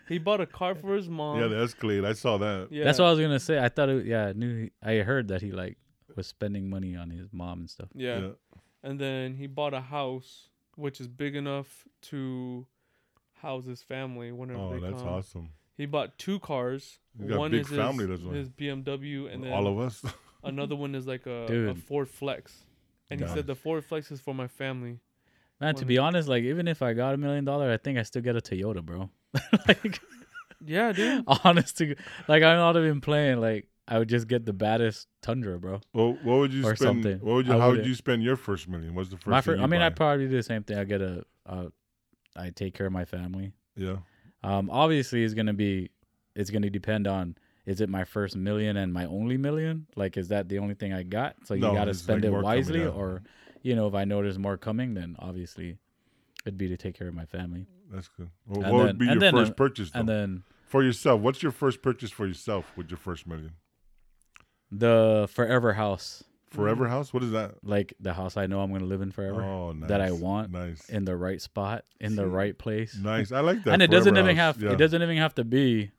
C: He bought a car for his mom.
A: yeah, the Escalade. I saw that.
C: yeah.
B: That's what I was gonna say. I thought, it, yeah, I knew. He, I heard that he like was spending money on his mom and stuff.
C: Yeah. and then he bought a house which is big enough to house his family whenever
A: Oh,
C: they
A: that's
C: come.
A: awesome.
C: He bought two cars.
A: He's got a
C: one
A: big
C: is
A: family,
C: his,
A: that's why.
C: his BMW, and then
A: All of us.
C: another one is like a, a
B: Dude.
C: Ford Flex. And he
A: Nice.
C: said the Ford Flex is for my family.
B: Man, to
C: Wanna-
B: be honest, like even if I got a million dollar, I think I still get a Toyota, bro. like
C: Yeah, dude.
B: honest to, like I'm not even playing. Like I would just get the baddest Tundra, bro.
A: well, what would you
B: Or
A: spend?
B: something.
A: What would you?
B: I
A: how would
B: wouldn't.
A: you spend your first million? What's the first?
B: my first,
A: thing
B: I
A: you
B: mean, I
A: buy?
B: probably do the same thing. I get a, uh, I take care of my family.
A: yeah.
B: Um, obviously, it's gonna be, it's gonna depend on is it my first million and my only million? Like, is that the only thing I got? So you
A: No,
B: gotta
A: it's
B: spend
A: like more
B: it
A: coming
B: wisely,
A: out.
B: or you know, if I know there's more coming, then obviously, it'd be to take care of my family.
A: That's good. Well,
B: And
A: what
B: then-
A: would be
B: and
A: your
B: then,
A: first
B: uh,
A: purchase though?
B: And then
A: for yourself? What's your first purchase for yourself with your first million?
B: the forever house,
A: Forever house? What is that?
B: like the house I know I'm gonna live in Mm. forever,
A: Oh, nice.
B: that I want
A: Nice.
B: in the right spot, in the
C: See?
B: right place.
A: nice. I like that.
B: and it doesn't
A: Forever
B: even
A: house.
B: have
A: Yeah.
B: it doesn't even have to be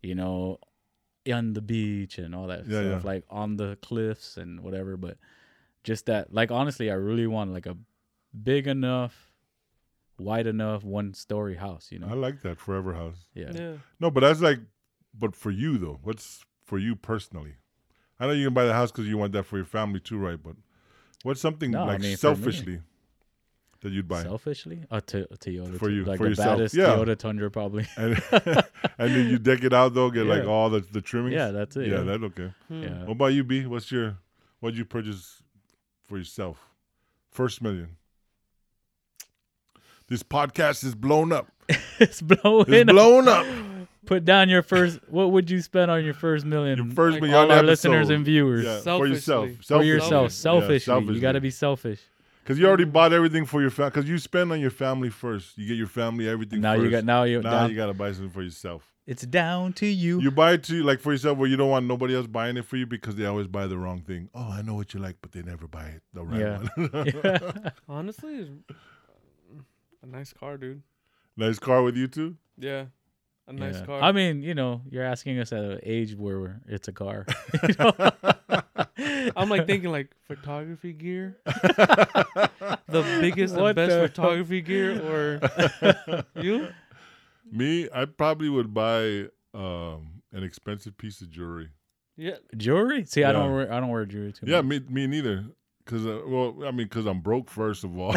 B: you know on the beach and all that
A: Yeah, yeah.
B: stuff like on the cliffs and whatever but just that like honestly i really want like a big enough wide enough one story house you know
A: I like that forever house.
B: yeah.
C: Yeah.
A: No, but that's like, but for you though, what's for you personally? I know you can buy the house because you want that for your family too, right? But what's something
B: No, I
A: like
B: mean, for me.
A: selfishly that you'd buy?
B: selfishly Uh, a, t- a toyota
A: For
B: Tu-
A: you-
B: like
A: for
B: the
A: yourself.
B: baddest
A: Yeah.
B: toyota tundra probably
A: and, and then you deck it out though, get like
B: Yeah.
A: all the the trimmings.
B: yeah that's it
A: yeah,
B: yeah,
A: that okay.
C: Hmm.
B: yeah.
A: What about you, B? What's your what'd you purchase for yourself? First million. This podcast is blown up.
B: it's blowing
A: It's
B: up.
A: blown up.
B: put down your first what would you spend on your first million
A: Your first
C: Like
A: million
B: all our
A: episode.
B: listeners and viewers
A: yeah, for yourself.
C: Selfishly.
B: for yourself
A: Selfishly. Yeah,
B: selfishly. you got to be selfish
A: Because you already bought everything for your family. Because you spend on your family first. You get your family everything
B: now
A: first.
B: you got now you
A: now
B: down,
A: you got to buy something for yourself.
B: it's down to you.
A: You buy it to like for yourself where you don't want nobody else buying it for you because they always buy the wrong thing. Oh, I know what you like, but they never buy it the right
B: Yeah.
A: one.
C: Honestly, it's a nice car, dude.
A: nice car with you too.
C: Yeah. A nice
B: Yeah.
C: car.
B: I mean, you know, you're asking us at an age where we're- it's a car. you know?
C: I'm like thinking like photography gear, the biggest
B: What
C: and best
B: the-
C: photography gear, or you?
A: Me, I probably would buy um, an expensive piece of jewelry.
C: Yeah,
B: jewelry? See, I don't
A: Yeah.
B: wear I don't wear jewelry too
A: Yeah,
B: much.
A: me, me neither. Cause uh, well, I mean, cause I'm broke first of all.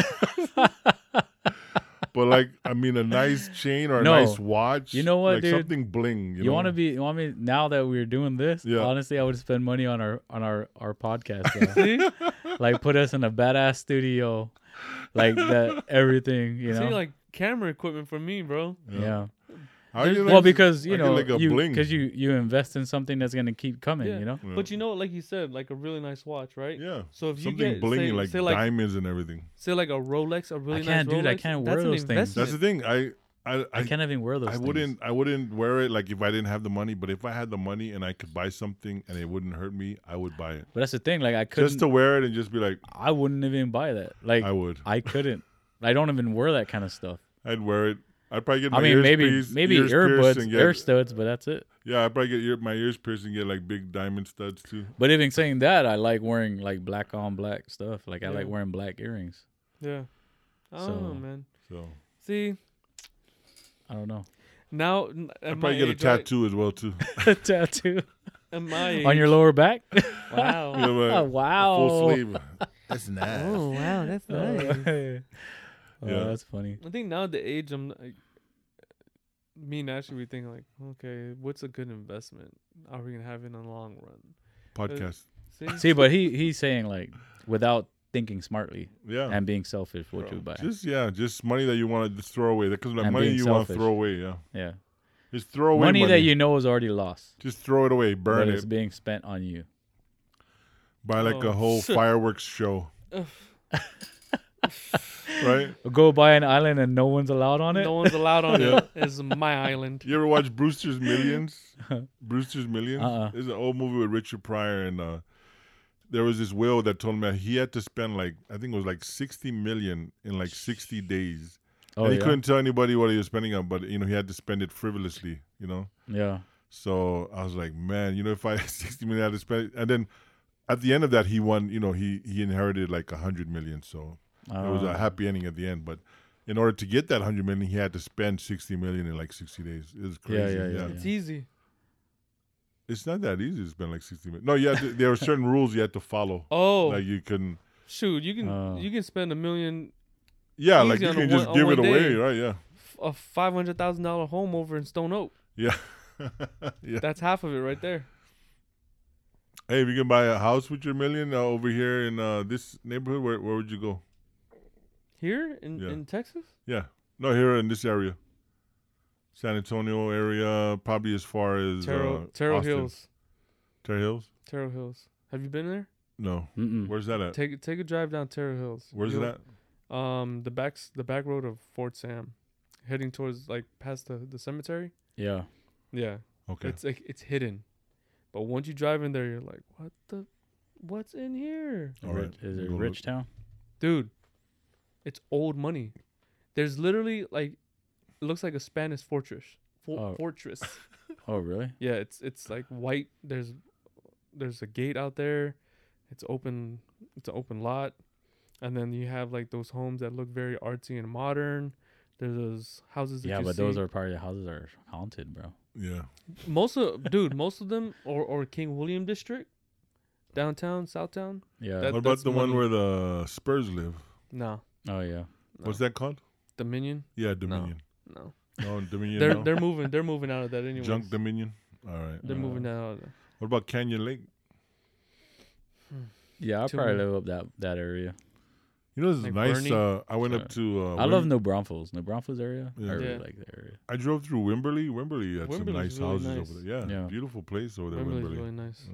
A: but like, I mean, a nice chain or a
B: No.
A: nice watch.
B: You know what,
A: like
B: dude?
A: Something bling. You,
B: You, want to be? You want me? Now that we're doing this,
A: Yeah.
B: honestly, I would spend money on our on our our podcast. now.
C: see,
B: like, put us in a badass studio, like that. Everything, you know.
C: see, like camera equipment for me, bro.
B: yeah.
A: How you
B: well,
A: like-
B: because
A: I
B: you
A: get
B: know,
A: like a
B: you
A: bling.
B: because you you invest in something that's gonna keep coming.
C: Yeah.
B: You know.
A: Yeah.
C: But you know, like you said, like a really nice watch, right?
A: yeah,
C: So if you
A: something
C: get
A: blingy
C: say,
A: like,
C: say like
A: diamonds and everything.
C: say like a Rolex, a really
B: can't,
C: nice Rolex.
B: dude, I can't
C: that's
B: wear
C: an
B: those things.
A: That's the
C: investment.
A: thing. I I
B: I,
A: I,
B: can't even wear those.
A: I
B: things.
A: wouldn't I wouldn't wear it like if I didn't have the money. But if I had the money and I could buy something and it wouldn't hurt me, I would buy it
B: But that's the thing. Like I couldn't.
A: just to wear it and just be like,
B: I wouldn't even buy that. Like
A: I
B: I,
A: would.
B: couldn't. I don't even wear that kind of stuff.
A: I'd wear it. I'd probably get. My
B: I mean,
A: ears
B: maybe
A: pierced-
B: maybe
A: ears pierced
B: earbuds,
A: and get-
B: ear studs, but that's it.
A: Yeah, I probably get ear, my ears pierced and get like big diamond studs too.
B: But even saying that, I like wearing like black on black stuff. Like I
C: Yeah.
B: like wearing black earrings.
C: Yeah. I don't know,
B: So-
C: man.
A: So
C: See
B: I don't know.
C: now, n- at
A: I
C: my
A: probably get a
C: age, right-
A: tattoo as well too.
B: Tattoo
C: At my age,
B: on your lower back.
C: wow.
A: You know, like,
B: Oh,
A: a
B: wow.
A: Full sleeve. Oh. That's
C: wow, that's
B: Oh, yeah.
A: Yeah.
B: that's funny.
C: I think now at the age I'm like, me and Ashley, we think like, okay, what's a good investment? Are we gonna have in the long run?
A: podcast.
C: See,
B: See, but he he's saying like without thinking smartly
A: Yeah.
B: and being selfish, what
C: Bro,
B: you buy.
A: just yeah, just money that you want to just throw away. Because like
B: And
A: money
B: being
A: you want to
B: selfish.
A: throw away. Yeah,
B: yeah,
A: just throw away
B: money,
A: money,
B: that you know is already lost,
A: just throw it away, burn
B: but it's
A: it,
B: being spent on you.
A: buy like a
C: Oh.
A: whole fireworks show,
C: Ugh,
A: right?
B: Go buy an island and no one's allowed on it.
C: no one's allowed on
A: Yeah.
C: it. It's my island.
A: You ever watch Brewster's Millions? Brewster's 1000000s
B: Uh-uh.
A: It's an old movie with Richard Pryor, and uh, there was this will that told him that he had to spend like I think it was like sixty million in like sixty days.
B: oh
A: and he
B: yeah,
A: couldn't tell anybody what he was spending on, but you know he had to spend it frivolously. You know,
B: yeah.
A: so I was like, man, you know, if I had sixty million, I had to spend. It. And then at the end of that, he won. You know, he he inherited like a hundred million, so it was a
B: Uh,
A: happy ending at the end. But in order to get that hundred million, he had to spend sixty million in like sixty days. It was
B: Yeah,
A: crazy.
B: yeah, yeah, yeah.
C: It's easy.
A: It's not that easy to spend like sixty million. No, yeah, there are certain rules you had to follow.
C: Oh
A: Like you can,
C: shoot, you can
B: Oh.
C: you can spend a million,
A: yeah, like
C: Easy
A: you
C: on
A: can
C: a
A: just
C: one- on
A: give it
C: one
A: away,
C: day.
A: right? Yeah,
C: f- a five hundred thousand dollar home over in Stone Oak.
A: yeah, yeah.
C: That's half of it right there.
A: Hey, if you can buy a house with your million uh, over here in uh, this neighborhood, where where would you go?
C: Here in,
A: Yeah.
C: in Texas,
A: Yeah, no, here in this area, San Antonio area, probably as far as
C: Terrell
A: uh,
C: Terrell
A: Austin.
C: Hills,
A: Terrell Hills?
C: Terrell Hills. Have you been there?
A: No,
B: mm-mm.
A: where's that at?
C: Take take a drive down Terrell Hills.
A: Uh, Where's
C: You'll-
A: that?
C: Um, the backs the back road of Fort Sam, heading towards like past the the cemetery.
B: yeah.
C: Yeah,
A: Okay,
C: it's like it's hidden, but once you drive in there, you're like, what the, what's in here,
A: All right,
B: Is it
A: we'll
B: rich town?
C: dude? It's old money. There's literally like, it looks like a Spanish fortress. For-
B: Oh.
C: Fortress.
B: Oh really?
C: yeah, it's it's like white. There's there's a gate out there. It's open. It's an open lot, and then you have like those homes that look very artsy and modern. There's those houses. That
B: Yeah,
C: you
B: but those
C: see.
B: are probably the houses are haunted, bro.
A: yeah,
C: most of dude most of them or or king william district downtown southtown
B: Yeah.
C: That-
A: what
C: that's
A: about the one
C: money.
A: where the Spurs live?
C: no
B: oh yeah.
C: No.
A: What's that called?
C: dominion
A: Yeah, Dominion.
C: no
A: No, Dominion.
C: they're
A: no?
C: they're moving they're moving out of that anyway
A: Junk Dominion. All right.
C: they're moving out of that.
A: What about Canyon Lake?
B: Yeah, I
C: Too
B: probably
C: many-
B: live up that that area.
A: You know, this is
C: Like
A: nice.
C: Bernie?
A: Uh, I went up
B: Sorry.
A: to. Uh,
B: I love
A: Wim-
B: New Braunfels. New Braunfels area.
A: Yeah.
B: I really
C: Yeah.
B: like that area.
A: I drove through Wimberley. Wimberley had some nice
C: Wimberley's really
A: houses
C: nice.
A: over there. Yeah,
B: Yeah.
A: beautiful place over there.
C: Wembley's
A: Wimberley.
C: really nice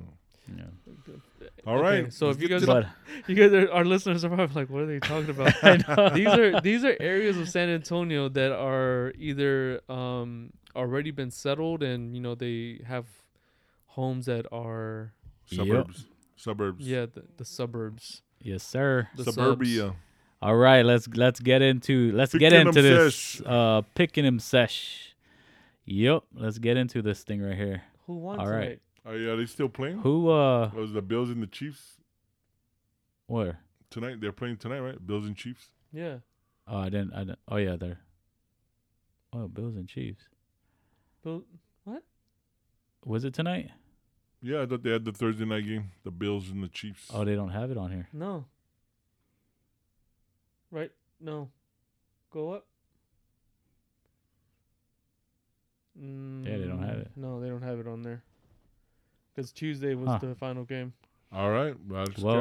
B: Yeah.
A: All
C: Okay,
A: right,
C: so
A: let's
C: if you
A: get
C: guys
A: to
B: But
C: you guys are, our listeners are probably like what are they talking about
B: I know.
C: these are these are areas of san antonio that are either um already been settled and you know they have homes that are
B: Yep.
A: Suburbs. Suburbs.
C: yeah the, the suburbs
B: Yes, sir.
C: the subs.
A: Suburbia.
B: All right, let's let's get into let's get
A: Picking 'em
B: into this
A: sesh.
B: uh picking him sesh. Yep, let's get into this thing right here.
C: who wants
B: All
C: to
B: right.
C: make-
A: Are, you- are Oh, they still playing?
B: Who uh
A: Was the Bills and the Chiefs
B: where?
A: tonight? They're playing tonight, right? Bills and Chiefs.
C: yeah
B: Oh, I didn't I didn't. Oh yeah, there. Oh, Bills and Chiefs.
C: Bill-
B: Was it tonight?
A: Yeah, I thought they had the Thursday night game. The Bills and the Chiefs.
B: Oh, they don't have it on here.
C: No. Right? No. Go up. Mm,
B: they don't have it.
C: No, they don't have it on there. Because Tuesday was
B: Huh.
C: the final game.
A: All right. Let's
B: Well,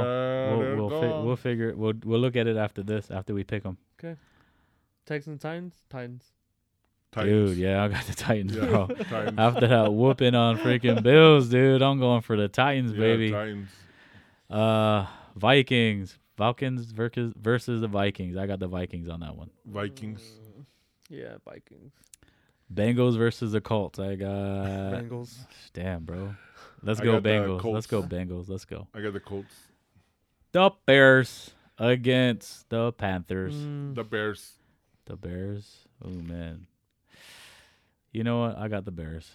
A: get it
B: We'll we'll, fi-
A: going.
B: we'll figure it. We'll we'll look at it after this after we pick them.
C: Texans Titans? Titans.
A: Titans.
B: Dude, yeah, I got the Titans,
A: Yeah,
B: bro.
A: Titans.
B: after that whooping on freaking Bills, dude, I'm going for the Titans,
A: Yeah,
B: baby.
A: Titans.
B: Uh, Vikings, Falcons versus versus the Vikings. I got the Vikings on that one.
A: Vikings.
C: Mm, yeah, Vikings.
B: Bengals versus the Colts. I got.
C: Bengals.
B: Damn, bro. Let's
A: I
B: go
A: got the
B: Bengals. Let's
A: Colts.
B: go Bengals. Let's go.
A: I got the Colts.
B: The Bears against the Panthers.
C: Mm,
A: The Bears.
B: The Bears. Oh man. You know what? I got the Bears.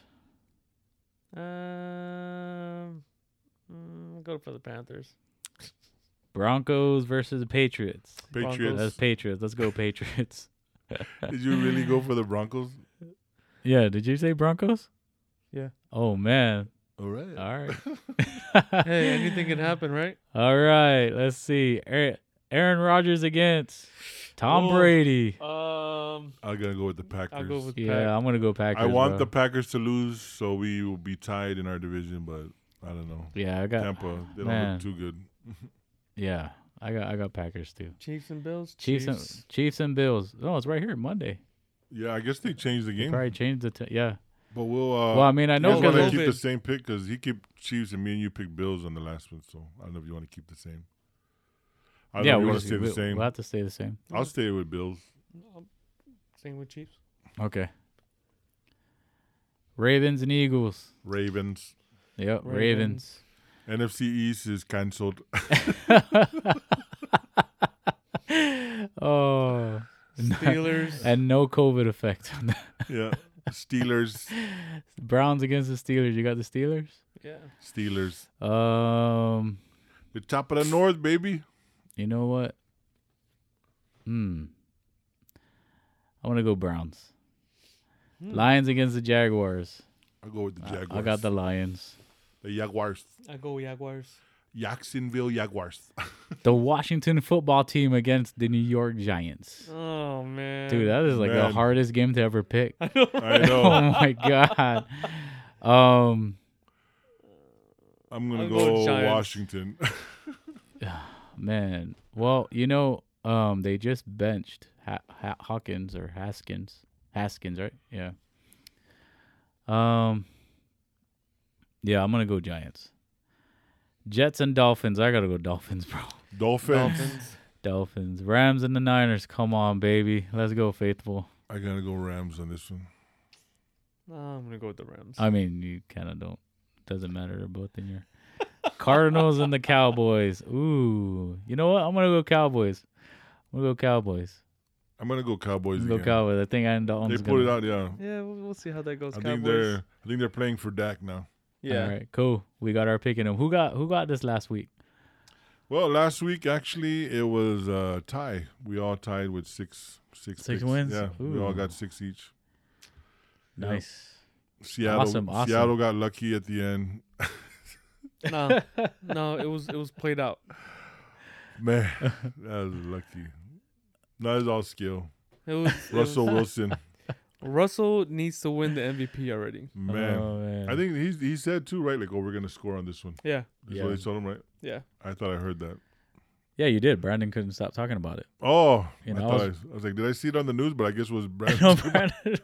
C: um, mm, go for the Panthers.
B: Broncos versus the Patriots.
C: Broncos.
A: Patriots.
B: That's Patriots. Let's go Patriots.
A: Did you really go for the Broncos?
B: Yeah. Did you say Broncos?
C: Yeah.
B: Oh man.
A: All right.
B: All right.
C: Hey, anything can happen, right?
B: All right, let's see. Aaron, Aaron Rodgers against Tom
C: Oh.
B: Brady.
C: Um,
A: I'm gonna go with the Packers.
C: I'll go with
B: Yeah,
C: Pack.
B: I'm gonna go Packers.
A: I want
B: bro.
A: the Packers to lose, so we will be tied in our division. But I don't know.
B: Yeah, I got.
A: Tampa, they don't
B: man.
A: look too good.
B: Yeah, I got. I got Packers too.
C: Chiefs and Bills.
B: Chiefs, and Chiefs and Bills. Oh, it's right here Monday.
A: Yeah, I guess they changed the
B: They
A: game,
B: probably changed the. T- yeah.
A: but we'll. Uh,
B: well, I mean, I
A: you
B: know
A: guys want to
B: because
C: wanna
A: keep the
C: COVID.
A: same pick because he keep Chiefs and me and you pick Bills on the last one. So I don't know if you want to keep the same. I don't
B: yeah,
A: know if you
B: we'll,
A: want
B: just,
A: to stay
B: we'll,
A: the same.
B: we'll have to stay the same.
A: I'll stay with Bills.
C: No, Same with Chiefs.
B: Okay. Ravens and Eagles.
A: Ravens.
B: Yep, Ravens.
A: NFC East is canceled.
B: oh,
C: Steelers.
B: and no COVID effect. on that.
A: yeah, Steelers.
B: Browns against the Steelers. You got the Steelers.
C: yeah.
A: Steelers.
B: Um,
A: The top of the North, baby.
B: you know what? Hmm. I want to go Browns.
C: Hmm.
B: Lions against the Jaguars.
A: I'll go with the
B: I-
A: Jaguars.
B: I got the Lions.
A: the Jaguars.
C: I go Jaguars.
A: Jacksonville Jaguars.
B: The Washington football team against the New York Giants.
C: Oh man.
B: Dude, that is like the
A: Man.
B: hardest game to ever pick.
A: I
B: oh
A: know.
B: my god. Um,
A: I'm gonna
C: I'll
A: go,
C: go Giants.
A: Washington.
B: man. Well, you know, um, they just benched ha- ha- Hawkins or Haskins. Haskins, right? Yeah. Um. Yeah, I'm gonna go Giants. Jets and Dolphins. I gotta go Dolphins, bro.
A: Dolphins.
C: Dolphins.
B: Dolphins. Rams and the Niners. Come on, baby. Let's go, faithful.
A: I gotta go Rams on this one.
C: No, I'm gonna go with the Rams.
B: I mean, you kind of don't. Doesn't matter. They're both in your Cardinals and the Cowboys. Ooh, you know what? I'm gonna go Cowboys. I'm gonna go Cowboys.
A: I'm gonna go
B: I'm
A: Cowboys
B: gonna go
A: again.
B: Cowboys. I think I know.
A: They put it out. Yeah.
C: yeah, we'll, we'll see how that goes.
A: I
C: Cowboys.
A: think they're. I think they're playing for Dak now.
C: yeah.
B: All right. Cool. We got our pick in them. Who got Who got this last week?
A: Well, last week actually it was a tie. We all tied with six, six,
B: Six
A: picks.
B: wins?
A: Yeah, we all
B: Ooh.
A: got six each. Yeah.
B: Nice.
A: Seattle,
B: Awesome, awesome.
A: Seattle got lucky at the end.
C: No, no, it was it was played out.
A: Man, that was lucky. That is all skill.
C: It was it was-
A: Russell Wilson,
C: Russell needs to win the MVP already.
A: man.
B: Oh, man.
A: I think he's, he said too, right? Like, oh, we're gonna score on this one.
C: Yeah,
A: That's
B: Yeah.
A: what they told him, right?
C: yeah.
A: I thought I heard that.
B: Yeah, you did. Brandon couldn't stop talking about it.
A: Oh,
B: You
A: I,
B: know, I
A: thought I,
B: was-
A: I was like, did I see it on the news? But I guess it was
B: I
A: Brad.
B: know Brandon.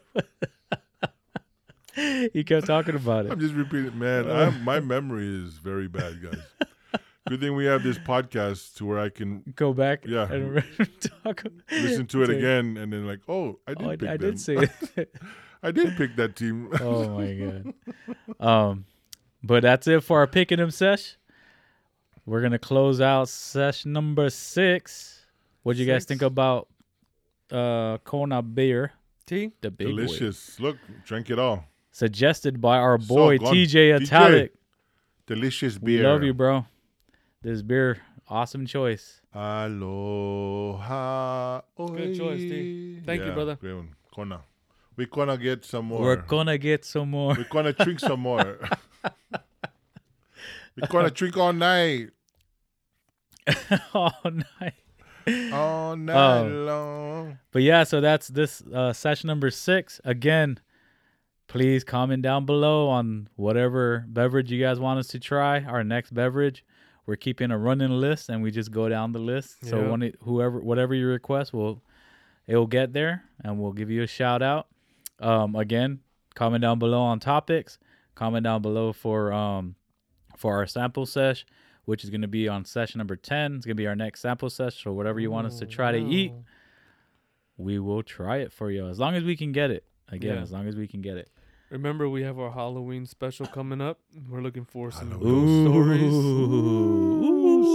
B: he kept talking about
A: I'm
B: it.
A: just repeating, man. I, my memory is very bad, guys. Good thing we have this podcast to where I can
B: Go back.
A: Yeah.
B: And talk.
A: listen to it
B: Dude.
A: again and then like, oh, I did
B: Oh, I,
A: pick
B: I
A: them.
B: did say it.
A: I did pick that team.
B: Oh my god. Um, but that's it for our picking them sesh. We're gonna close out sesh number six. What do you guys
C: Six.
B: think about uh Kona beer?
C: T.
B: The big boy?
A: Delicious. Look, drank it all.
B: suggested by our
A: So
B: boy
A: gone.
B: TJ
A: TJ,
B: Italic.
A: Delicious beer.
B: We love you, bro. This beer, awesome choice.
A: Aloha.
C: Good choice,
A: oi.
C: D. Thank you,
A: Yeah,
C: brother.
A: Great one. Kona. We're gonna get some more.
B: We're gonna get some more.
A: We're gonna drink some more. We're gonna drink all night.
B: oh nice.
A: All night
B: Um,
A: long.
B: But yeah, so that's this uh, session number six. Again, please comment down below on whatever beverage you guys want us to try. Our next beverage, we're keeping a running list, and we just go down the list. So
C: Yeah.
B: when it, whoever, whatever you request, will it will get there, and we'll give you a shout out. Um, again, comment down below on topics. Comment down below for um for our sample sesh, which is going to be on session number ten. It's going to be our next sample sesh. So whatever you want us to
C: Oh,
B: try to eat we will try it for you as long as we can get it again
C: Yeah.
B: as long as we can get it
C: Remember, we have our Halloween special coming up. We're looking for some
A: Halloween.
C: ghost stories.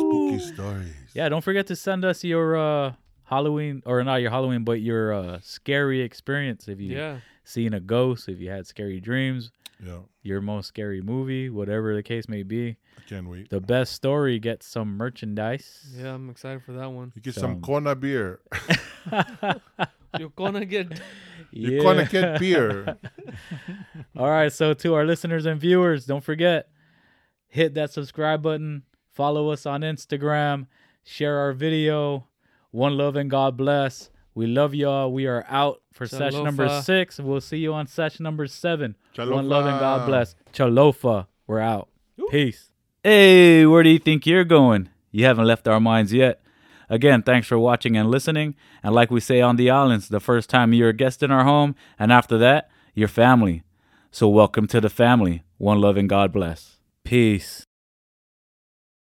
A: Spooky
B: Ooh.
A: stories.
B: yeah don't forget to send us your uh halloween or not your halloween but your uh scary experience if you
C: Yeah,
B: seen a ghost if you had scary dreams
A: Yeah.
B: your most scary movie whatever the case may be
A: I can't wait.
B: the best story gets some merchandise
C: yeah, I'm excited for that one.
A: You get
B: Um,
A: some Kona beer.
C: You're gonna get
A: You're gonna get beer.
B: All right, so to our listeners and viewers, don't forget hit that subscribe button, follow us on Instagram, share our video. One love and God bless. We love y'all. We are out for session number
C: Chalofa.
B: six. We'll see you on session number seven. One
A: Chalofa.
B: love and God bless. Chalofa. We're out.
C: Ooh.
B: Peace. Hey, where do you think you're going? You haven't left our minds yet. Again, thanks for watching and listening. And like we say on the islands, the first time you're a guest in our home, and after that, your family. So welcome to the family. One love and God bless. Peace.